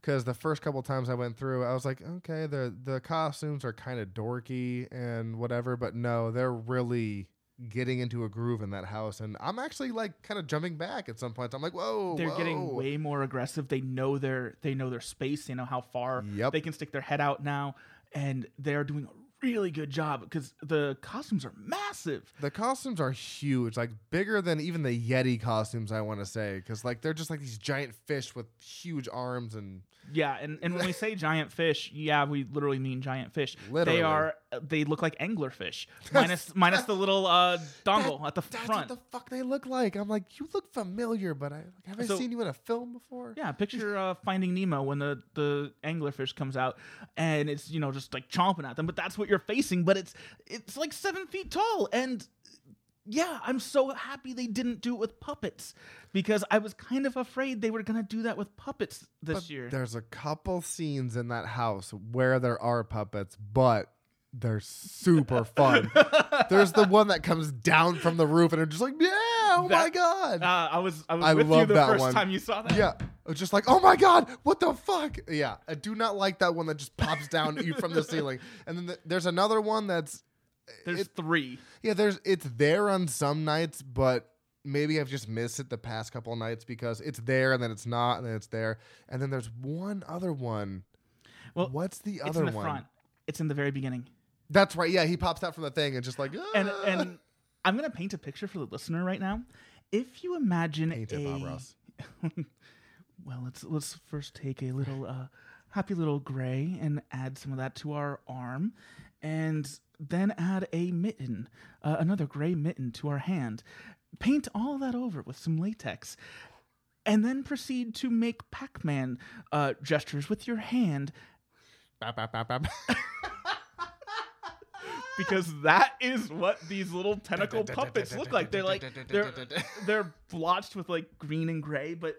Because the first couple times I went through, I was like, okay, the the costumes are kind of dorky and whatever, but no, they're really getting into a groove in that house, and I'm actually like kind of jumping back at some points. I'm like, whoa,
they're getting
Oh, whoa.
way more aggressive. They know their they know their space, they know how far
Yep.
they can stick their head out now, and they're doing a really good job because the costumes are massive.
The costumes are huge, like bigger than even the Yeti costumes. I want to say, because like they're just like these giant fish with huge arms and
Yeah, and, and when we say giant fish, yeah, we literally mean giant fish.
Literally.
They are they look like angler fish. minus minus the little uh dongle at the
That's
front.
what the fuck they look like. I'm like, you look familiar, but I like, have I
So-
seen you in a film before?
Yeah, picture uh, Finding Nemo when the the anglerfish comes out and it's you know just like chomping at them, but that's what you're facing. But it's it's like seven feet tall, and yeah, I'm so happy they didn't do it with puppets because I was kind of afraid they were gonna do that with puppets this
But
year.
There's a couple scenes in that house where there are puppets, but they're super fun. there's the one that comes down from the roof and are just like, yeah, oh my
That-
god.
Uh, I was I was
I
with you
love
the
that
first
one.
time you saw that.
yeah. I was Just like, oh my god, what the fuck? Yeah, I do not like that one that just pops down at you from the ceiling. And then the- there's another one that's
there's three.
Yeah, there's it's there on some nights, but maybe I've just missed it the past couple nights because it's there and then it's not and then it's there and then there's one other one.
Well,
what's the
It's
other
in the
one?
front. It's in the very beginning.
That's right. Yeah, he pops out from the thing and just like
and
"Ah."
and I'm gonna paint a picture for the listener right now. If you imagine
Paint
a
it, Bob Ross.
well, let's let's first take a little uh, happy little gray and add some of that to our arm, and then add a mitten, uh, another gray mitten to our hand. Paint all that over with some latex. And then proceed to make Pac Man uh, gestures with your hand
Bap, bap, bap, bap.
because that is what these little tentacle puppets look like. They're like they're they're blotched with like green and gray, but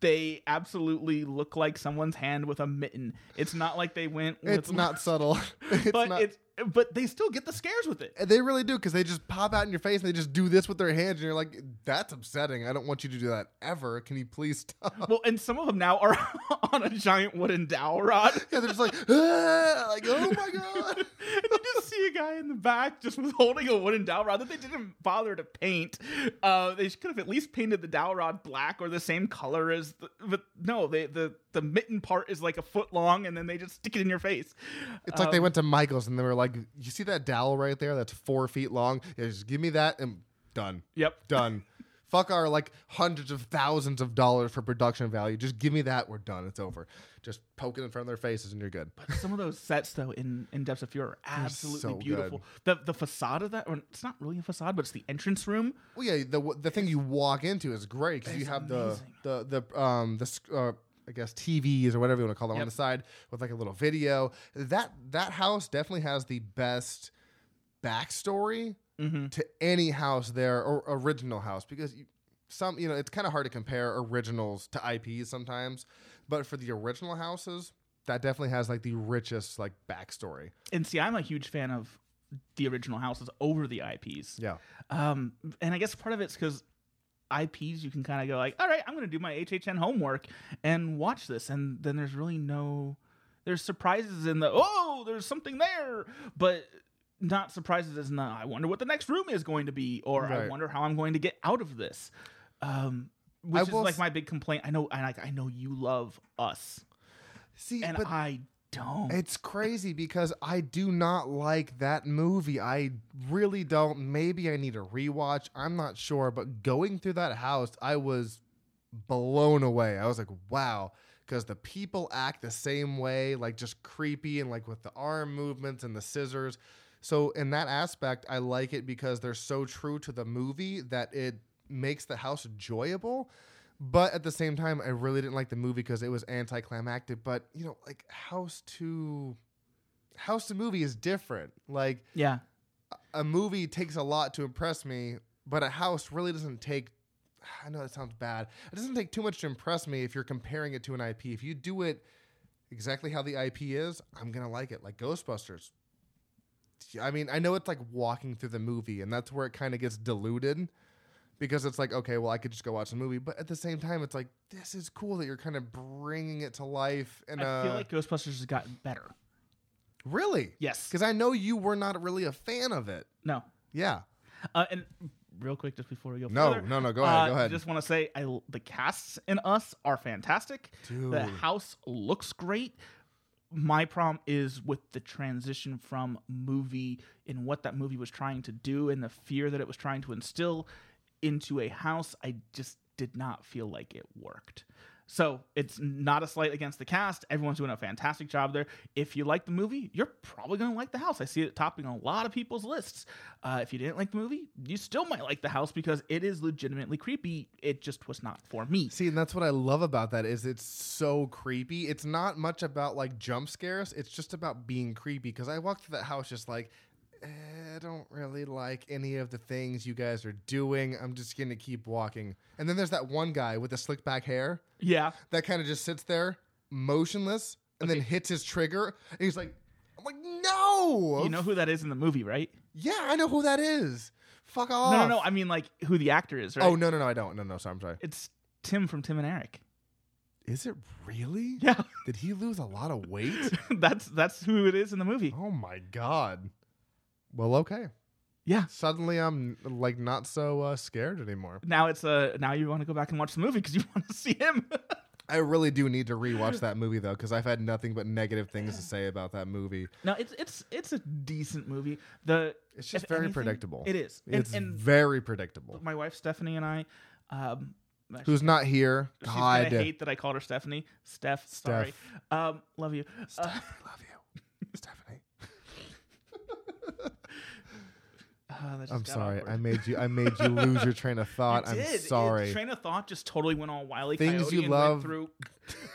they absolutely look like someone's hand with a mitten. It's not like they went. With
It's not subtle. It's
but
not.
it's but they still get the scares with it.
they really do because they just pop out in your face and they just do this with their hands and you're like, that's upsetting. I don't want you to do that ever. Can you please stop?
Well, and some of them now are on a giant wooden dowel rod.
Yeah, they're just like, "Ah," like oh my god.
and you just see a guy in the back just was holding a wooden dowel rod that they didn't bother to paint. Uh, they could have at least painted the dowel rod black or the same color as, the, but no, they, the the mitten part is like a foot long, and then they just stick it in your face.
It's like they
Um,
went to Michael's and they were like, you see that dowel right there? That's four feet long. Yeah, just give me that and done.
Yep.
Done. Fuck our like hundreds of thousands of dollars for production value. Just give me that. We're done. It's over. Just poke it in front of their faces and you're good.
Some of those sets, though, in, in Depths of Fury are absolutely
so good.
beautiful. The the facade of that, or it's not really a facade, but it's the entrance room.
Well, yeah, the the thing you walk into is great because you
It's
have
amazing.
the the the um the sc- uh, I guess TVs or whatever you want to call them on
Yep.
the side with like a little video. That that house definitely has the best backstory to any house there or original house because you, some you know it's kind of hard to compare originals to IPs sometimes, but for the original houses, that definitely has like the richest like backstory.
And see, I'm a huge fan of the original houses over the IPs.
Yeah.
Um, and I guess part of it's because IPs, you can kind of go like, all right, I'm going to do my HHN homework and watch this. And then there's really no, there's surprises in the, oh, there's something there. But not surprises as in the, I wonder what the next room is going to be, or I
Right.
wonder how I'm going to get out of this. Um,
I
which is
will
like
s-
my big complaint. I know, and I, I know you love us,
See,
and
but
I don't.
It's crazy because I do not like that movie. I really don't. Maybe I need a rewatch. I'm not sure. But going through that house, I was blown away. I was like, wow. Because the people act the same way, like just creepy and like with the arm movements and the scissors. So, in that aspect, I like it because they're so true to the movie that it makes the house enjoyable. But at the same time, I really didn't like the movie because it was anticlimactic. But you know, like House to House to movie is different. Like
yeah.
a movie takes a lot to impress me, but a house really doesn't take. I know that sounds bad. It doesn't take too much to impress me if you're comparing it to an IP. If you do it exactly how the IP is, I'm gonna like it. Like Ghostbusters. I mean, I know it's like walking through the movie, and that's where it kind of gets diluted because it's like, okay, well, I could just go watch the movie, but at the same time, it's like this is cool that you're kind of bringing it to life. And
I
uh,
feel like Ghostbusters has gotten better.
really,
Yes.
because I know you were not really a fan of it.
No.
Yeah.
Uh, and real quick, just before we go
No,
further,
no, no, go ahead,
uh,
go ahead.
Just want to say, I l- the casts in Us are fantastic.
Dude.
The house looks great. My problem is with the transition from movie and what that movie was trying to do and the fear that it was trying to instill into a house. I just did not feel like it worked. So it's not a slight against the cast. Everyone's doing a fantastic job there. If you like the movie, you're probably going to like the house. I see it topping a lot of people's lists. Uh, if you didn't like the movie, you still might like the house because it is legitimately creepy. It just was not for me.
See, and that's what I love about that is it's so creepy. It's not much about like jump scares. It's just about being creepy. Because I walked through that house just like, eh, I don't really like any of the things you guys are doing. I'm just gonna keep walking. And then there's that one guy with the slick back hair
Yeah.
that kind of just sits there motionless and then hits his trigger. And he's like, I'm like, no.
You know who that is in the movie, right?
yeah, I know who that is. Fuck off.
No, no, no. I mean, like, who the actor is, right?
Oh no, no, no. I don't. No, no. Sorry, I'm sorry.
It's Tim from Tim and Eric.
Is it really?
Yeah.
Did he lose a lot of weight?
that's that's who it is in the movie.
Oh my god. Well, okay.
Yeah.
Suddenly, I'm like not so uh, scared anymore.
Now it's uh now you want to go back and watch the movie because you want to see him.
I really do need to rewatch that movie though, because I've had nothing but negative things to say about that movie.
no, it's it's it's a decent movie. The
It's just
if
very
anything,
predictable.
It is. And,
It's
and
very predictable.
my wife Stephanie and I, um, she's
Who's not here? God,
gonna hate that I called her Stephanie. Steph, sorry. Um, love you. Uh,
I love you, Stephanie.
ah, that just
I'm
got
sorry.
awkward.
I made you. I made you lose your train of thought.
It
I'm
did. It-
sorry.
train of thought just totally went all wily
Things
coyote
you
and
love.
went through.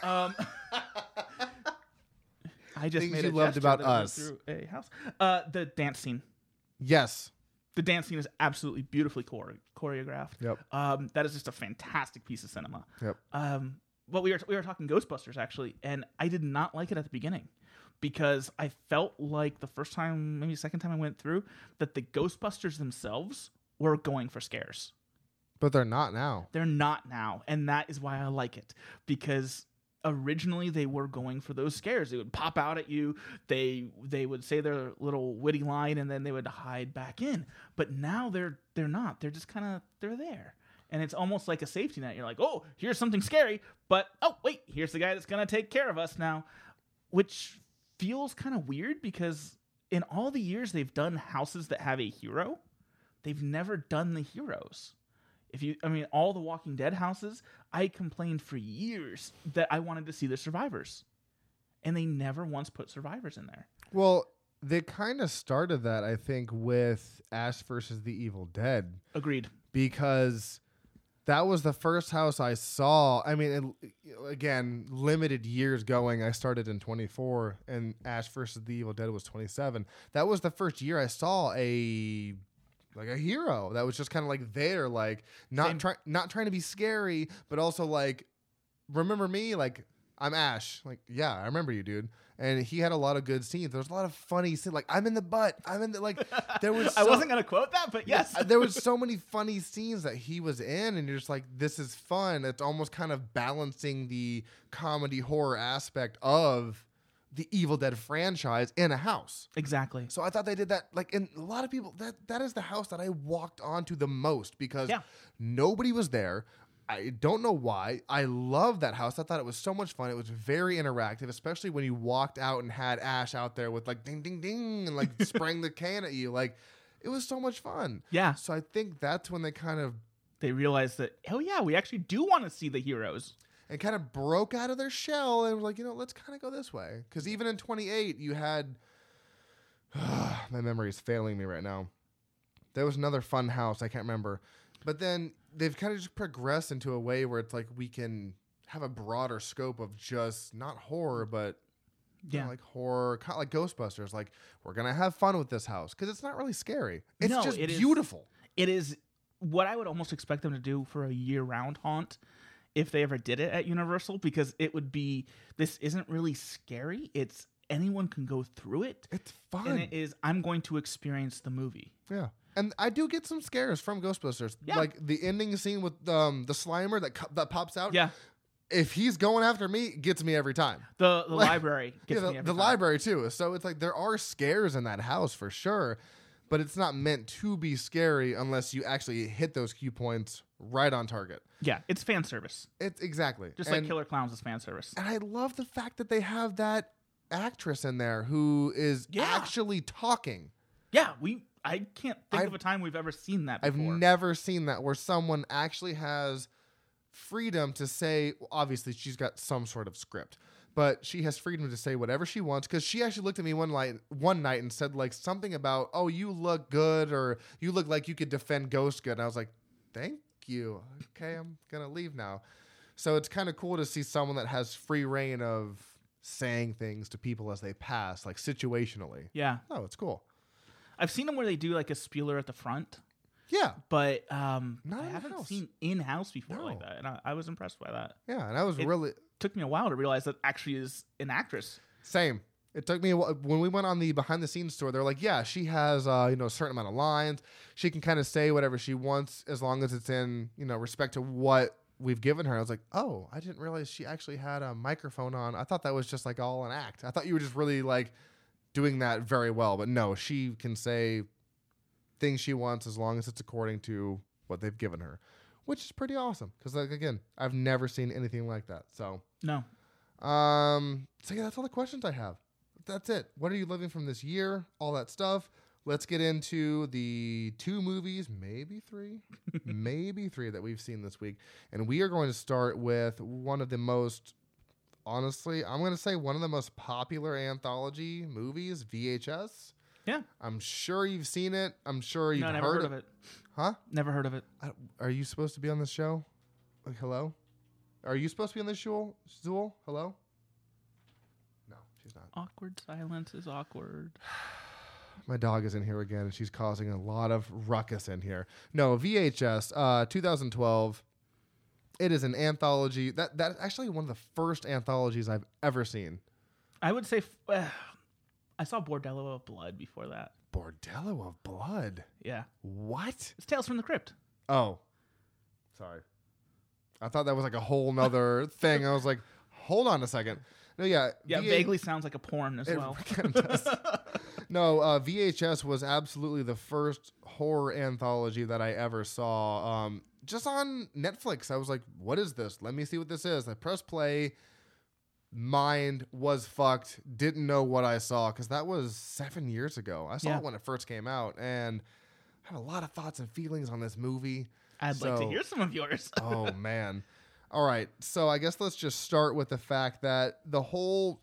Um, I just
Things
made
you
a
loved
gesture
about
that went
us.
through a house. Uh, the dance scene.
Yes.
The dance scene is absolutely beautifully chore- choreographed.
Yep.
Um, that is just a fantastic piece of cinema.
Yep.
Um, but we were we were talking Ghostbusters actually, and I did not like it at the beginning because I felt like the first time, maybe the second time I went through, that the Ghostbusters themselves were going for scares.
But they're not now.
They're not now, and that is why I like it because originally they were going for those scares. They would pop out at you. They they would say their little witty line, and then they would hide back in. But now they're they're not. They're just kind of they're there, and it's almost like a safety net. You're like, oh, here's something scary, but oh wait, here's the guy that's gonna take care of us now, which feels kind of weird because in all the years they've done houses that have a hero, they've never done the heroes. If you, I mean, all the Walking Dead houses, I complained for years that I wanted to see the survivors, and they never once put survivors in there.
Well, they kind of started that, I think, with Ash versus the Evil Dead
Agreed.
because that was the first house I saw. I mean, it, again, limited years going. I started in 24, and Ash versus the Evil Dead was 27. That was the first year I saw a like a hero that was just kind of like there, like not
Same.
trying not trying to be scary, but also like remember me, like I'm Ash. Like, yeah, I remember you, dude. And he had a lot of good scenes. There was a lot of funny scenes. Like, I'm in the butt. I'm in the like. There was.
I
so-
wasn't gonna quote that, but yes,
uh, there was so many funny scenes that he was in, and you're just like, this is fun. It's almost kind of balancing the comedy horror aspect of the Evil Dead franchise in a house.
exactly.
So I thought they did that. Like, and a lot of people that that is the house that I walked onto the most because
Yeah.
nobody was there. I don't know why. I love that house. I thought it was so much fun. It was very interactive, especially when you walked out and had Ash out there with like ding ding ding and like spraying the can at you. Like, it was so much fun.
Yeah,
So I think that's when they kind of
they realized that. Oh yeah, we actually do want to see the heroes.
it kind of broke out of their shell and was like, you know, let's kind of go this way. Because even in 28, you had my memory is failing me right now. There was another fun house I can't remember, but then they've kind of just progressed into a way where it's like we can have a broader scope of just not horror, but yeah,
Yeah,
like horror, kind of like Ghostbusters. Like we're gonna have fun with this house because it's not really scary. It's
No,
just
it is-
beautiful.
it is what I would almost expect them to do for a year-round haunt if they ever did it at Universal, because it would be this isn't really scary. It's anyone can go through it,
It's fun.
and it is I'm going to experience the movie.
Yeah. And I do get some scares from Ghostbusters.
Yeah.
Like the ending scene with um, the Slimer that co- that pops out.
Yeah.
If he's going after me, it gets me every time.
The the
Like-
library
yeah,
gets
the,
me every
the
time.
library too. So it's like there are scares in that house for sure, but it's not meant to be scary unless you actually hit those cue points right on target.
Yeah, it's fan service.
It's exactly
Just
And-
like Killer Clowns is fan service.
and I love the fact that they have that actress in there who is
Yeah.
actually talking.
Yeah, we I can't think
I've-
of a time we've ever seen that
I've
before.
never seen that where someone actually has freedom to say. well, Obviously, she's got some sort of script, but she has freedom to say whatever she wants. Because she actually looked at me one night, one night, and said like something about, "Oh, you look good," or "You look like you could defend Ghost good." And I was like, "Thank you. Okay, I'm gonna leave now." So it's kind of cool to see someone that has free reign of saying things to people as they pass, like situationally.
yeah.
Oh, it's cool.
I've seen them where they do like a spieler at the front,
Yeah.
but um
Not
I
in the
haven't
house.
seen in house before like
No.
that. And I, I was impressed by that.
Yeah. And I was
It-
really
Took me a while to realize that actually is an actress.
Same. It took me a while. when we went on the behind the scenes tour. They're like, yeah, she has uh, you know a certain amount of lines. She can kind of say whatever she wants as long as it's in you know respect to what we've given her. I was like, oh, I didn't realize she actually had a microphone on. I thought that was just like all an act. I thought you were just really like doing that very well, but no, she can say things she wants as long as it's according to what they've given her, which is pretty awesome. Because like again, I've never seen anything like that. So
No.
um, so yeah, that's all the questions I have. That's it. What are you living from this year? All that stuff. Let's get into the two movies, maybe three, maybe three that we've seen this week. And we are going to start with one of the most, honestly, I'm going to say one of the most popular anthology movies, VHS.
Yeah.
I'm sure you've seen it. I'm sure you've
No, never
heard,
heard
of
of
it.
it.
Huh?
Never heard of it.
I, are you supposed to be on this show? Like, hello? Are you supposed to be on this show? Zool? Hello? No, she's not.
Awkward silence is awkward.
my dog is in here again, and she's causing a lot of ruckus in here. No, VHS, uh, 2012. It is an anthology. That that's actually one of the first anthologies I've ever seen.
I would say, f- uh, I saw Bordello of Blood before that.
Bordello of Blood.
Yeah,
What?
it's Tales from the Crypt.
Oh, sorry. I thought that was like a whole nother thing. I was like, hold on a second. No, yeah,
Yeah,
VH
vaguely sounds like a porn as
It
well.
kinda does. no, uh, VHS was absolutely the first horror anthology that I ever saw. Um, just on Netflix, I was like, "What is this? Let me see what this is." I press play. Mind was fucked. Didn't know what I saw because that was seven years ago. I saw
Yeah.
it when it first came out, and I have a lot of thoughts and feelings on this movie.
I'd like to
So-
hear some of yours.
oh man all right so i guess let's just start with the fact that the whole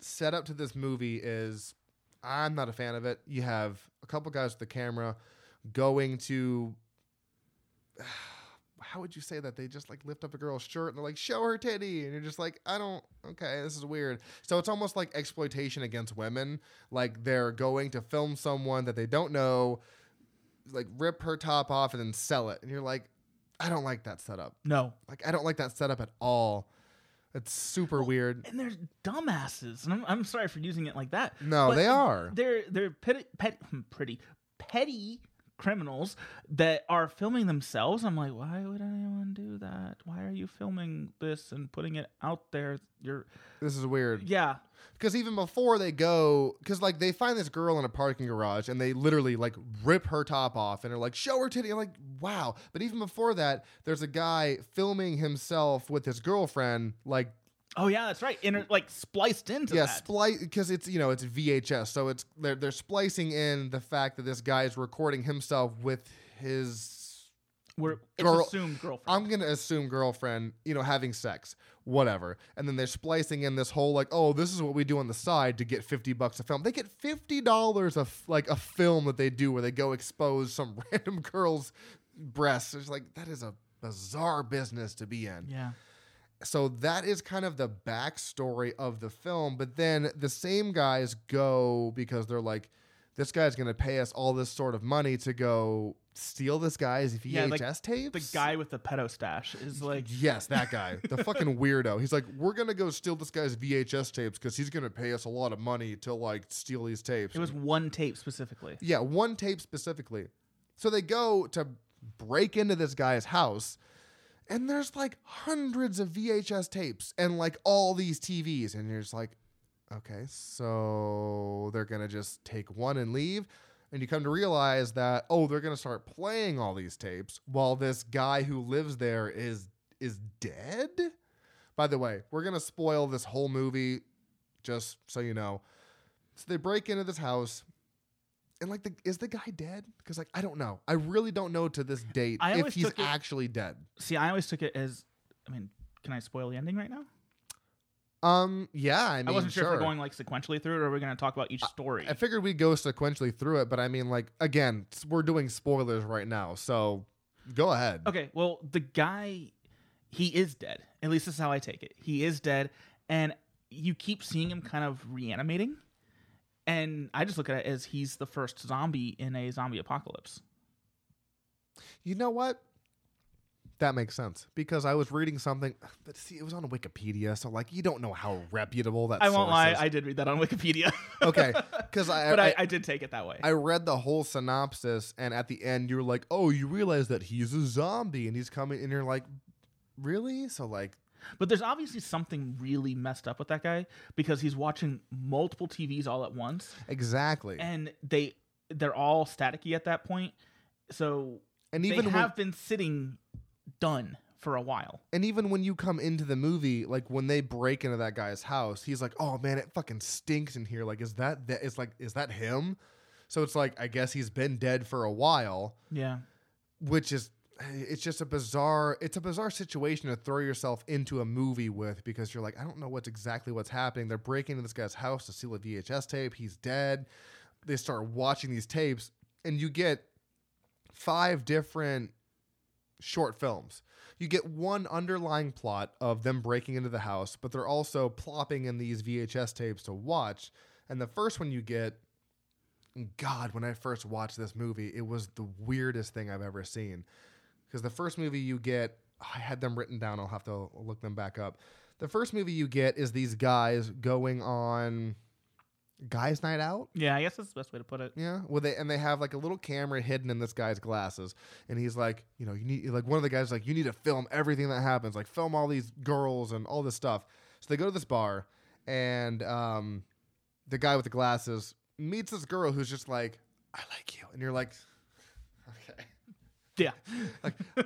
setup to this movie is i'm not a fan of it you have a couple guys with the camera going to how would you say that they just like lift up a girl's shirt and they're like show her titty and you're just like i don't okay this is weird so it's almost like exploitation against women like they're going to film someone that they don't know like rip her top off and then sell it and you're like i don't like that setup
no,
like I don't like that setup at all. It's super weird.
and they're dumbasses, and I'm, I'm sorry for using it like that.
No,
but
Oh, they are.
They're they're petty, pet, hmm, pretty petty criminals that are filming themselves. I'm like, why would anyone do that? Why are you filming this and putting it out there? You're
This is weird
yeah,
because even before they go, because like they find this girl in a parking garage and they literally like rip her top off and are like show her titty. I'm like wow. But even before that, there's a guy filming himself with his girlfriend like
oh yeah, that's right. Inter- like spliced into
yeah
that.
splice because it's you know it's VHS so it's they're they're splicing in the fact that this guy is recording himself with his
We're it's
Girl-
assumed girlfriend.
I'm gonna assume girlfriend, you know, having sex, whatever. And then they're splicing in this whole like, oh, this is what we do on the side to get fifty bucks a film. They get fifty dollars of like a film that they do where they go expose some random girl's breasts. It's like that is a bizarre business to be in
yeah,
so that is kind of the backstory of the film. But then the same guys go because they're like, this guy's going to pay us all this sort of money to go steal this guy's VHS
Yeah, like,
tapes.
the guy with the pedo stash is like,
Yes, that guy, the fucking weirdo. He's like, we're gonna go steal this guy's VHS tapes because he's gonna pay us a lot of money to like steal these tapes.
it was one tape specifically.
Yeah, one tape specifically. So they go to break into this guy's house, and there's like hundreds of VHS tapes and like all these TVs. And you're just like, okay, so they're going to just take one and leave. And you come to realize that, oh, they're going to start playing all these tapes while this guy who lives there is is dead. By the way, we're going to spoil this whole movie just so you know. So they break into this house and like the is the guy dead? Because like I don't know. I really don't know to this date
I
if
always
he's
took it-
actually dead.
See, I always took it as, I mean, can I spoil the ending right now?
Um yeah, I mean
I wasn't sure,
sure
if we're going like sequentially through it or we're going to talk about each story.
I figured we'd go sequentially through it, but I mean like again, s- we're doing spoilers right now, so go ahead.
okay, well, the guy, he is dead. At least this is how I take it. He is dead, and you keep seeing him kind of reanimating. And I just look at it as he's the first zombie in a zombie apocalypse.
You know what? That makes sense because I was reading something, but see, it was on Wikipedia, so like you don't know how reputable that.
I won't
source
lie,
is.
I did read that on Wikipedia.
okay, because I,
but
I,
I, I did take it that way.
I read the whole synopsis, and at the end, you were like, "Oh, you realize that he's a zombie, and he's coming," and you're like, "Really?" So like,
But there's obviously something really messed up with that guy because he's watching multiple TVs all at once,
exactly. And,
and they they're all staticky at that point. So
even
they
when,
have been sitting done for a while.
and even when you come into the movie, like when they break into that guy's house, he's like, "Oh man, it fucking stinks in here." Like, is that that? It's like, is that him? So it's like, I guess he's been dead for a while.
Yeah.
which is it's just a bizarre it's a bizarre situation to throw yourself into a movie with because you're like i don't know what's exactly what's happening they're breaking into this guy's house to steal a vhs tape he's dead they start watching these tapes and you get five different short films you get one underlying plot of them breaking into the house but they're also plopping in these vhs tapes to watch and the first one you get God, when I first watched this movie, it was the weirdest thing I've ever seen. Because the first movie you get, I had them written down. I'll have to look them back up. The first movie you get is these guys going on guys' night out.
Yeah, I guess that's the best way to put it.
Yeah. Well, they and they have like a little camera hidden in this guy's glasses, and he's like, you know, you need like one of the guys is like, you need to film everything that happens, like film all these girls and all this stuff. So they go to this bar, and um, the guy with the glasses meets this girl who's just like, I like you, and you're like, okay,
Yeah.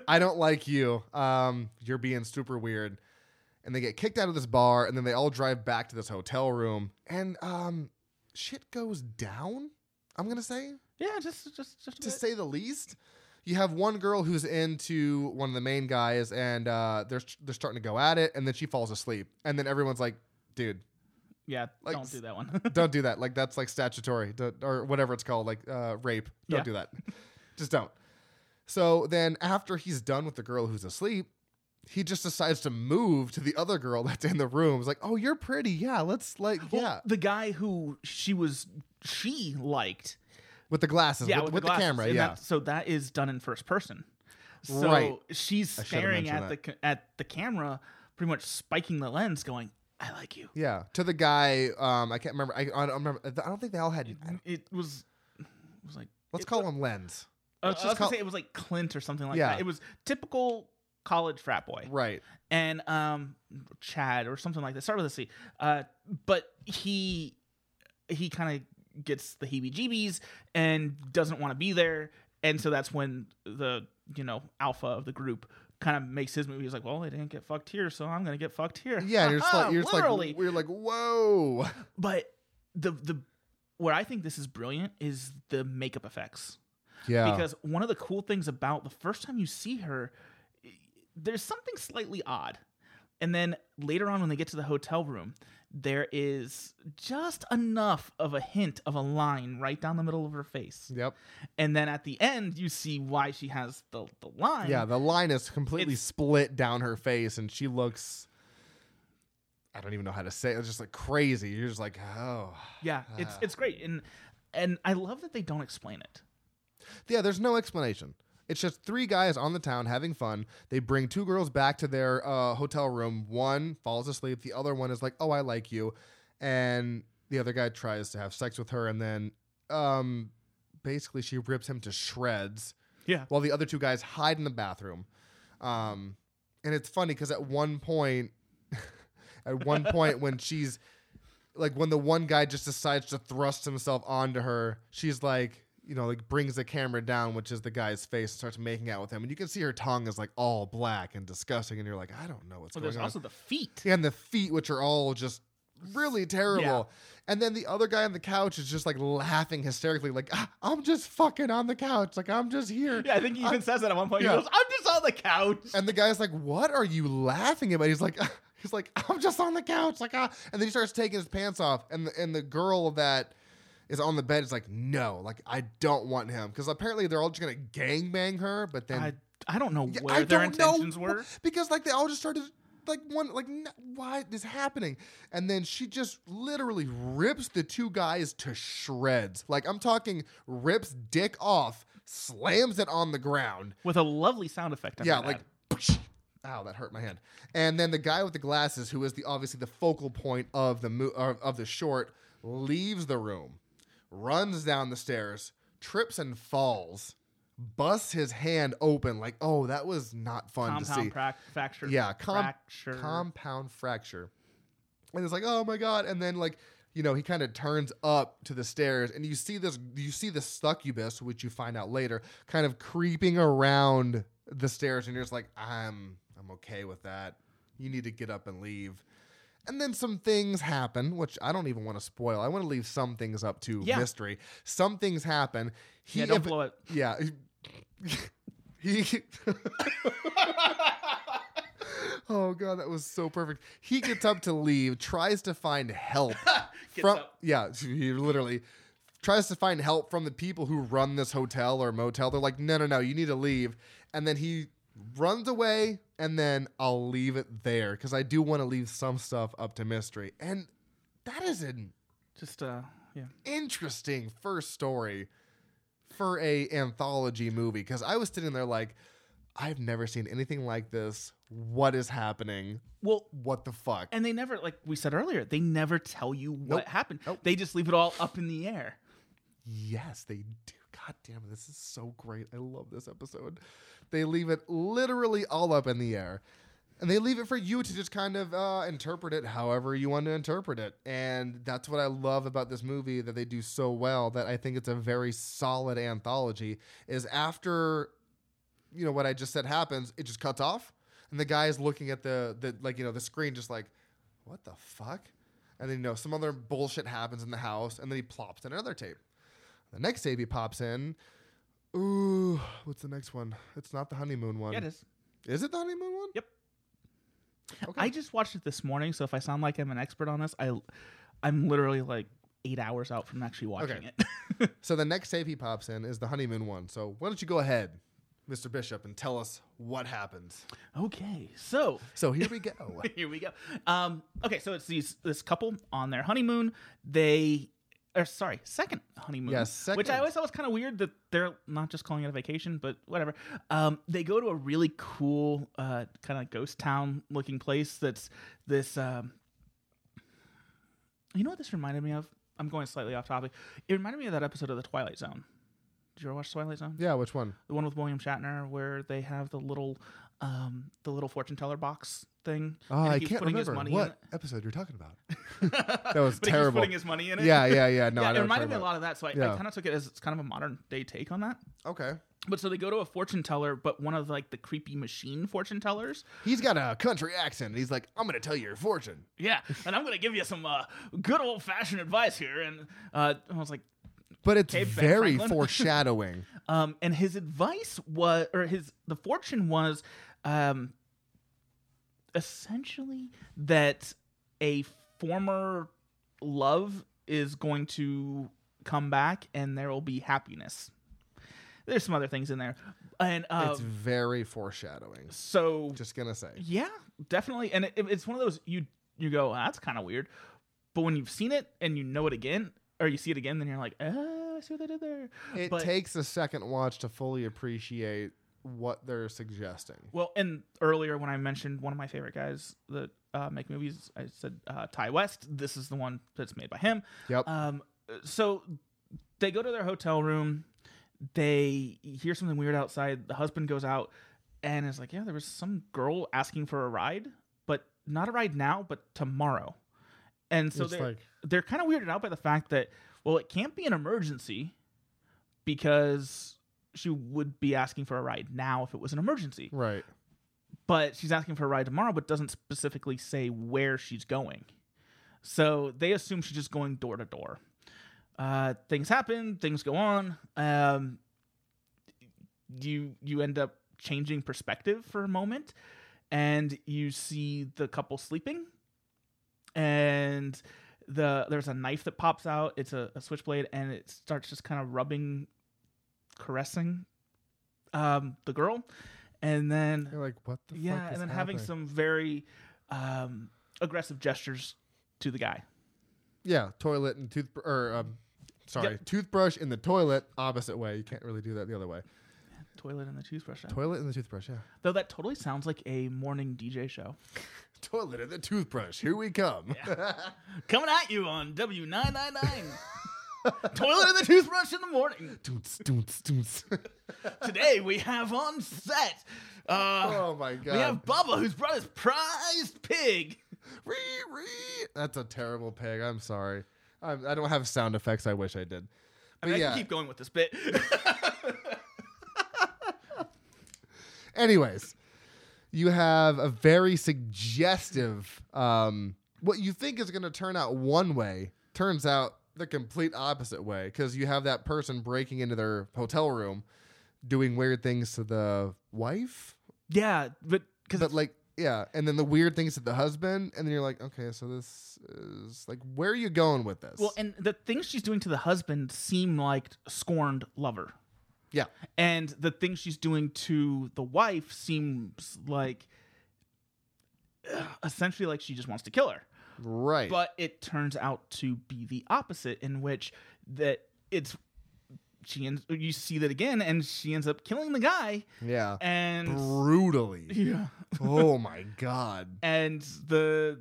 I don't like you. Um, you're being super weird. And they get kicked out of this bar, and then they all drive back to this hotel room, and um, shit goes down. I'm gonna say
Yeah, just just just a
to
bit.
say the least. You have one girl who's into one of the main guys, and uh, they're they're starting to go at it, and then she falls asleep, and then everyone's like, "Dude,
Yeah,
like
don't
s-
do that one.
don't do that. Like that's like statutory d- or whatever it's called, like uh, rape. Don't
Yeah.
do that. Just don't. So then after he's done with the girl who's asleep, he just decides to move to the other girl that's in the room. It's like, "Oh, you're pretty. Yeah, let's like
Well,
yeah."
The guy who she was she liked.
With the glasses,
Yeah,
with,
with,
with the,
glasses,
camera,
and
yeah.
that- so that is done in first person. So
Right.
she's
I should've
staring at
mentioned
the ca- at the camera, pretty much spiking the lens, going, "I like you."
Yeah, to the guy. Um, I can't remember. I, I don't remember. I don't think they all had.
It was it was like
Let's
it-
call him Lens.
I was
let's
just
just
gonna
call-
say it was like Clint or something like
Yeah.
that. It was typical college frat boy.
Right.
and um Chad or something like that. Start with a C. Uh, but he he kind of gets the heebie-jeebies and doesn't want to be there, and so that's when the you know alpha of the group kind of makes his movie. He's like, well, they didn't get fucked here, so I'm gonna get fucked here.
Yeah. and You're just like you're just
Literally.
like we're like whoa.
But the the where I think this is brilliant is the makeup effects
Yeah.
because one of the cool things about the first time you see her there's something slightly odd and then later on when they get to the hotel room there is just enough of a hint of a line right down the middle of her face
yep.
and then at the end you see why she has the, the line
Yeah. The line is completely
It's-
split down her face, and she looks. I don't even know how to say it. It's just like crazy. You're just like oh.
yeah it's
Ah.
it's great and and i love that they don't explain it
Yeah. There's no explanation. It's just three guys on the town having fun. They bring two girls back to their uh, hotel room. One falls asleep. The other one is like, "Oh, I like you," and the other guy tries to have sex with her, and then um, basically she rips him to shreds.
yeah
while the other two guys hide in the bathroom. Um, and it's funny because at one point, at one point when she's like when the one guy just decides to thrust himself onto her, she's like, you know, like brings the camera down, which is the guy's face, and starts making out with him, and you can see her tongue is like all black and disgusting, and you're like, I don't know what's
well,
going
there's
on.
also the feet
and the feet, which are all just really terrible. And then the other guy on the couch is just like laughing hysterically, like "Ah, I'm just fucking on the couch, like I'm just here.
yeah i think he even says that at one point
yeah.
he goes i'm just on the couch
And the guy's like, "What are you laughing about?" He's like, "He's like, I'm just on the couch, like ah." And then he starts taking his pants off, and the, and the girl that is on the bed is like, "No, like I don't want him," because apparently they're all just gonna gangbang her. But then
I, I don't know
Yeah,
where their intentions
wh-
were
because like they all just started like one like n- why is happening, and then she just literally rips the two guys to shreds. Like I'm talking rips dick off, slams it on the ground,
with a lovely sound effect. I
yeah,
might
like
add.
poosh. ow, that hurt my hand. And then the guy with the glasses, who is the obviously the focal point of the mo- of, of the short, leaves the room, runs down the stairs, trips and falls, busts his hand open. Like, oh, that was not fun to see.
compound prac- fracture.
Yeah, com-
fracture.
Compound fracture. And it's like, oh my god! And then like. You know, he kind of turns up to the stairs, and you see this. You see the succubus, which you find out later, kind of creeping around the stairs, and you're just like, "I'm, I'm okay with that. You need to get up and leave." And then some things happen, which I don't even want to spoil. I want to leave some things up to
Yeah.
mystery. Some things happen. He
yeah, don't
ev-
blow it.
yeah. He. oh god, that was so perfect. He gets up to leave, tries to find help
Gets
from
up.
yeah, he literally tries to find help from the people who run this hotel or motel. They're like, "No, no, no, you need to leave." And then he runs away and then I'll leave it there cuz I do want to leave some stuff up to mystery. And that is an
Just uh, yeah, Yeah.
interesting first story for a anthology movie because I was sitting there like, I've never seen anything like this. What is happening?
Well,
What the fuck?
and they never, like we said earlier, they never tell you what
Nope.
happened.
Nope.
They just leave it all up in the air.
Yes, they do. God damn it, this is so great. I love this episode. They leave it literally all up in the air. And they leave it for you to just kind of uh, interpret it however you want to interpret it. And that's what I love about this movie that they do so well that I think it's a very solid anthology is after you know what I just said happens, it just cuts off. And the guy is looking at the, the like, you know, the screen just like, what the fuck? And then you know, some other bullshit happens in the house, and then he plops in another tape. The next tape he pops in. Ooh, what's the next one? It's not the honeymoon one.
Yeah, it is.
Is it the honeymoon one?
Yep.
Okay.
I just watched it this morning, so if I sound like I'm an expert on this, I, I'm literally like eight hours out from actually watching
Okay.
it.
so the next tape he pops in is the honeymoon one. So why don't you go ahead, Mr. Bishop, and tell us what happens?
okay, so
So here we go.
Here we go. Um, okay, so it's these this couple on their honeymoon. They, or sorry, second honeymoon.
Yes, second.
Which I always thought was kind of weird that they're not just calling it a vacation, but whatever. Um, they go to a really cool uh, kind of ghost town looking place. That's this. Um, you know what this reminded me of? I'm going slightly off topic. It reminded me of that episode of The Twilight Zone. Did you ever watch Twilight Zone?
yeah, which one?
the one with William Shatner where they have the little um the little fortune teller box thing.
Oh,
and he
I
keeps
can't
putting his
remember
money
what
in
episode you're talking about.
it.
That was
but he keeps
terrible.
putting his money in it.
yeah, yeah, yeah. No,
Yeah,
I
it
know what you're
reminded me a
talking
lot of that, so I, I
Yeah.
kind of took it as it's kind of a modern day take on that.
about. Okay.
But so they go to a fortune teller, but one of like the creepy machine fortune tellers.
He's got a country accent. And he's like, I'm going to tell you your fortune.
Yeah, and I'm gonna give you some uh, good old fashioned advice here. And uh, I was like,
But it's
Okay, Ben
very
Franklin.
foreshadowing.
Um, and his advice was, or his the fortune was, um, essentially that a former love is going to come back, and there will be happiness. There's some other things in there, and uh,
it's very foreshadowing.
so
Just going to say.
yeah, definitely. And it, it's one of those you you go, "Ah, that's kind of weird, but when you've seen it and you know it again, or you see it again, then you're like, oh, I see what they did there.
It
But-
takes a second watch to fully appreciate what they're suggesting.
Well, and earlier when I mentioned one of my favorite guys that uh, make movies, I said uh, Ty West. This is the one that's made by him.
Yep.
Um, so they go to their hotel room. They hear something weird outside. The husband goes out and is like, "Yeah, there was some girl asking for a ride, but not a ride now, but tomorrow." And so
It's
they're
like-
they're kind of weirded out by the fact that well, it can't be an emergency because she would be asking for a ride now if it was an emergency
right.
but she's asking for a ride tomorrow, but doesn't specifically say where she's going. So they assume she's just going door to door. Uh, Things happen, things go on. Um, you you end up changing perspective for a moment, and you see the couple sleeping, and the there's a knife that pops out. It's a, a switchblade, and it starts just kind of rubbing, caressing, um, the girl, and then
You're like, what the
yeah,
fuck?
and
is
then
happening?
having some very um, aggressive gestures to the guy.
Yeah, toilet and tooth or um, sorry, toothbrush in the toilet, opposite way. You can't really do that the other way.
Toilet and the toothbrush. out.
Toilet and the toothbrush, yeah.
Though that totally sounds like a morning DJ show.
Toilet and the toothbrush. Here we come.
Coming at you on W999. Toilet and the toothbrush in the morning.
Toots, toots, toots.
Today we have on set. Uh,
oh my god.
we have Bubba who's brought his prized pig.
Ree, ree. That's a terrible pig. I'm sorry. I'm, I don't have sound effects. I wish I did.
I,
But
mean, I
yeah.
can keep going with this bit.
Anyways, you have a very suggestive. Um, what you think is going to turn out one way turns out the complete opposite way because you have that person breaking into their hotel room, doing weird things to the wife,
yeah, but because
but like yeah, and then the weird things to the husband, and then you're like, okay, so this is like, where are you going with this?
well, and the things she's doing to the husband seem like scorned lover.
yeah,
and the things she's doing to the uh, wife seems like essentially like she just wants to kill her
Right.
but it turns out to be the opposite in which that it's she ends you see that again and she ends up killing the guy
yeah.
and
Brutally.
yeah
oh my god.
and the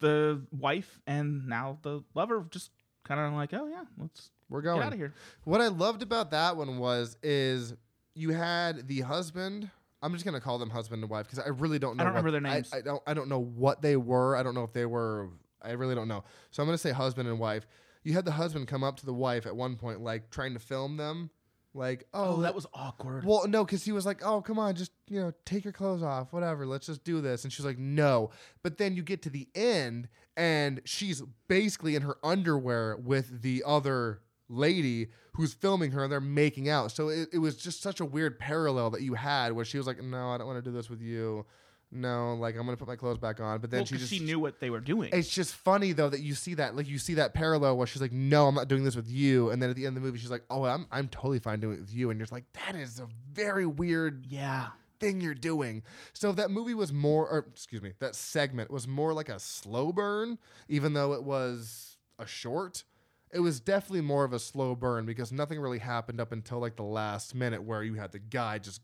the wife and now the lover just kind of like oh yeah let's
We're
get
going.
out of here
What I loved about that one was is you had the husband. I'm just gonna call them husband and wife because I really don't know.
don't
what-
remember their names.
I, I don't. I don't know what they were. I don't know if they were. I really don't know. So I'm gonna say husband and wife. You had the husband come up to the wife at one point, like trying to film them, like
oh,
oh,
that was awkward
Well, no, because he was like, "Oh, come on, just you know, take your clothes off, whatever. Let's just do this." And she's like, "No." But then you get to the end, and she's basically in her underwear with the other lady who's filming her, and they're making out. So it, it was just such a weird parallel that you had, where she was like, "No, I don't want to do this with you. No, like I'm gonna put my clothes back on." But then
Well,
she
'cause
just
she knew what they were doing
it's just funny though that you see that, like you see that parallel where she's like, "No, I'm not doing this with you," and then at the end of the movie, she's like, "Oh, I'm I'm totally fine doing it with you," and you're just like, "That is a very weird
yeah
thing you're doing." So that movie was more, or excuse me, that segment was more like a slow burn, even though it was a short. It was definitely more of a slow burn because nothing really happened up until like the last minute where you had the guy just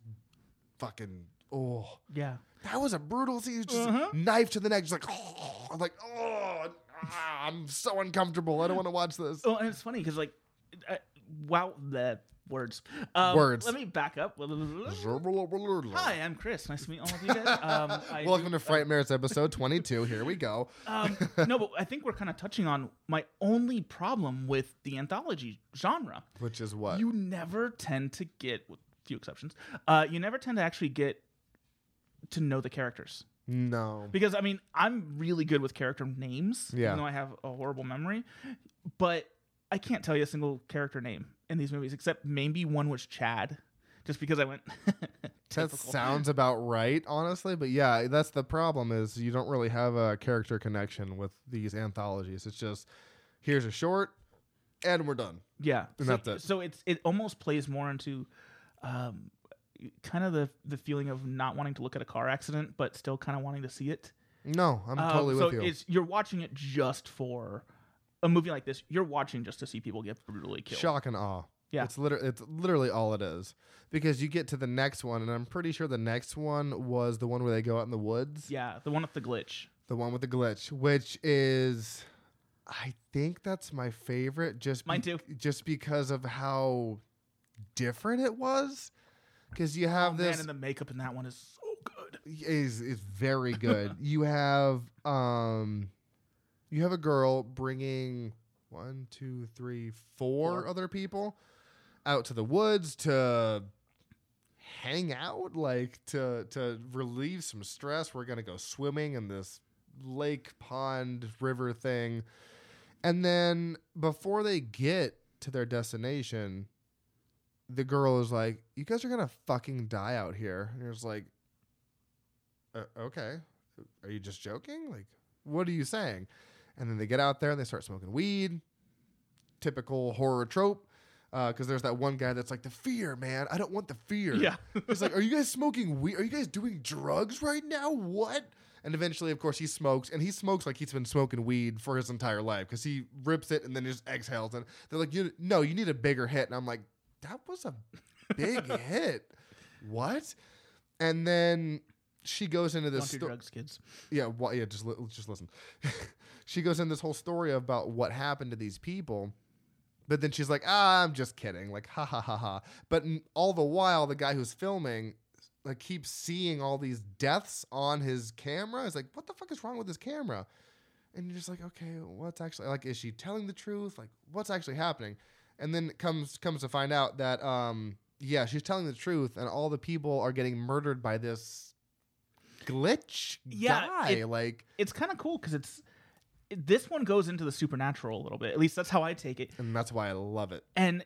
fucking oh
yeah
that was a brutal scene. Just
Uh-huh.
knife to the neck. Just like, oh, I'm like, oh, ah, I'm so uncomfortable. I don't want to watch this.
Oh, and it's funny because like, uh, wow, the words. Um,
Words.
Let me back up. Hi, I'm Chris. Nice to meet all of you guys. Um, I
Welcome to Fright Mares episode 22. Here we go.
um, no, but I think we're kind of touching on my only problem with the anthology genre.
Which is what?
You never tend to get, with few exceptions, uh, you never tend to actually get to know the characters.
no.
Because I mean, I'm really good with character names,
Yeah.
even though I have a horrible memory. But I can't tell you a single character name in these movies, except maybe one was Chad, just because I went.
That
typical.
sounds about right, honestly. But yeah, that's the problem is you don't really have a character connection with these anthologies. It's just, here's a short, and we're done.
yeah.
And
so,
that's it.
so it's it almost plays more into, um, kind of the the feeling of not wanting to look at a car accident, but still kind of wanting to see it.
No, I'm
Um,
totally
so
with you.
it's you're watching it just for a movie like this. You're watching just to see people get brutally killed.
Shock and awe.
Yeah.
It's literally it's literally all it is. Because you get to the next one and I'm pretty sure the next one was the one where they go out in the woods.
Yeah, the one with the glitch.
The one with the glitch, which is I think that's my favorite just
Mine too.
just because of how different it was. Cuz you have
oh,
this
man, and the makeup in that one is so good.
is is very good. you have um, you have a girl bringing one, two, three, four
Four.
other people out to the woods to hang out, like to to relieve some stress. We're gonna go swimming in this lake, pond, river thing, and then before they get to their destination. The girl is like, "You guys are gonna fucking die out here." And it's like, uh, okay, are you just joking? Like, what are you saying? And then they get out there and they start smoking weed. Typical horror trope. Because there's that one guy that's like, the fear, man. I don't want the fear.
Yeah.
He's like, are you guys smoking weed? Are you guys doing drugs right now? What? And eventually, of course, he smokes, and he smokes like he's been smoking weed for his entire life because he rips it and then just exhales. And they're like, you, no, you need a bigger hit. And I'm like, that was a big hit. What? And then she goes into
Don't
this
do
sto-
drugs, kids.
yeah, well, yeah, just li- just listen. she goes in this whole story about what happened to these people, but then she's like, "Ah, I'm just kidding." Like, ha ha ha ha. But n- all the while, the guy who's filming like keeps seeing all these deaths on his camera. He's like, "What the fuck is wrong with this camera?" And you're just like, "Okay, what's actually like? Is she telling the truth? Like, what's actually happening?" And then comes comes to find out that um yeah, she's telling the truth, and all the people are getting murdered by this glitch
Yeah,
guy.
it-
like,
It's kind of cool because it's this one goes into the supernatural a little bit. At least that's how I take it.
and that's why I love it.
And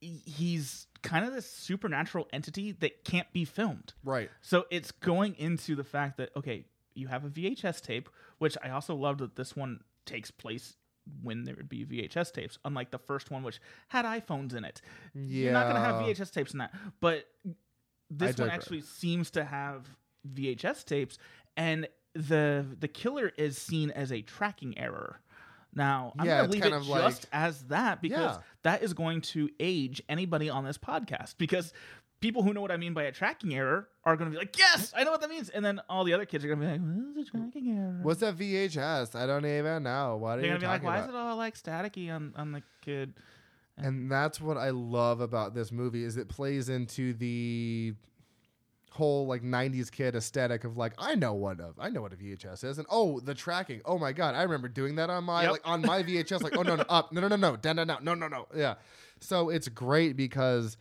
he- he's kind of this supernatural entity that can't be filmed.
Right.
So it's going into the fact that okay, you have a VHS tape, which I also love that this one takes place when there would be VHS tapes, unlike the first one which had iPhones in it. You're not gonna have
Yeah.
VHS tapes in that. But this one
digress.
actually seems to have VHS tapes and the the killer is seen as a tracking error. Now I'm
Yeah,
gonna
it's
leave
kind
it
of
just
like-
as that because
Yeah.
that is going to age anybody on this podcast because people who know what I mean by a tracking error are gonna be like, yes, I know what that means, and then all the other kids are gonna be like, what is a tracking error?
What's that VHS? I don't even know. What are
They're
you
gonna be
talking
like, why
about?
is it all like staticky on on the kid?
And that's what I love about this movie is it plays into the whole like 90s kid aesthetic of like I know what of I know what a VHS is and oh the tracking oh my god I remember doing that on my
Yep.
like on my VHS like oh no no up no no no no down down down no no no yeah so it's great because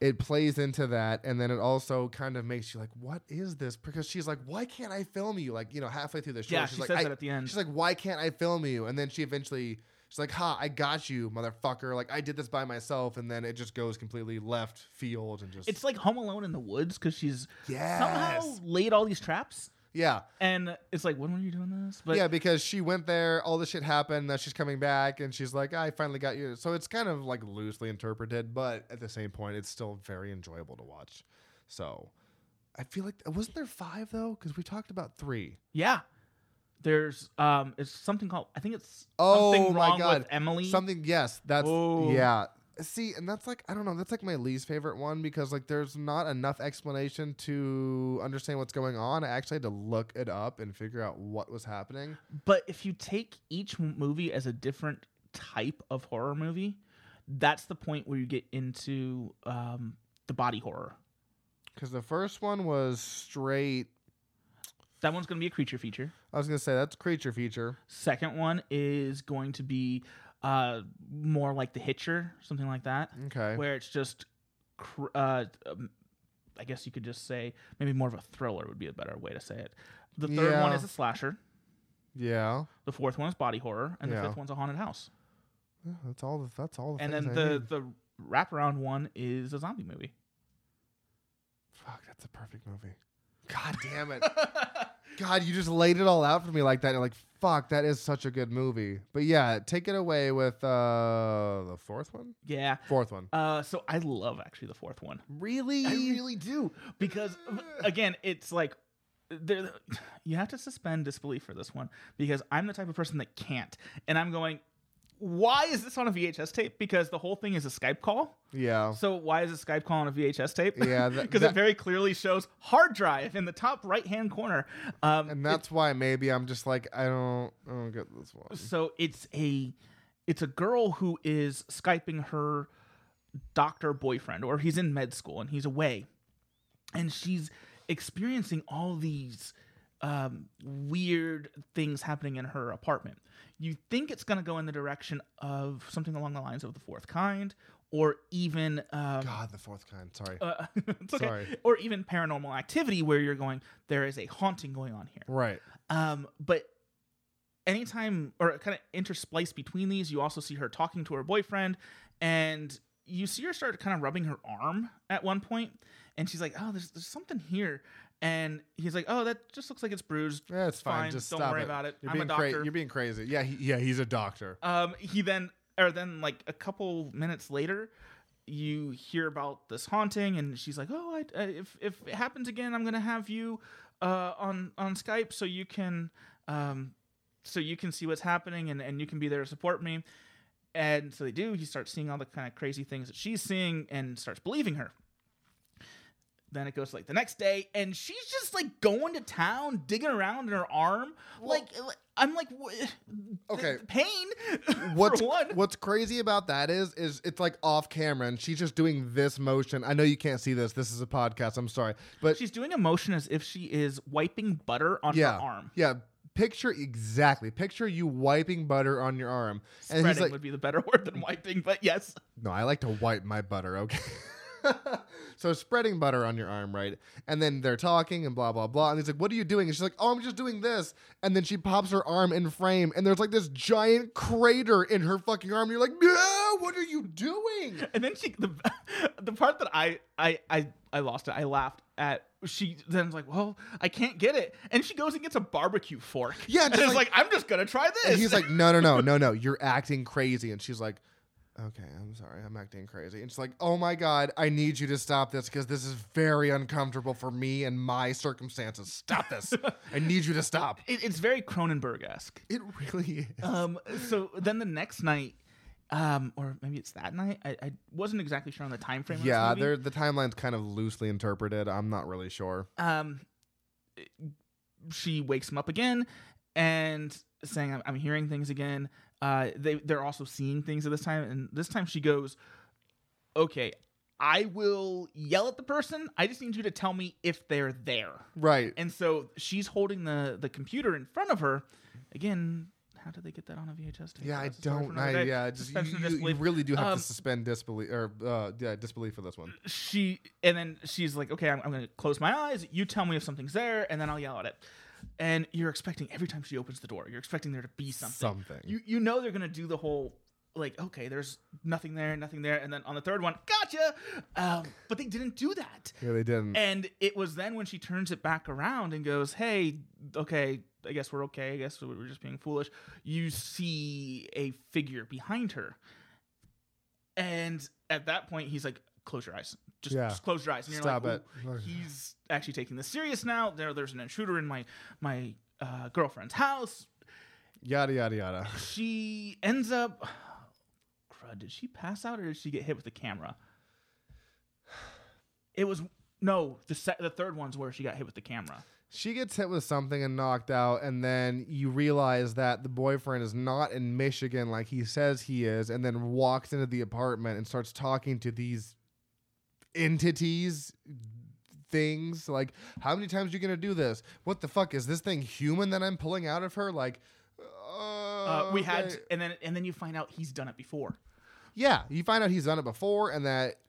it plays into that and then it also kind of makes you like what is this because she's like why can't I film you like you know halfway through the show
Yeah,
she's
she
like
says
I,
that at the end.
She's like, "Why can't I film you?" And then she eventually, she's like, "Ha, I got you, motherfucker! Like I did this by myself." And then it just goes completely left field and just
It's like Home Alone in the woods because she's
yes,
somehow laid all these traps,
yeah,
and it's like, when were you doing this? But
yeah, because she went there, all this shit happened. Now she's coming back, and she's like, "I finally got you." So it's kind of like loosely interpreted, but at the same point, it's still very enjoyable to watch. So. I feel like wasn't there five though? Because we talked about three.
Yeah. There's um it's something called I think it's
Oh,
something
my
wrong
God.
with Emily.
Something yes, that's
Oh.
yeah. See, and that's like I don't know, that's like my least favorite one because like there's not enough explanation to understand what's going on. I actually had to look it up and figure out what was happening.
But if you take each m- movie as a different type of horror movie, that's the point where you get into um the body horror.
Because the first one was straight.
That one's going to be a creature feature.
I was gonna say that's creature feature.
Second one is going to be uh more like The Hitcher, something like that,
Okay.
where it's just cr- uh um, I guess you could just say maybe more of a thriller would be a better way to say it. The third one
Yeah.
is a slasher.
Yeah.
The fourth one is body horror, and
Yeah.
the fifth one's a haunted house.
Yeah, That's all. The, that's all. The
And
things
then
I
the
need.
the wraparound one is a zombie movie.
fuck. That's a perfect movie. God damn it. God, you just laid it all out for me like that. You're like, fuck, that is such a good movie. But yeah, take it away with uh the fourth one.
yeah.
Fourth one.
Uh, so I love actually the fourth one
Really?
I really
do.
because again, it's like there you have to suspend disbelief for this one because I'm the type of person that can't, and I'm going. Why is this on a VHS tape? Because the whole thing is a Skype call.
Yeah.
So why is a Skype call on a VHS tape?
Yeah, that-
because
that-
it very clearly shows hard drive in the top right hand corner. Um,
And that's why maybe I'm just like, I don't I don't get this one.
so it's a it's a girl who is skyping her doctor boyfriend or he's in med school and he's away and she's experiencing all these um, weird things happening in her apartment you think it's going to go in the direction of something along the lines of the fourth kind or even um,
God, the fourth kind. Sorry.
uh, it's okay.
Sorry.
or even paranormal activity where you're going there is a haunting going on here
right.
um, but anytime or kind of interspliced between these, you also see her talking to her boyfriend, and you see her start kind of rubbing her arm at one point, and she's like, "Oh, there's there's something here," and he's like, "Oh, that just looks like it's bruised."
Yeah, it's fine.
Fine,
Just
don't
stop
worry about it.
You're
I'm a
being cra-
doctor.
you're being crazy. Yeah, he, yeah, he's a doctor.
Um, he then or then like a couple minutes later. You hear about this haunting, and she's like, "Oh, I, I, if if it happens again, I'm gonna have you uh, on on Skype so you can um, so you can see what's happening and, and you can be there to support me. And so they do. He starts seeing all the kind of crazy things that she's seeing and starts believing her. Then it goes like the next day, and she's just like going to town, digging around in her arm. like I'm like, wh-
Okay.
the pain.
What's
for one?
what's crazy about that is is it's like off camera and she's just doing this motion. I know you can't see this. This is a podcast. I'm sorry. But
She's doing a motion as if she is wiping butter on
yeah.
her arm.
Yeah. Picture exactly. Picture you wiping butter on your arm. And he's
Spreading
like,
would be the better word than wiping, but yes.
No, I like to wipe my butter, okay? so spreading butter on your arm, right? And then they're talking and blah blah blah. And he's like, What are you doing? And she's like, Oh, I'm just doing this. And then she pops her arm in frame and there's like this giant crater in her fucking arm. You're like, No, what are you doing?
And then she the the part that I I I, I lost it. I laughed at she then's like, well, I can't get it, and she goes and gets a barbecue fork.
Yeah,
and
just
it's
like-
like I'm just gonna try this.
And he's like, No, no, no, no, no, you're acting crazy. And she's like, okay, I'm sorry, I'm acting crazy. And she's like, oh my God, I need you to stop this because this is very uncomfortable for me and my circumstances. Stop this. I need you to stop.
It, it's very Cronenberg esque.
It really is.
Um, so then the next night, um, or maybe it's that night. I, I wasn't exactly sure on the time frame.
yeah,
of this movie.
they're, the timeline's kind of loosely interpreted. I'm not really sure.
Um, she wakes him up again and saying, "I'm, I'm hearing things again." Uh, they they're also seeing things at this time, and this time she goes, "Okay, I will yell at the person. I just need you to tell me if they're there."
Right.
And so she's holding the the computer in front of her. Again, how did they get that on a VHS tape?
Yeah, I
That's a story for
don't.
another
I,
day.
yeah, just, you,
Suspension of
you- you
disbelief.
really do have
Um,
to suspend disbelief or uh, yeah, disbelief for this one.
she and then she's like, okay, I'm, I'm gonna close my eyes. You tell me if something's there, and then I'll yell at it. And you're expecting every time she opens the door, you're expecting there to be something.
Something.
You you know they're gonna do the whole like, okay, there's nothing there, nothing there, and then on the third one, gotcha. Um, but they didn't do that.
yeah, they didn't.
And it was then when she turns it back around and goes, "Hey, okay, I guess we're okay. I guess we were just being foolish." You see a figure behind her, and at that point, he's like, "Close your eyes. Just,
Yeah.
just close your eyes." And you're
Stop
like,
it.
"Ooh, He's actually taking this serious now. There, there's an intruder in my my uh, girlfriend's house.
Yada yada yada.
She ends up. Crud, did she pass out or did she get hit with the camera? It was no. The se- the third one's where she got hit with the camera.
She gets hit with something and knocked out, and then you realize that the boyfriend is not in Michigan like he says he is, and then walks into the apartment and starts talking to these entities, things like, "How many times are you gonna do this? What the fuck is this thing human that I'm pulling out of her?" Like,
Uh, we had,
Oh, okay.
and then and then you find out he's done it before.
Yeah, you find out he's done it before, and that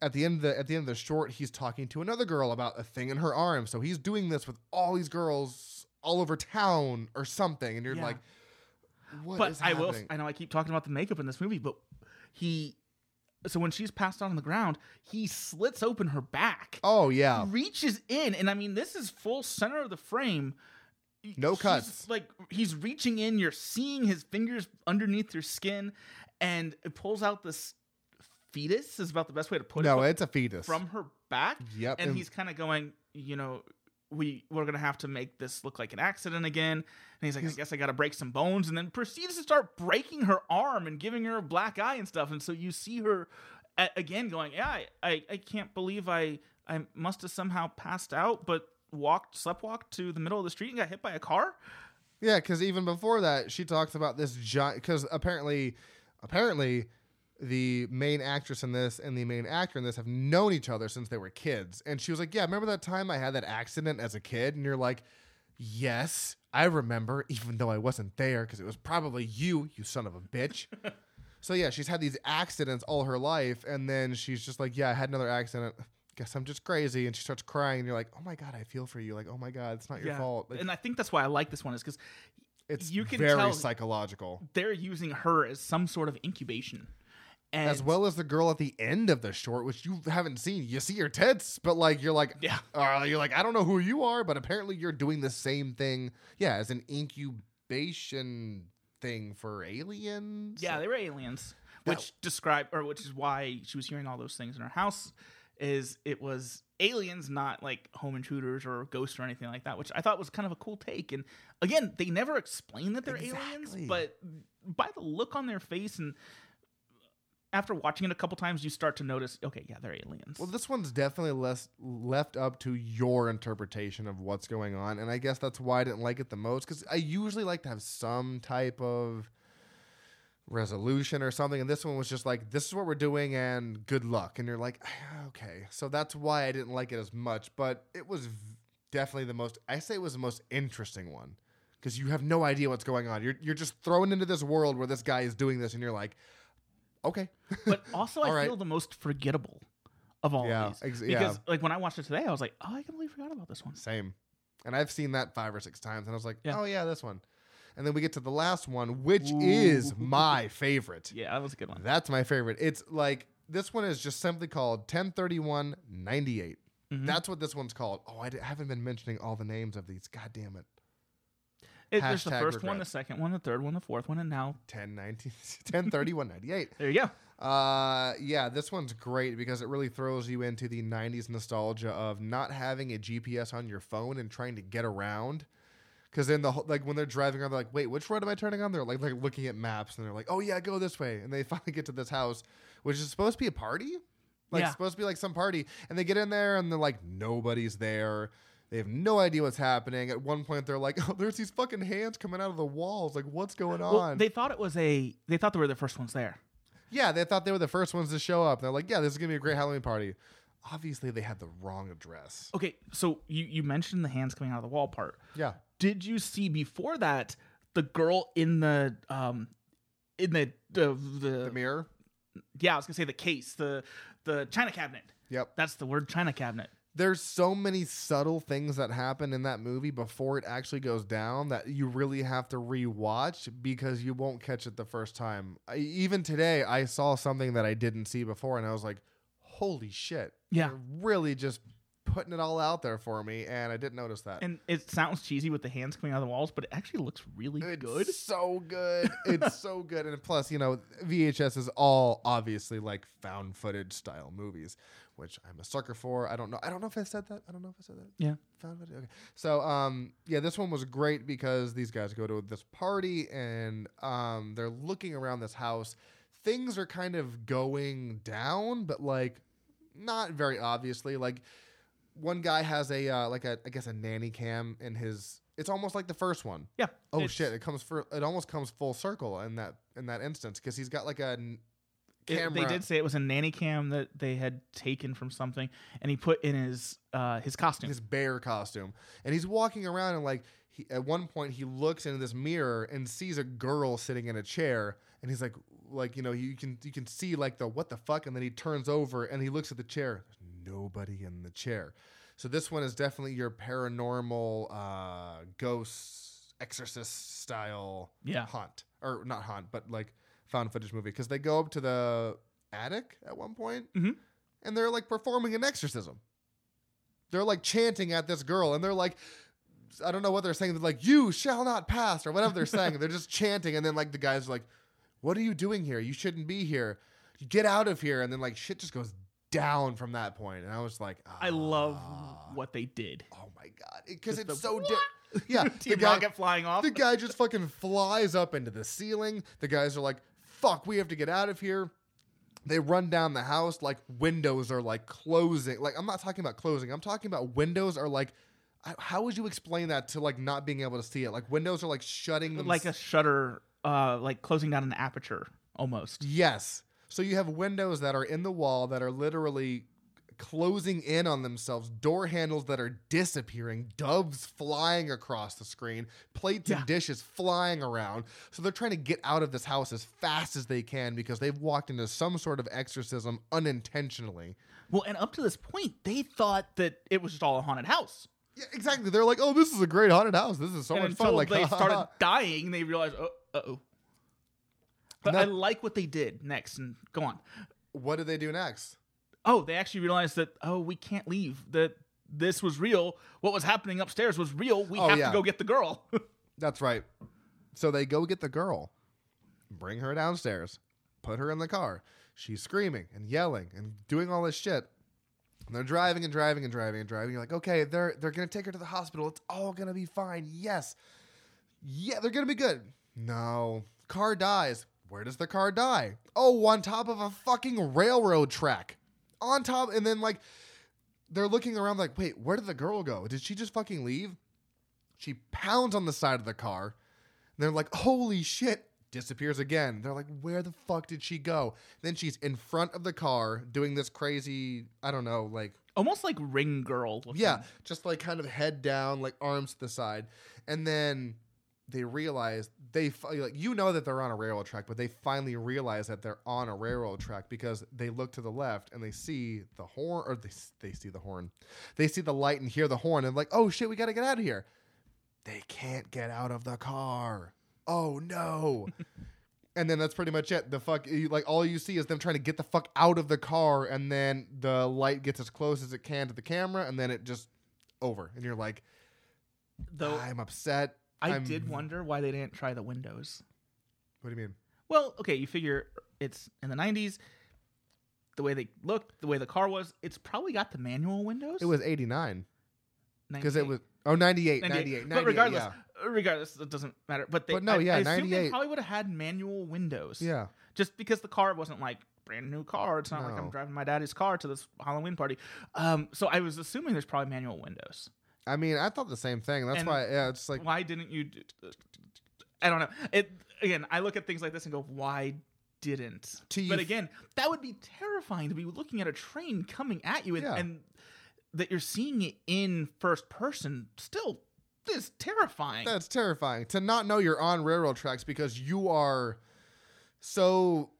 at the end of the at the end of the short, he's talking to another girl about a thing in her arm. So he's doing this with all these girls all over town or something, and you're
Yeah.
like, what
but
is
I will.
happening?
I know I keep talking about the makeup in this movie, but he. So when she's passed out on the ground, he slits open her back,
oh yeah,
reaches in, and I mean this is full center of the frame.
No
He's,
cuts.
Like he's reaching in, you're seeing his fingers underneath your skin, and it pulls out this fetus is about the best way to put it.
no,
but
it's a fetus.
from her back.
yep,
and he's kind of going, you know, we we're gonna have to make this look like an accident again. And he's like, I guess I gotta break some bones, and then proceeds to start breaking her arm and giving her a black eye and stuff. And so you see her a- again going, yeah, I, I I can't believe I I must have somehow passed out, but walked sleptwalked to the middle of the street and got hit by a car.
Yeah, because even before that, she talks about this giant. Because apparently, apparently, the main actress in this and the main actor in this have known each other since they were kids. And she was like, "Yeah, remember that time I had that accident as a kid?" And you're like, "Yes, I remember, even though I wasn't there, because it was probably you, you son of a bitch." so yeah, she's had these accidents all her life, and then she's just like, "Yeah, I had another accident." Guess I'm just crazy, and she starts crying, and you're like, "Oh my god, I feel for you!" Like, "Oh my god, it's not your fault." Like,
and I think that's why I like this one is because
it's
you can
very
tell-
psychological.
they're using her as some sort of incubation. And
as well as the girl at the end of the short, which you haven't seen. You see her tits, but like you're like,
Yeah.
uh, you're like, I don't know who you are, but apparently you're doing the same thing. Yeah, as an incubation thing for aliens.
Yeah, they were aliens,
That-
which describe or which is why she was hearing all those things in her house. Is it was aliens, not like home intruders or ghosts or anything like that, which I thought was kind of a cool take. And again, they never explain that they're
Exactly.
aliens, but by the look on their face and after watching it a couple times, you start to notice, okay, yeah, they're aliens.
Well, this one's definitely less left up to your interpretation of what's going on, and I guess that's why I didn't like it the most because I usually like to have some type of resolution or something, and this one was just like, "This is what we're doing, and good luck." And you're like, "Ah, "Okay," so that's why I didn't like it as much, but it was v- definitely the most. I say it was the most interesting one because you have no idea what's going on. You're you're just thrown into this world where this guy is doing this, and you're like, "Okay."
but also I
All right.
feel the most forgettable of all
Yeah,
of these
ex- yeah.
because like when I watched it today, I was like, oh, I completely forgot about this one.
Same. And I've seen that five or six times, and I was like,
Yeah.
oh, yeah, this one. And then we get to the last one, which is my favorite.
Yeah, that was a good one.
That's my favorite. It's like, this one is just simply called 1031 98.
Mhm.
That's what this one's called. Oh, I d- I haven't been mentioning all the names of these. God damn it.
It, there's the
Hashtag
first one,
regret.
the second one, the third one, the fourth one, and now
10, 19, 10 30, 198.
there you go.
Uh, yeah, this one's great because it really throws you into the 90s nostalgia of not having a GPS on your phone and trying to get around. Because then the whole, like when they're driving around, they're like, "Wait, which road am I turning on?" They're like, like looking at maps and they're like, "Oh yeah, go this way." And they finally get to this house, which is supposed to be a party, like
Yeah.
supposed to be like some party. And they get in there and they're like, nobody's there. They have no idea what's happening. At one point, they're like, "Oh, there's these fucking hands coming out of the walls. Like, what's going on?"
Well, they thought it was a. They thought they were the first ones there.
Yeah, they thought they were the first ones to show up. They're like, yeah, this is gonna be a great Halloween party. Obviously, they had the wrong address.
Okay, so you you mentioned the hands coming out of the wall part.
Yeah,
Did you see before that the girl in the um in the the, the,
the mirror.
yeah I was gonna say the case the the china cabinet.
Yep.
That's the word china cabinet.
There's so many subtle things that happen in that movie before it actually goes down that you really have to rewatch because you won't catch it the first time. I, even today, I saw something that I didn't see before, and I was like, holy shit.
Yeah.
They're really just putting it all out there for me, and I didn't notice that.
And it sounds cheesy with the hands coming out of the walls, but it actually looks really
It's
good.
So good. It's so good. And plus, you know, VHS is all obviously like found footage style movies, which I'm a sucker for. I don't know. I don't know if I said that. I don't know if I said that.
Yeah.
Found footage. Okay. So, um, yeah, this one was great because these guys go to this party and um, they're looking around this house. Things are kind of going down, but like not very obviously. Like one guy has a uh, like a I guess a nanny cam in his. It's almost like the first one.
Yeah.
Oh
It's-
shit! It comes for it almost comes full circle in that in that instance because he's got like a n-
It-
camera.
they did say it was a nanny cam that they had taken from something, and he put in his uh, his costume.
his bear costume, and he's walking around and like he, at one point he looks into this mirror and sees a girl sitting in a chair, and he's like like you know you can you can see like the what the fuck, and then he turns over and he looks at the chair. There's nobody in the chair. So this one is definitely your paranormal uh, ghost exorcist style.
yeah,
haunt or not haunt, but like found footage movie because they go up to the attic at one point,
Mhm.
and they're like performing an exorcism. They're like chanting at this girl, and they're like, I don't know what they're saying. They're like, "You shall not pass" or whatever they're saying. they're just chanting, and then like the guys are like, "What are you doing here? You shouldn't be here. Get out of here!" And then like shit just goes down from that point, and I was like,
I love
"Ah,
what they did.
Oh my god, because
Just
it's
the
so di- yeah.
Team
the guy-
Rocket flying off.
the guy just fucking flies up into the ceiling. The guys are like, fuck, we have to get out of here. They run down the house, like windows are like closing. Like, I'm not talking about closing, I'm talking about windows are like. I- How would you explain that to like not being able to see it? Like windows are like shutting. them-
like a shutter, uh, like closing down an aperture almost.
yes. So you have windows that are in the wall that are literally closing in on themselves. Door handles that are disappearing. Doves flying across the screen. Plates
Yeah.
and dishes flying around. So they're trying to get out of this house as fast as they can because they've walked into some sort of exorcism unintentionally.
Well, and up to this point, they thought that it was just all a haunted house.
Yeah, exactly. They're like, "Oh, this is a great haunted house. This is so
and
much
until
fun." Like,
they started dying, they realized, oh, uh oh. But
No.
I like what they did next, and go on.
what do they do next?
Oh, they actually realized that oh, we can't leave. That this was real. What was happening upstairs was real. We
Oh,
have
yeah.
to go get the girl.
That's right. So they go get the girl, bring her downstairs, put her in the car. She's screaming and yelling and doing all this shit. And they're driving and driving and driving and driving. You're like, okay, they're they're gonna take her to the hospital. It's all gonna be fine. Yes. Yeah, they're gonna be good. No. Car dies. Where does the car die? Oh, on top of a fucking railroad track. On top, and then like they're looking around like, wait, where did the girl go? Did she just fucking leave? She pounds on the side of the car. And they're like, holy shit. Disappears again. They're like, where the fuck did she go? Then she's in front of the car doing this crazy, I don't know, like,
Almost like Ring Girl. Looking.
yeah, just like kind of head down, like arms to the side. And then they realize they, fi- like, you know that they're on a railroad track, but they finally realize that they're on a railroad track because they look to the left and they see the horn, or they, s- they see the horn. They see the light and hear the horn and, like, oh shit, we gotta get out of here they can't get out of the car. Oh no. and then that's pretty much it. The fuck you- like all you see is them trying to get the fuck out of the car and then the light gets as close as it can to the camera and then it just over. And you're like,
Though
"Ah, I'm upset.
I
I'm-
did wonder why they didn't try the Windows.
What do you mean?
Well, okay, you figure it's in the 90s. The way they looked, the way the car was, it's probably got the manual windows.
It was 89 because it
98.
was oh 98 98,
98.
98
But regardless,
yeah.
regardless, it doesn't matter. But they,
But no,
I-
yeah,
I assume they
98.
probably would have had manual windows.
yeah.
just because the car wasn't like brand new car. It's not like I'm
No.
driving my daddy's car to this Halloween party. Um, so I was assuming there's probably manual windows.
I mean, I thought the same thing. That's
And
why yeah, it's like
why didn't you? d- I don't know. It again. I look at things like this and go, why didn't?
To you
but
f-
again, that would be terrifying to be looking at a train coming at you and,
Yeah.
and that you're seeing it in first person. Still, is terrifying.
That's terrifying to not know you're on railroad tracks because you are so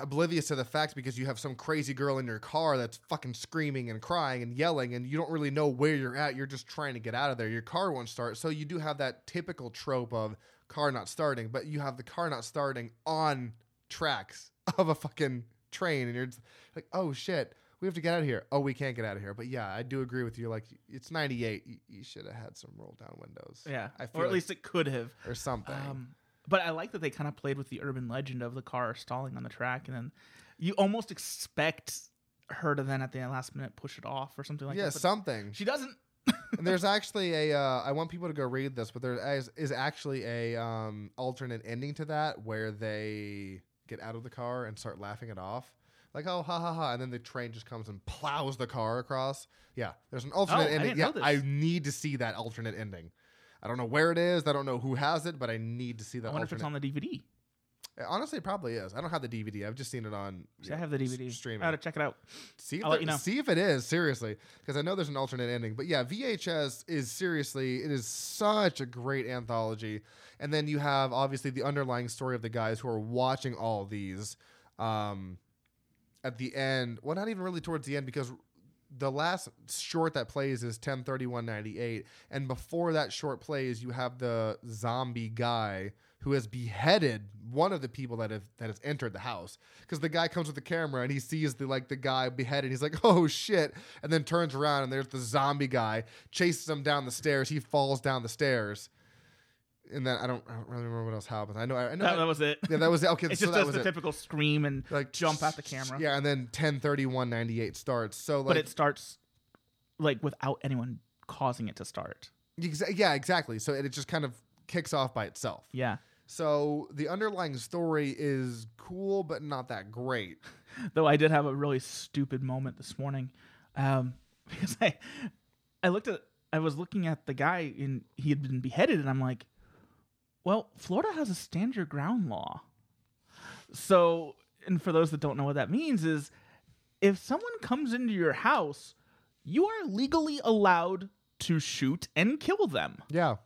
oblivious to the facts because you have some crazy girl in your car that's fucking screaming and crying and yelling and you don't really know where you're at. You're just trying to get out of there. Your car won't start. So you do have that typical trope of car not starting, but you have the car not starting on tracks of a fucking train and you're just like, "Oh shit." We have to get out of here. Oh, we can't get out of here. But yeah, I do agree with you. Like, it's 98. You, you should have had some roll down windows
yeah,
I
or
feel
at
like-
least it could have.
or something.
Um, but I like that they kind of played with the urban legend of the car stalling on the track, and then you almost expect her to then at the last minute push it off or something like
yeah,
that. but
something.
she doesn't.
And there's actually a. Uh, I want people to go read this, but there is, is actually a um, alternate ending to that where they get out of the car and start laughing it off, like oh ha ha ha, and then the train just comes and plows the car across. Yeah, there's an alternate
Oh, I
ending.
didn't
yeah,
know this.
I need to see that alternate ending. I don't know where it is. I don't know who has it, but I need to see
I
that.
wonder if it's
alternate-
on the DVD.
Honestly, it probably is. I don't have the DVD. I've just seen it on.
See, I have the
s-
DVD.
streaming.
I gotta check it out.
See if,
I'll let
there-
you know.
see if it is seriously, because I know there's an alternate ending. But yeah, VHS is seriously, it is such a great anthology. And then you have obviously the underlying story of the guys who are watching all these. Um, at the end, well, not even really towards the end, because the last short that plays is ten thirty one ninety eight, and before that short plays, you have the zombie guy who has beheaded one of the people that have that has entered the house because the guy comes with the camera and he sees the like the guy beheaded. He's like, "Oh shit!" and then turns around and there's the zombie guy chases him down the stairs. He falls down the stairs, and then I don't, I don't really remember what else happens. I know, I, I know.
That,
That,
that was it.
yeah, that was it. Okay,
It
so
just
that
does
was
the
it.
typical scream and
Like
jump at the camera.
Yeah, and then ten thirty one ninety eight starts. So like,
but it starts like without anyone causing it to start.
Exa- yeah, exactly. So it, it just kind of kicks off by itself.
Yeah.
So the underlying story is cool, but not that great.
though I did have a really stupid moment this morning um, because I I looked at I was looking at the guy and he had been beheaded and I'm like, well, Florida has a stand your ground law. So, and for those that don't know what that means is if someone comes into your house, you are legally allowed to shoot and kill them.
Yeah.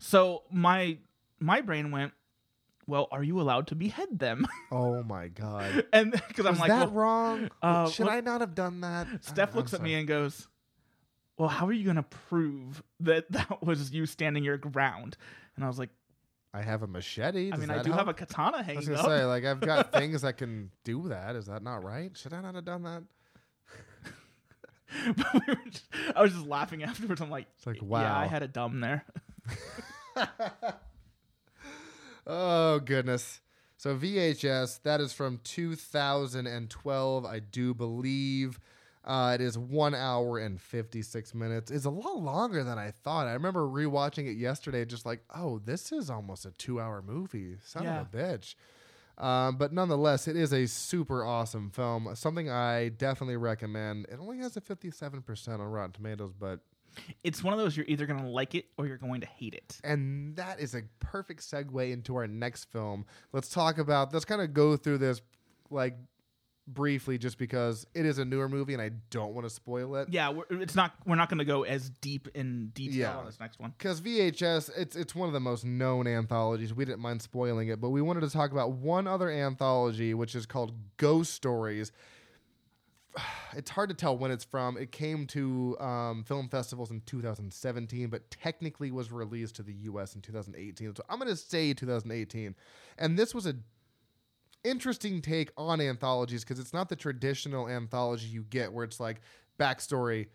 So my my brain went, well, are you allowed to behead them?
Oh my god.
and because I'm
Was
like,
that
well,
wrong?
uh,
Should
what-
I not have done that?
Steph
I'm
looks at
sorry.
me and goes, "Well, how are you going to prove that that was you standing your ground?" And I was like,
I have a machete.
"I
Does
mean, I
that
do
help?
have a katana
I was
hanging
gonna
up."
say, like, I've got things that can do that. Is that not right? Should I not have done that?
But we were just- I was just laughing afterwards. I'm like,
It's like,
yeah, I
wow.
had a dumb there."
Oh goodness. So VHS, that is from 2012, I do believe. Uh, it is one hour and 56 minutes. It's a lot longer than I thought. I remember rewatching it yesterday, just like, oh, this is almost a two hour movie. Son of a bitch. Um, but nonetheless, it is a super awesome film. Something I definitely recommend. It only has a 57% on Rotten Tomatoes, but
It's one of those you're either going to like it or you're going to hate it.
and that is a perfect segue into our next film. Let's talk about, let's kind of go through this like briefly just because it is a newer movie and I don't want to spoil it.
Yeah, we're, it's not. We're not going to go as deep in detail
Yeah.
on this next one.
Because VHS, it's it's one of the most known anthologies. We didn't mind spoiling it, but we wanted to talk about one other anthology, which is called Ghost Stories. It's hard to tell when it's from. It came to um, film festivals in 2017, but technically was released to the U.S. in 2018. So I'm going to say 2018, and this was a interesting take on anthologies because it's not the traditional anthology you get where it's like backstory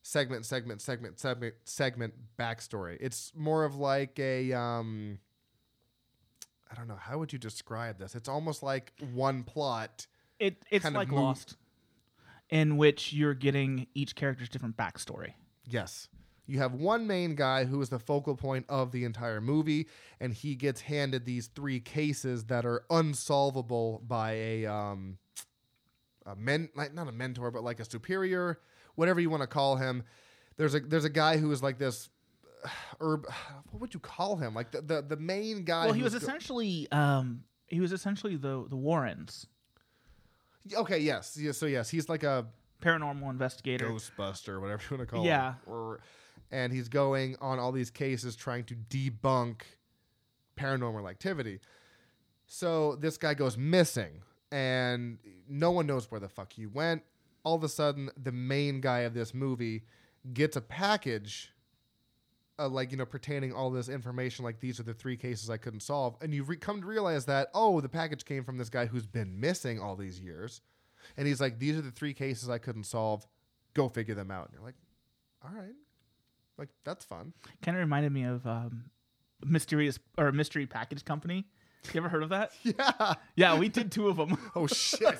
segment, segment, segment, segment, segment backstory. It's more of like a um I don't know, how would you describe this? It's almost like one plot.
It it's
Kind of
like
move-
Lost, in which you're getting each character's different backstory.
Yes. You have one main guy who is the focal point of the entire movie, and he gets handed these three cases that are unsolvable by a um a men like not a mentor, but like a superior, whatever you want to call him. There's a there's a guy who is like this uh, herb what would you call him? Like the the, the main guy
Well, he
who's
was
go-
essentially um he was essentially the the Warrens
Okay, yes. yes. So yes, he's like a
paranormal investigator.
Ghostbuster, whatever you want to call
Yeah.
it. Yeah. And he's going on all these cases trying to debunk paranormal activity. So this guy goes missing, and no one knows where the fuck he went. All of a sudden, the main guy of this movie gets a package, uh, like you know, pertaining all this information. Like these are the three cases I couldn't solve, and you re- come to realize that oh, the package came from this guy who's been missing all these years, and he's like, these are the three cases I couldn't solve. Go figure them out. And you're like, all right, like that's fun.
Kind of reminded me of um, mysterious or mystery package company. You ever heard of that?
Yeah.
yeah, we did two of them.
Oh shit.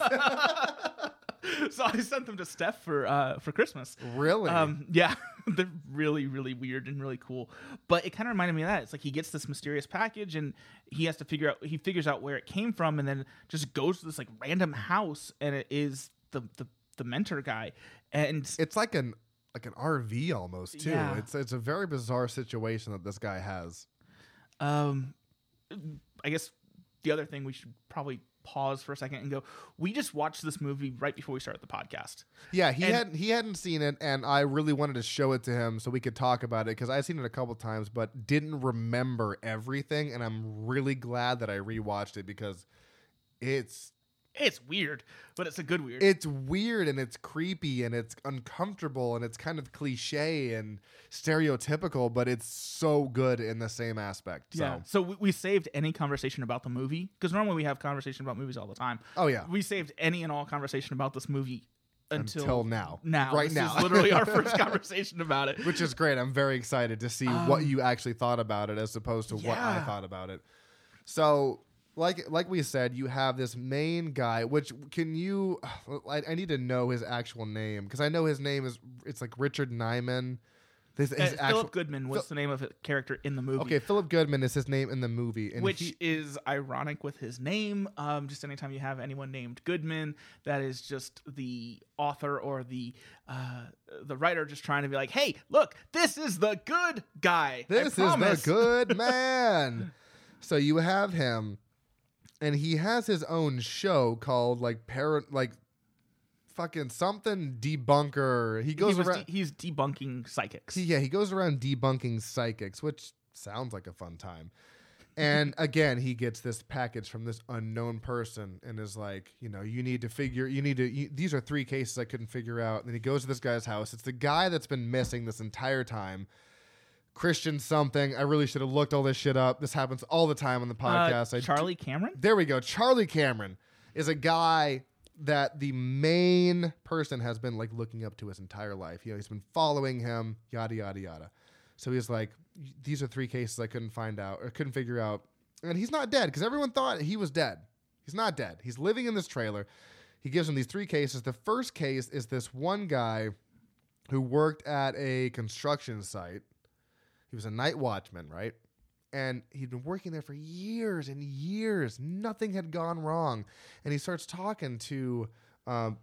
so I sent them to Steph for uh, for Christmas.
really?
Um, yeah, they're really, really weird and really cool. But it kind of reminded me of that. It's like he gets this mysterious package and he has to figure out, he figures out where it came from and then just goes to this like random house and it is the, the, the mentor guy. And
it's like an like an RV almost too.
Yeah.
It's it's a very bizarre situation that this guy has.
um, I guess the other thing we should probably pause for a second and go, we just watched this movie right before we started the podcast.
Yeah, he
And-
hadn't he hadn't seen it, and I really wanted to show it to him so we could talk about it because I've seen it a couple times, but didn't remember everything, and I'm really glad that I rewatched it because it's
It's weird, but it's a good weird.
it's weird and it's creepy and it's uncomfortable and it's kind of cliche and stereotypical, but it's so good in the same aspect. So,
Yeah. So we, we saved any conversation about the movie because normally we have conversation about movies all the time.
oh yeah,
We saved any and all conversation about this movie until,
until, now,
now.
right
This
now,
is literally our first conversation about it.
which is great. I'm very excited to see what you actually thought about it as opposed to what I
Um, Yeah.
thought about it. So, like like we said, you have this main guy. Which can you? I, I need to know his actual name because I know his name is it's like Richard Nyman. This his
Uh,
actual
Philip Goodman was the name of a character in the movie.
okay. Philip Goodman is his name in the movie, and
Which
he-
is ironic with his name. Um, just anytime you have anyone named Goodman, that is just the author or the uh, the writer just trying to be like, "Hey, look, this is the good guy. I
This is the
promise."
good man. so you have him, and he has his own show called like parent like fucking something debunker. He
He
goes
was
around.
de- he's debunking psychics.
he- yeah, he goes around debunking psychics, which sounds like a fun time. And again, he gets this package from this unknown person and is like, you know, you need to figure, you need to, you, these are three cases I couldn't figure out. And then he goes to this guy's house. It's the guy that's been missing this entire time. Christian something. I really should have looked all this shit up. This happens all the time on the
Uh,
podcast. I do-
Charlie Cameron.
there we go. Charlie Cameron is a guy that the main person has been like looking up to his entire life. You know, he's been following him, yada yada yada. So he's like, these are three cases I couldn't find out or couldn't figure out, and he's not dead because everyone thought he was dead. He's not dead. He's living in this trailer. He gives him these three cases. The first case is this one guy who worked at a construction site. He was a night watchman, right? and he'd been working there for years and years. Nothing had gone wrong, and he starts talking to um,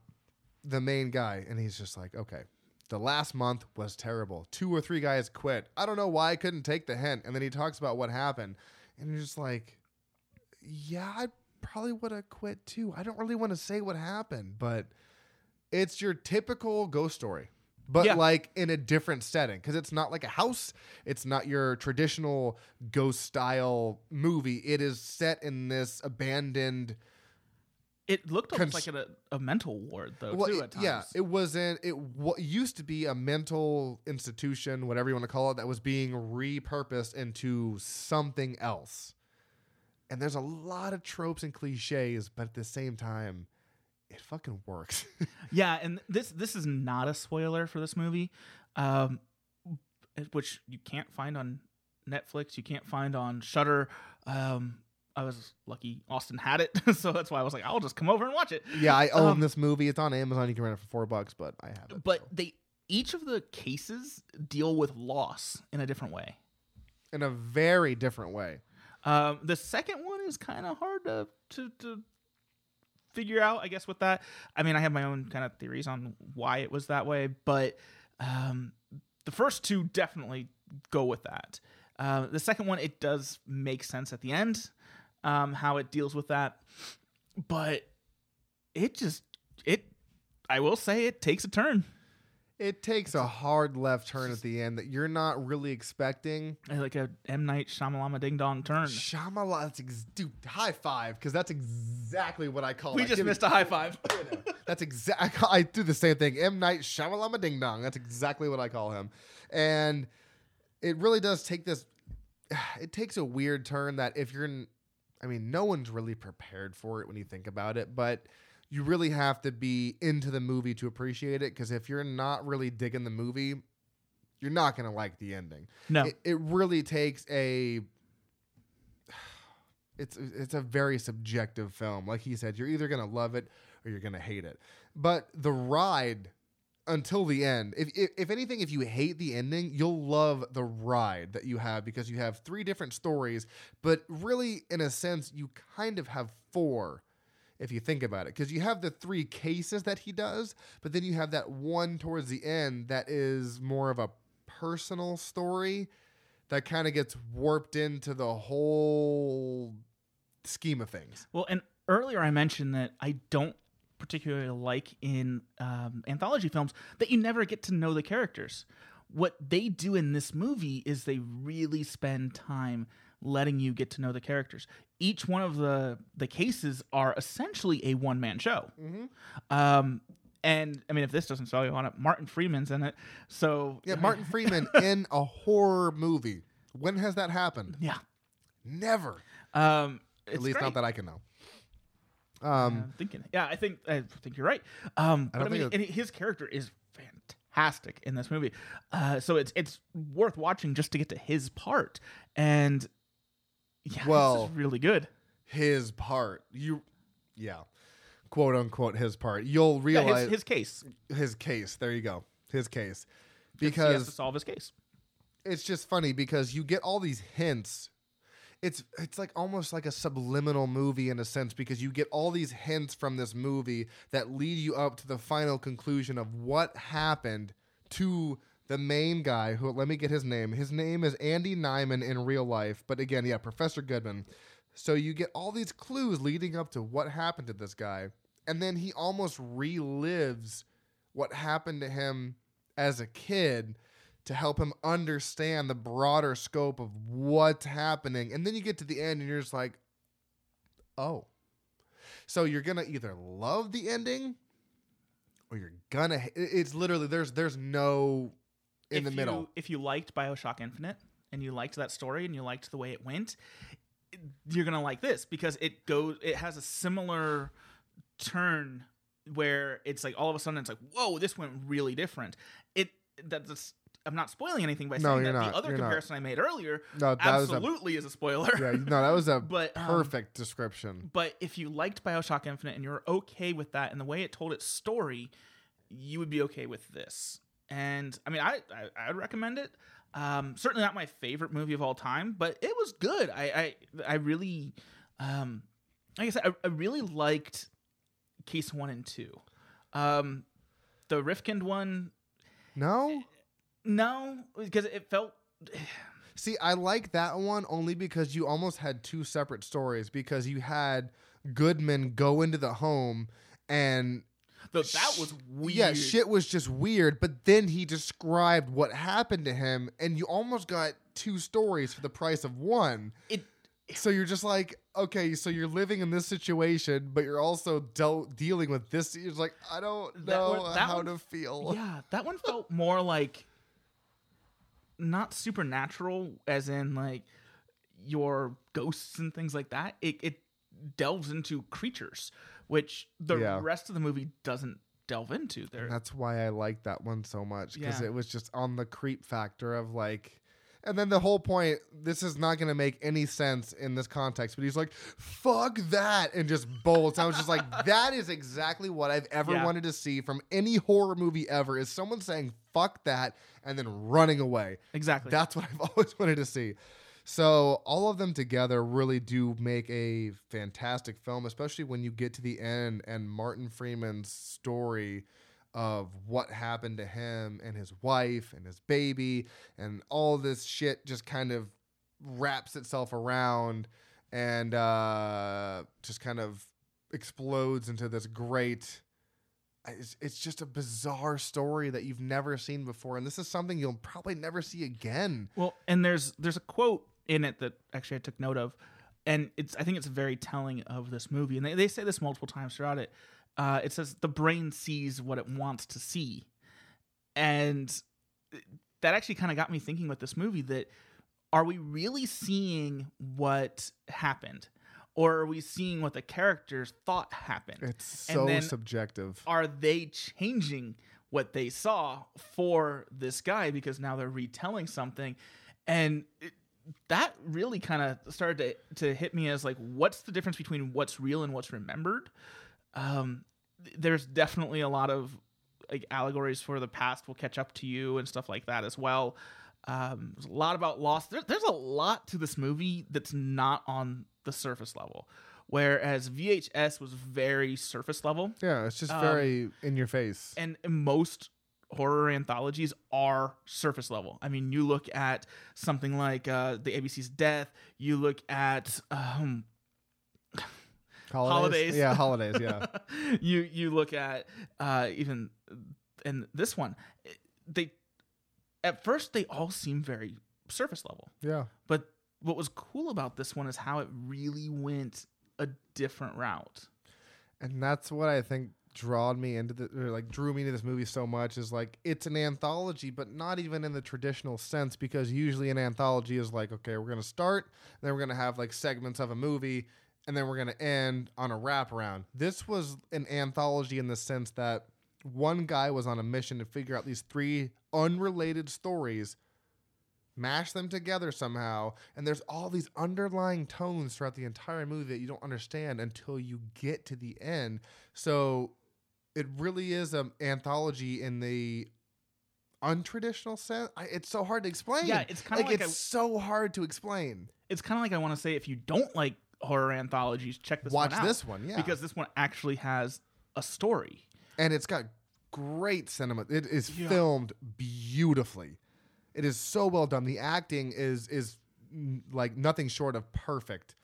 the main guy, and he's just like, "Okay, the last month was terrible. Two or three guys quit. I don't know why I couldn't take the hint." And then he talks about what happened, and you're just like, "Yeah, I probably would have quit too. I don't really want to say what happened, but it's your typical ghost story." But
Yeah.
like in a different setting, because it's not like a house. It's not your traditional ghost style movie. It is set in this abandoned.
It looked almost
Cons-
like a, a mental ward, though.
Well,
too,
it-
at times.
yeah, it wasn't. It wa used to be a mental institution, whatever you want to call it, that was being repurposed into something else. And there's a lot of tropes and cliches, but at the same time, it fucking works.
yeah. And this this is not a spoiler for this movie. um, which you can't find on Netflix. You can't find on Shutter. Um, I was lucky Austin had it, so that's why I was like, I'll just come over and watch it.
Yeah, I own
Um,
this movie. It's on Amazon. You can rent it for four bucks, but I have it.
But
so.
they each of the cases deal with loss in a different way.
in a very different way.
Um, the second one is kind of hard to, to to figure out, I guess. With that, I mean, I have my own kind of theories on why it was that way, but um, the first two definitely go with that. Uh, the second one, it does make sense at the end um, how it deals with that, but it just it. I will say it takes a turn.
It takes a hard left turn at the end that you're not really expecting.
like a M Night Shyamalama Ding Dong turn.
Shyamalan, that's ex- dude, high five because that's exactly what I call.
We
that.
just
Give me-
missed a high five.
That's exact. I do the same thing. M Night Shyamalama Ding Dong. That's exactly what I call him, and it really does take this. It takes a weird turn that if you're, n- I mean, no one's really prepared for it when you think about it, but you really have to be into the movie to appreciate it because if you're not really digging the movie, you're not gonna like the ending
no,
it, it really takes a it's it's a very subjective film like he said you're either going to love it or you're going to hate it but the ride until the end if, if if anything if you hate the ending you'll love the ride that you have because you have three different stories but really in a sense you kind of have four if you think about it because you have the three cases that he does but then you have that one towards the end that is more of a personal story that kind of gets warped into the whole scheme of things
Well, and earlier I mentioned that I don't particularly like in um, anthology films that you never get to know the characters. What they do in this movie is they really spend time letting you get to know the characters. Each one of the the cases are essentially a one man show.
Mm-hmm.
Um, and I mean, if this doesn't sell you on it, Martin Freeman's in it. So
yeah martin freeman in a horror movie when has that happened
yeah.
never
Um,
at least not that i can know um
I'm thinking. Yeah, I think I think you're right. Um, but I,
don't
mean,
think
and his character is fantastic in this movie. Uh, so it's it's worth watching just to get to his part. And yeah,
Well-
this is really good.
his part you yeah quote unquote his part you'll
Yeah,
realize
his, his case
his, case there you go his case
he has
because
to solve his case.
it's just funny because you get all these hints. It's it's like almost like a subliminal movie in a sense because you get all these hints from this movie that lead you up to the final conclusion of what happened to the main guy who let me get his name. His name is Andy Nyman in real life, but again, yeah, Professor Goodman. So you get all these clues leading up to what happened to this guy. And then he almost relives what happened to him as a kid to help him understand the broader scope of what's happening. And then you get to the end and you're just like, oh. So you're gonna either love the ending or you're gonna ha- it- it's literally there's there's no in
If
the
you-
middle.
if you liked Bioshock Infinite and you liked that story and you liked the way it went, you're gonna like this because it goes. It has a similar turn where it's like all of a sudden it's like, whoa, this went really different. It that that's. I'm not spoiling anything by
No,
saying
you're
that
not.
the other
You're not.
comparison I made earlier
No, that
absolutely is a spoiler.
was a yeah, no, that was a
But, um,
perfect description.
But if you liked Bioshock Infinite and you were okay with that and the way it told its story, you would be okay with this. And I mean, I I, I would recommend it. Um, certainly not my favorite movie of all time, but it was good. I I, I really, um, like I said, I, I really liked Case One and Two. Um, the Rifkind one,
No?
no, because it felt
See, I like that one only because you almost had two separate stories because you had Goodman go into the home and
though that was weird.
Yeah, shit was just weird. But then he described what happened to him, and you almost got two stories for the price of one.
It
So you're just like, okay, so you're living in this situation, but you're also del- dealing with this. You're just like, I don't
That
know
one- that
how
one-
to feel.
Yeah, that one felt more like not supernatural, as in like your ghosts and things like that. It it delves into creatures, which the
Yeah.
rest of the movie doesn't delve into there.
That's why I liked that one so much because
Yeah.
it was just on the creep factor of like, and then the whole point. This is not going to make any sense in this context, but he's like, "Fuck that!" and just bolts. I was just like, "That is exactly what I've ever
Yeah.
wanted to see from any horror movie ever." Is someone saying "fuck that" and then running away?
Exactly.
That's what I've always wanted to see. So all of them together really do make a fantastic film, especially when you get to the end and Martin Freeman's story of what happened to him and his wife and his baby and all this shit just kind of wraps itself around and uh, just kind of explodes into this great it's, it's just a bizarre story that you've never seen before and this is something you'll probably never see again
Well, and there's there's a quote in it that actually I took note of, and it's I think it's very telling of this movie, and they, they say this multiple times throughout it. Uh, it says the brain sees what it wants to see, and that actually kind of got me thinking with this movie that are we really seeing what happened, or are we seeing what the characters thought happened?
it's
And
so
then-
subjective
are they changing what they saw for this guy because now they're retelling something and it, that really kind of started to, to hit me as like what's the difference between what's real and what's remembered um, th- there's definitely a lot of like allegories for the past will catch up to you and stuff like that as well um, there's a lot about loss there, there's a lot to this movie that's not on the surface level whereas vhs was very surface level
yeah it's just
um,
very in your face
and most horror anthologies are surface level. I mean, you look at something like uh, the ABC's Death. You look at um, holidays.
yeah holidays yeah
you you look at uh, even and this one. They at first they all seem very surface level,
yeah
but what was cool about this one is how it really went a different route.
and that's what I think drawn me into the or like drew me to this movie so much is like it's an anthology but not even in the traditional sense because usually an anthology is like okay we're gonna start then we're gonna have like segments of a movie and then we're gonna end on a wraparound this was an anthology in the sense that one guy was on a mission to figure out these three unrelated stories mash them together somehow and there's all these underlying tones throughout the entire movie that you don't understand until you get to the end so it really is an anthology in the untraditional sense I, it's so hard to explain
Yeah, it's kinda like
it's
a-
so hard to explain
It's kind of like I want to say if you don't like horror anthologies, check this
watch
one out.
this one yeah
because this one actually has a story.
and it's got great cinema. It is
Yeah.
filmed beautifully. It is so well done. The acting is is mm, like nothing short of perfect.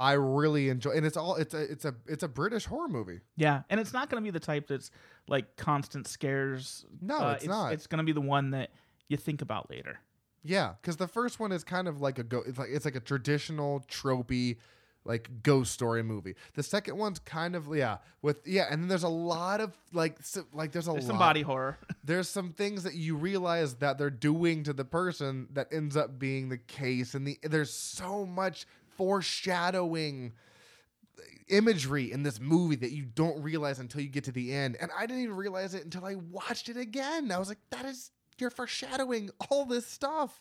I really enjoy, and it's all it's a it's a it's a British horror movie.
Yeah, and it's not going to be the type that's like constant scares.
No,
Uh,
it's, not.
It's going to be the one that you think about later.
yeah, because the first one is kind of like a go. It's like it's like a traditional tropey, like ghost story movie. The second one's kind of yeah with yeah, and then there's a lot of like s like there's a
There's
lot
some body horror.
there's some things that you realize that they're doing to the person that ends up being the case and the there's so much foreshadowing imagery in this movie that you don't realize until you get to the end and i didn't even realize it until i watched it again i was like that is you're foreshadowing all this stuff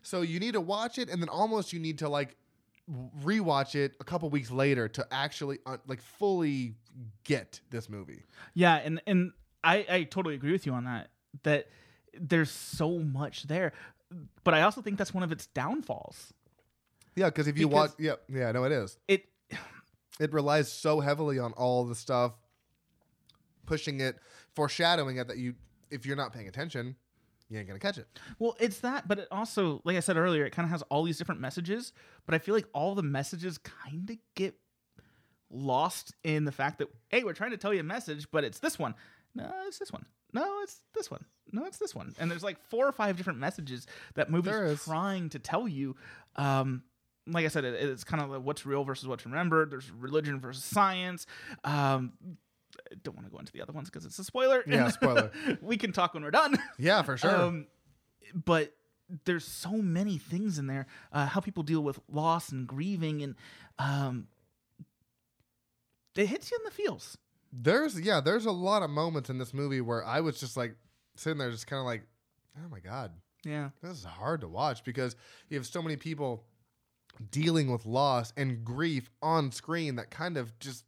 so you need to watch it and then almost you need to like rewatch it a couple weeks later to actually uh, like fully get this movie
Yeah, and and I I totally agree with you on that. That there's so much there, but I also think that's one of its downfalls.
yeah because if you
Because-
watch yeah yeah no it is
It
it relies so heavily on all the stuff pushing it foreshadowing it that you if you're not paying attention you ain't gonna catch it
well, it's that, but it also, like I said earlier, it kind of has all these different messages. But I feel like all the messages kind of get lost in the fact that hey, we're trying to tell you a message, but it's this one. No, it's this one. No, it's this one. No, it's this one. And there's like four or five different messages that movie's
There is.
trying to tell you. Um, like I said, it, it's kind of like what's real versus what's remembered. There's religion versus science. Um, I don't want to go into the other ones because it's a spoiler.
Yeah, spoiler.
we can talk when we're done.
yeah for sure
Um, but there's so many things in there. Uh, how people deal with loss and grieving, and um, it hits you in the feels.
There's yeah, there's a lot of moments in this movie where I was just like sitting there, just kind of like, oh my god,
Yeah.
this is hard to watch because you have so many people dealing with loss and grief on screen that kind of just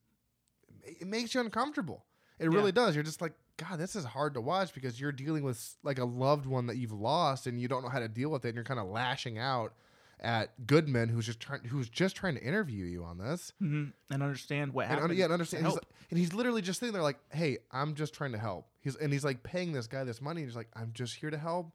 it makes you uncomfortable. It
Yeah.
really does. You're just like, God, this is hard to watch because you're dealing with like a loved one that you've lost and you don't know how to deal with it, and you're kind of lashing out at Goodman, who's just trying, who's just trying to interview you on this
hmm And understand what
and,
happened.
un- yeah, and understand. He's
help.
like- and he's literally just sitting there like, "Hey, I'm just trying to help." He's and he's like paying this guy this money. And he's like, "I'm just here to help,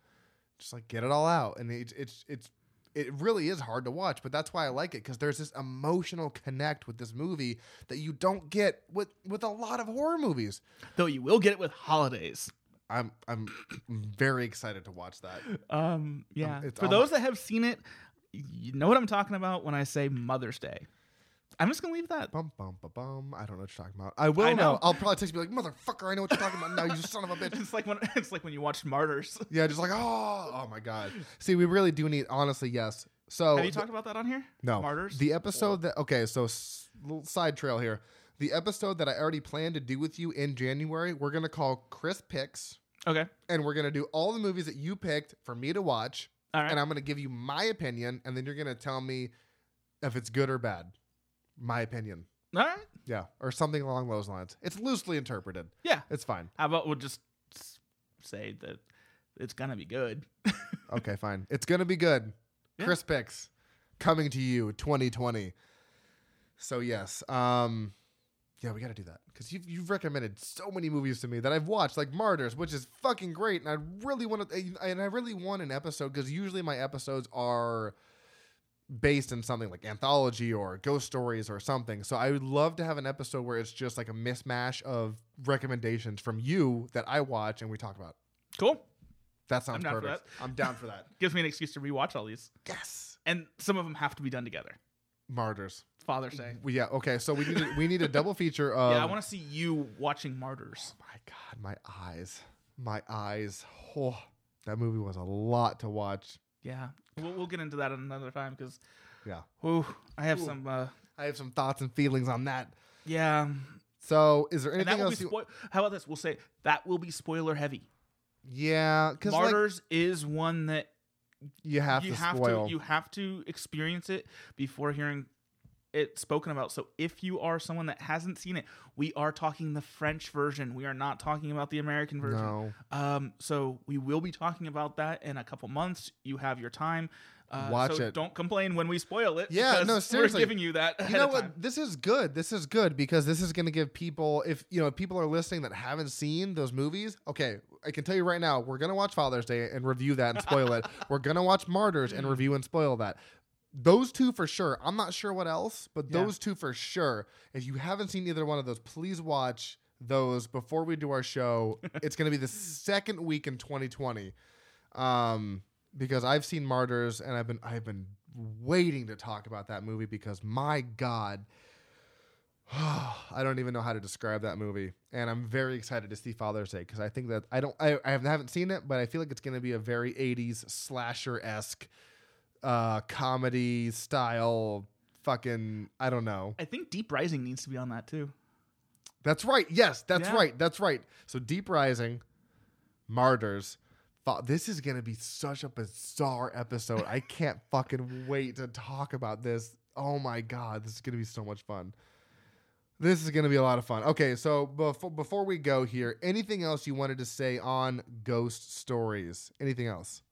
just like get it all out." And it's it's it's it really is hard to watch, but that's why I like it because there's this emotional connect with this movie that you don't get with with a lot of horror movies.
Though you will get it with holidays.
I'm I'm very excited to watch that.
Um, yeah.
it's
For
almo-
those that have seen it, you know what I'm talking about when I say Mother's Day. I'm just gonna leave that.
Bum bum ba bum. I don't know what you're talking about. I will
I
know.
know.
I'll probably text you like, "Motherfucker, I know what you're talking about now. You son of a bitch."
It's like when it's like when you watch Martyrs.
Yeah, just like oh, oh my god. See, we really do need. Honestly, yes. So
have you talked about that on here?
Oh, no
Martyrs.
The episode that okay, so s- little side trail here. The episode that I already planned to do with you in January, we're gonna call Chris picks,
okay.
and we're gonna do all the movies that you picked for me to watch,
All right.
and I'm gonna give you my opinion, and then you're gonna tell me if it's good or bad. My opinion,
All right.
yeah, or something along those lines. It's loosely interpreted.
Yeah.
It's fine.
How about we'll just s- say that it's gonna be good.
Okay, fine. It's gonna be good.
Yeah.
Chris picks coming to you 2020. So yes, um, yeah, we got to do that because you've you've recommended so many movies to me that I've watched, like Martyrs, which is fucking great, and I really want to, and I really want an episode because usually my episodes are based in something like anthology or ghost stories or something. So I would love to have an episode where it's just like a mismash of recommendations from you that I watch and we talk about.
Cool.
That sounds
I'm down for
perfect. I'm down for that.
Gives me an excuse to rewatch all these,
Yes.
and some of them have to be done together.
Martyrs.
Father's Day.
Well, yeah. Okay. So we need a, we need a double feature of.
yeah, I want to see you watching Martyrs.
My God, my eyes, my eyes. Oh, that movie was a lot to watch.
Yeah, we'll, we'll get into that another time because
Yeah.
Ooh, I have
Ooh.
some. Uh,
I have some thoughts and feelings on that.
yeah, um,
So, is there
and
anything
that will be.
else? you,
Spo- how about this? We'll say that will be spoiler heavy.
yeah, because like,
Martyrs is one that
you have
you
to
have
spoil.
to you have to experience it before hearing it spoken about. So if you are someone that hasn't seen it, we are talking the French version. We are not talking about the American version.
no.
Um, so we will be talking about that in a couple months. You have your time. Uh,
Watch
so
it.
Don't complain when we spoil it.
Yeah,
because
no, seriously.
We're giving you that.
You
ahead
know
of time.
what? This is good. This is good because this is going to give people, if you know, if people are listening that haven't seen those movies. Okay, I can tell you right now, we're going to watch Father's Day and review that and spoil it. We're going to watch Martyrs and review and spoil that. Those two for sure. I'm not sure what else, but
Yeah.
those two for sure. If you haven't seen either one of those, please watch those before we do our show. it's going to be the second week in 2020. Um, because I've seen Martyrs and I've been I've been waiting to talk about that movie because my god I don't even know how to describe that movie and I'm very excited to see Father's Day because I think that I don't I, I haven't seen it but I feel like it's going to be a very 80s slasher-esque uh comedy style fucking I don't know.
I think Deep Rising needs to be on that too.
That's right. Yes, that's
Yeah.
right. That's right. So Deep Rising, Martyrs. Fa- This is gonna be such a bizarre episode. I can't fucking wait to talk about this. Oh my god, this is gonna be so much fun. This is gonna be a lot of fun. Okay, so before before we go here, anything else you wanted to say on ghost stories? Anything else?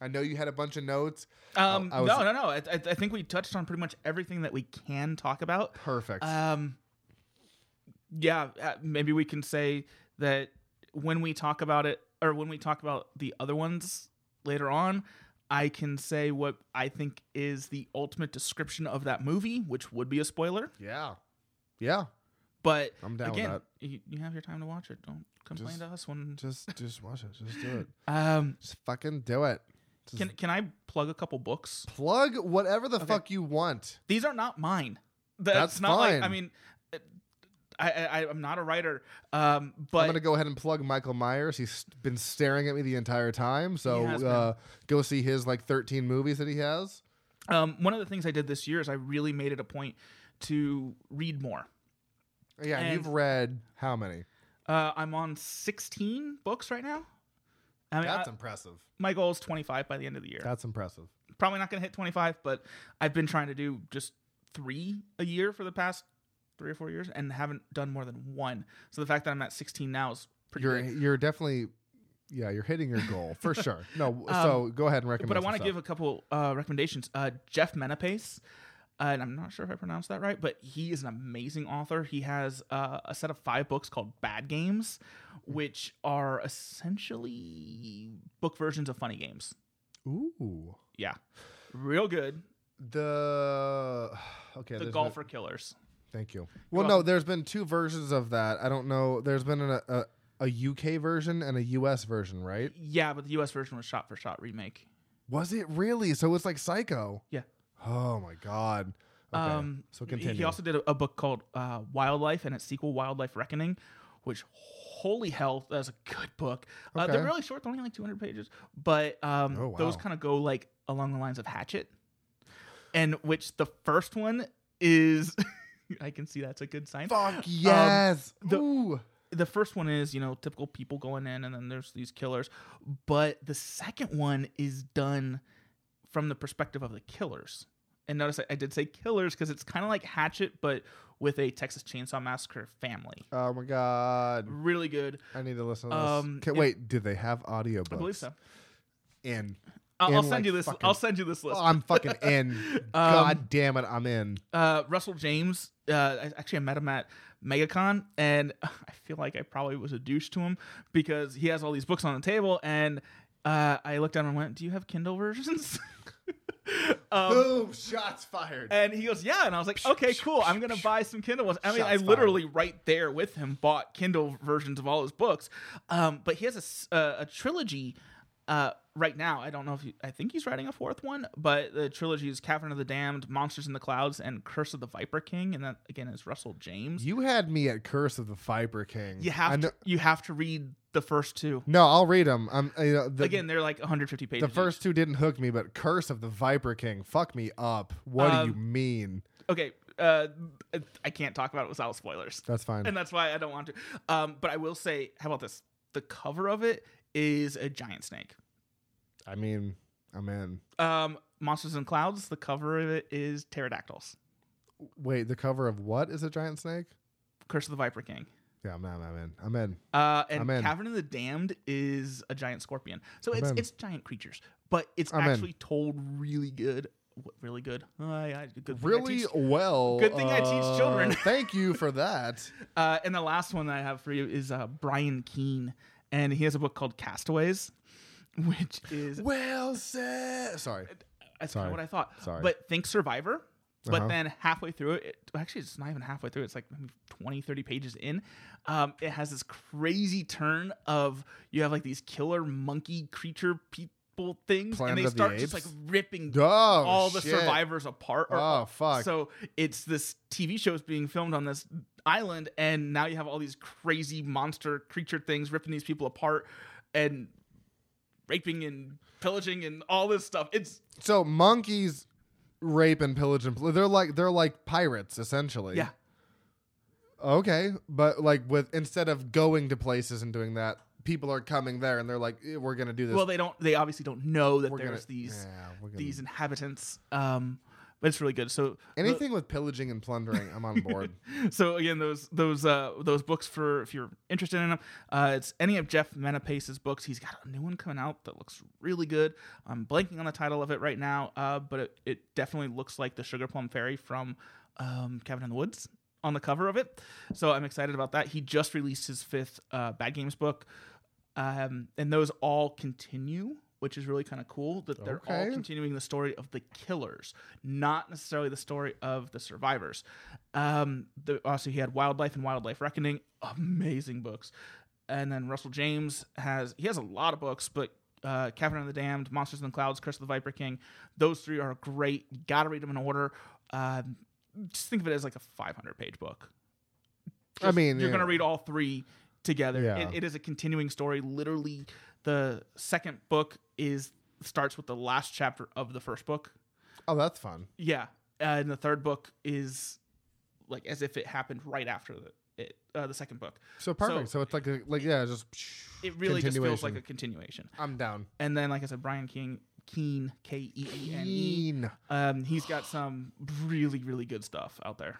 I know you had a bunch of notes.
Um,
Oh, I was-
no, no, no. I, I, I think we touched on pretty much everything that we can talk about.
Perfect.
Um, yeah, uh, maybe we can say that when we talk about it, or when we talk about the other ones later on, I can say what I think is the ultimate description of that movie, which would be a spoiler.
yeah, yeah.
But
I'm down with
again,
that.
You, you have your time to watch it. Don't complain
Just-
to us when.
Just just watch it. Just do it.
Um,
Just fucking do it. Just
can can I plug a couple books?
plug whatever the
Okay.
fuck you want.
these are not mine. That's,
That's
not
fine.
like I mean, I, I I'm not a writer, um,
I'm
but
gonna go ahead and plug Michael Myers. He's been staring at me the entire time. So
He has been.
uh, go see his like 13 movies that he has.
um, one of the things I did this year is I really made it a point to read more.
Yeah, and
And-
you've read how many?
Uh, I'm on 16 books right now. I mean,
That's
I-
impressive.
my goal is 25 by the end of the year.
That's impressive.
Probably not going to hit 25, but I've been trying to do just three a year for the past three or four years and haven't done more than one. So the fact that I'm at 16 now is pretty
You're
good.
you're definitely yeah, you're hitting your goal for sure. No, w- so go ahead and recommend.
Um, But I
some
want to
stuff.
give a couple uh, recommendations. Uh, Jeff Menapace, uh, and I'm not sure if I pronounced that right, but he is an amazing author. He has uh, a set of five books called Bad Games, which are essentially book versions of funny games.
Ooh.
Yeah, real good.
The okay,
the
there's
golfer killers.
been- thank you. Well, no,
welcome.
there's been two versions of that. I don't know. There's been an, a a UK version and a US version, right?
Yeah, but the U.S. version was shot for shot remake.
Was it really? So it's like Psycho.
Yeah.
Oh my god. Okay.
Um,
so
he-
continue.
He also did a, a book called uh, Wildlife and its sequel, Wildlife Reckoning, which holy hell, that's a good book. Uh, They're
Okay.
really short; they're only like 200 pages, but um,
Oh, wow.
those kind of go like along the lines of Hatchet, and which the first one is. I can see that's a good sign.
Fuck yes.
Um, the-
Ooh.
the first one is you know typical people going in and then there's these killers but the second one is done from the perspective of the killers and notice i, I did say killers because it's kind of like hatchet but with a texas chainsaw massacre family
Oh my god.
really good
I need to listen to this.
Um,
Okay,
it-
wait, do they have audiobooks?
i believe so
In.
i'll, I'll
And,
send
like,
you this
fucking-
i'll send you this list
Oh, I'm fucking in.
Um,
God damn it, I'm in.
uh, Russell James. Uh, I- actually, I met him at MegaCon, and I feel like I probably was a douche to him because he has all these books on the table, and uh, I looked at him and went, "Do you have Kindle versions?" um,
Boom, shots fired.
and he goes, "Yeah," and I was like, "Okay, cool. I'm gonna buy some Kindle ones." I mean, I
Shots
literally right there with him bought Kindle versions of all his books, um, but he has a s- uh, a trilogy. Uh, right now, I don't know if he, I think he's writing a fourth one, but the trilogy is Cavern of the Damned, Monsters in the Clouds, and Curse of the Viper King, and that again is Russell James.
You had me at Curse of the Viper King.
You
I
have
kno-
to, you have to read the first two.
No, I'll read them. I'm uh, you know, the,
Again, they're like 150 pages.
the
each.
first two didn't hook me, but Curse of the Viper King, fuck me up. What do
Um,
you mean?
okay, uh, I can't talk about it without spoilers.
That's fine.
and that's why I don't want to. Um, but I will say, how about this? The cover of it is a giant snake.
I mean, I'm in.
Um, Monsters in Clouds. The cover of it is pterodactyls.
Wait, the cover of what is a giant snake?
Curse of the Viper King.
Yeah, I'm, I'm, I'm in. I'm in.
Uh, and
I'm in.
Cavern of the Damned is a giant scorpion. So
I'm
it's
in.
it's giant creatures, but it's
I'm in.
actually told really good. What, really good. Uh, yeah, good thing I
Really
teach.
well.
Good thing I teach
uh,
children.
thank you for that.
Uh, and the last one that I have for you is uh, Brian Keene, and he has a book called Castaways, which is
Well said. Sorry.
That's
Sorry.
kind of what I thought.
Sorry.
But think Survivor. But
Uh-huh.
then halfway through it, it- actually, it's not even halfway through. It's like maybe 20, 30 pages in. Um, it has this crazy turn of you have like these killer monkey creature people things,
Planet
and they
of the
start just like
Apes?
ripping
Oh,
Uh, all the
shit.
survivors apart. or-
Oh, fuck.
So it's this TV show is being filmed on this island, and now you have all these crazy monster creature things ripping these people apart and raping and pillaging and all this stuff. It's
So monkeys rape and pillage and pl- they're like they're like pirates essentially.
yeah.
Okay, but like with instead of going to places and doing that, people are coming there and they're like, "Eh, "We're gonna do this."
Well, they don't. They obviously don't know that
we're gonna
there's these
yeah, we're gonna-
these inhabitants. Um, but it's really good. So
anything with pillaging and plundering. I'm on board.
so again, those those uh those books for if you're interested in them, uh, it's any of Jeff Menapace's books. He's got a new one coming out that looks really good. I'm blanking on the title of it right now, uh, but it, it definitely looks like the Sugar Plum Fairy from um, Cabin in the Woods on the cover of it. So I'm excited about that. He just released his fifth uh, Bad Games book, um, and those all continue. Which is really kind of cool that they're all
Okay.
continuing the story of the killers, not necessarily the story of the survivors. Um, the, also, he had Wildlife and Wildlife Reckoning, amazing books. And then Russell James has he has a lot of books, but uh, Cavern of the Damned, Monsters in the Clouds, Curse of the Viper King, those three are great. Got to read them in order. Um, just think of it as like a 500 page book.
I mean,
you're
yeah.
gonna read all three together.
Yeah.
It, it is a continuing story. Literally, the second book is starts with the last chapter of the first book.
Oh, that's fun.
Yeah, uh, and the third book is like as if it happened right after the it, uh, the second book.
So perfect. So, it's like a, like yeah, just
It really just feels
Continuation.
like a continuation.
I'm down.
And then, like I said, Brian King, Keen, K E E N E.
Keen.
Um, he's got some really, really good stuff out there.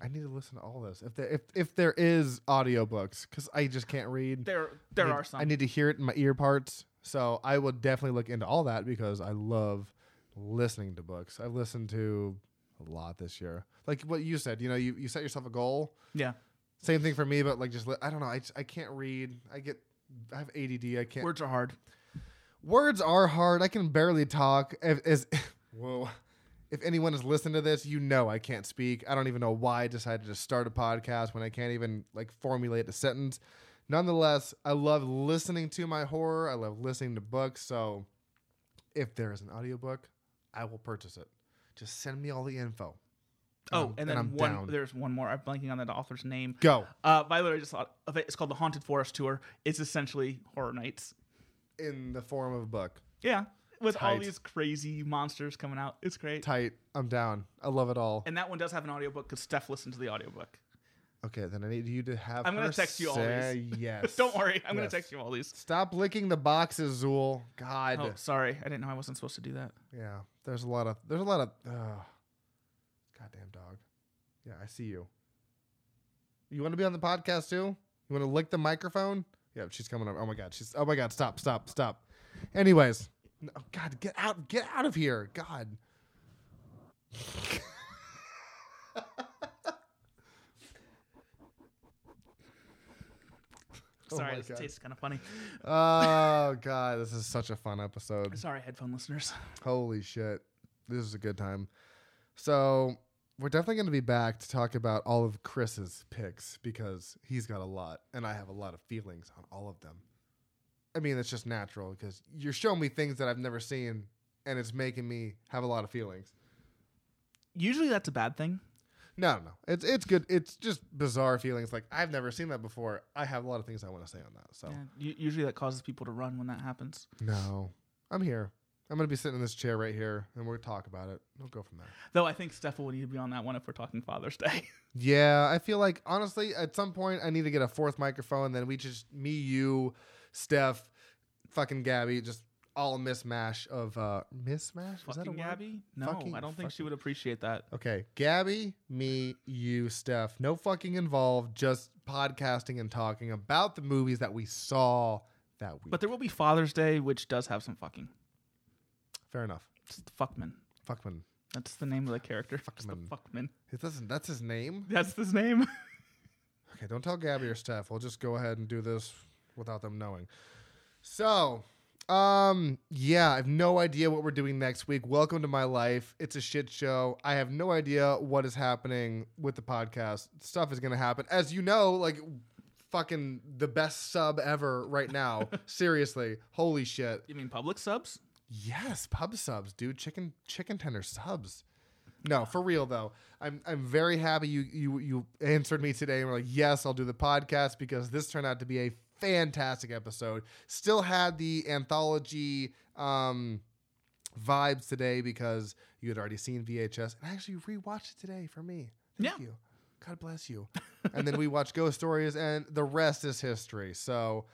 I need to listen to all those. If there, if if there is audiobooks cuz I just can't read.
There, there
I need-
are some.
I need to hear it in my ear parts. So I will definitely look into all that because I love listening to books. I listened to a lot this year. Like what you said, you know, you, you set yourself a goal.
yeah,
Same thing for me, but like just li- I don't know. I just- I can't read. I get I have ADD. I can't.
words are hard.
Words are hard. I can barely talk. If, as whoa. If anyone has listened to this, you know I can't speak. I don't even know why I decided to start a podcast when I can't even like formulate a sentence. Nonetheless, I love listening to my horror. I love listening to books. So if there is an audiobook, I will purchase it. Just send me all the info.
Oh,
Um,
and then
I'm
one.
down.
There's one more. I'm blanking on that author's name.
Go.
Uh, but I literally just thought of it. It's called the Haunted Forest Tour. It's essentially horror nights.
In the form of a book.
Yeah, with all
Tight.
these crazy monsters coming out. It's great.
Tight. I'm down. I love it all.
And that one does have an audiobook because Steph listened to the audiobook.
Okay, then I need you to have.
I'm gonna
her
text you all
say Yes.
Don't worry, I'm gonna
Yes.
text you all these.
Stop licking the boxes, Zool. God.
Oh, sorry, I didn't know I wasn't supposed to do that.
Yeah. There's a lot of. There's a lot of. Uh, goddamn dog. Yeah, I see you. You want to be on the podcast too? You want to lick the microphone? Yeah, she's coming up. Oh my god, she's. Oh my god, stop, stop, stop. Anyways, no, God, get out, get out of here, God. Oh
Sorry,
my
this
God.
tastes kind of funny.
Oh god, this is such a fun episode.
Sorry, headphone listeners.
Holy shit. This is a good time. So, we're definitely going to be back to talk about all of Chris's picks because he's got a lot and I have a lot of feelings on all of them. I mean, it's just natural because you're showing me things that I've never seen and it's making me have a lot of feelings.
Usually that's a bad thing.
No, no, no. It's it's good. It's just bizarre feelings like I've never seen that before. I have a lot of things I want to say on that. So,
Yeah, u- usually that causes people to run when that happens.
no. I'm here. I'm going to be sitting in this chair right here and we'll talk about it. We'll go from there.
Though I think Steph will need to be on that one if we're talking Father's Day.
Yeah, I feel like honestly, at some point, I need to get a fourth microphone. Then we just me, you, Steph, fucking Gabby, just all mismash of uh mismash. Is that a
fucking
word?
Gabby? No,
Fucking-
I don't think she
fucking-
would appreciate that.
Okay, Gabby, me, you, Steph. No fucking involved. Just podcasting and talking about the movies that we saw that week.
But there will be Father's Day, which does have some fucking.
Fair enough.
It's the Fuckman.
Fuckman.
That's the name of the character. It's the
Fuckman.
Fuckman.
It doesn't. That's his name.
That's his name.
Okay, don't tell Gabby or Steph. We'll just go ahead and do this without them knowing. So, um, yeah, I have no idea what we're doing next week. Welcome to my life. It's a shit show. I have no idea what is happening with the podcast. Stuff is gonna happen. As you know, like fucking the best sub ever right now. Seriously. Holy shit.
you mean public subs?
Yes, pub subs, dude. Chicken chicken tender subs. No, for real though. I'm I'm very happy you you you answered me today and were like, yes, I'll do the podcast because this turned out to be a fantastic episode. Still had the anthology um vibes today because you had already seen VHS and I actually rewatched it today for me. Thank you. God bless you. and then we watched ghost stories and the rest is history. So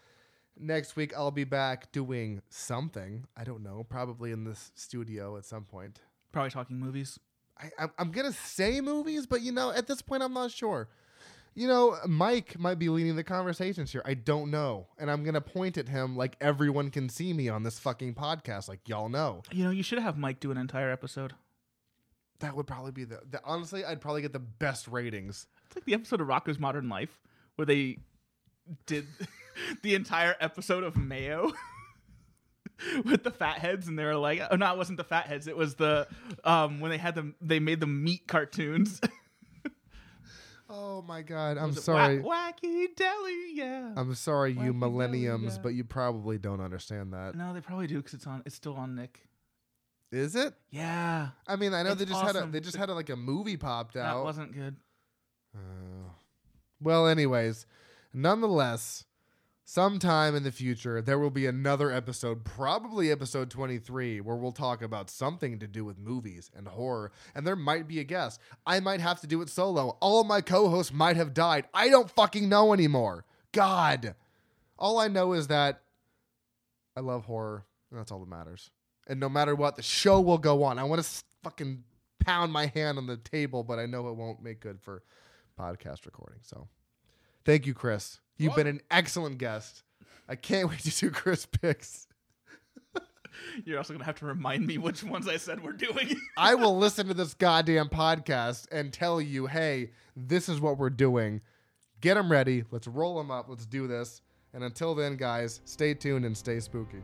next week I'll be back doing something. I don't know, probably in this studio at some point.
Probably talking movies.
I, I'm, I'm gonna say movies, but you know, at this point, I'm not sure. You know, Mike might be leading the conversations here. I don't know, and I'm gonna point at him like everyone can see me on this fucking podcast. Like y'all know,
You know, you should have Mike do an entire episode.
that would probably be the, the honestly, I'd probably get the best ratings.
It's like the episode of Rocker's Modern Life where they did the entire episode of Mayo with the fatheads, and they were like, "Oh no, it wasn't the fatheads. It was the um when they had them. They made the meat cartoons.
Oh my god, I'm
Was it
sorry. Uh,
Wa- wacky deli, yeah.
I'm sorry, you
Wacky
millenniums,
Dahlia.
but you probably don't understand that.
no, they probably do because it's on. It's still on Nick.
Is it?
Yeah,
I mean, I know
It's
they just had a
awesome.
they just had a, like a movie popped
that
out.
wasn't good.
Uh, well, anyways, nonetheless, sometime in the future, there will be another episode, probably episode 23, where we'll talk about something to do with movies and horror. And there might be a guest. I might have to do it solo. All my co hosts might have died. I don't fucking know anymore. God. All I know is that I love horror. And that's all that matters. And no matter what, the show will go on. I want to fucking pound my hand on the table, but I know it won't make good for podcast recording. So thank you, Chris. You've been an excellent guest. I can't wait to do Chris picks.
You're also gonna have to remind me which ones I said we're doing.
I will listen to this goddamn podcast and tell you, hey, this is what we're doing. Get them ready. Let's roll them up. Let's do this. And until then, guys, stay tuned and stay spooky.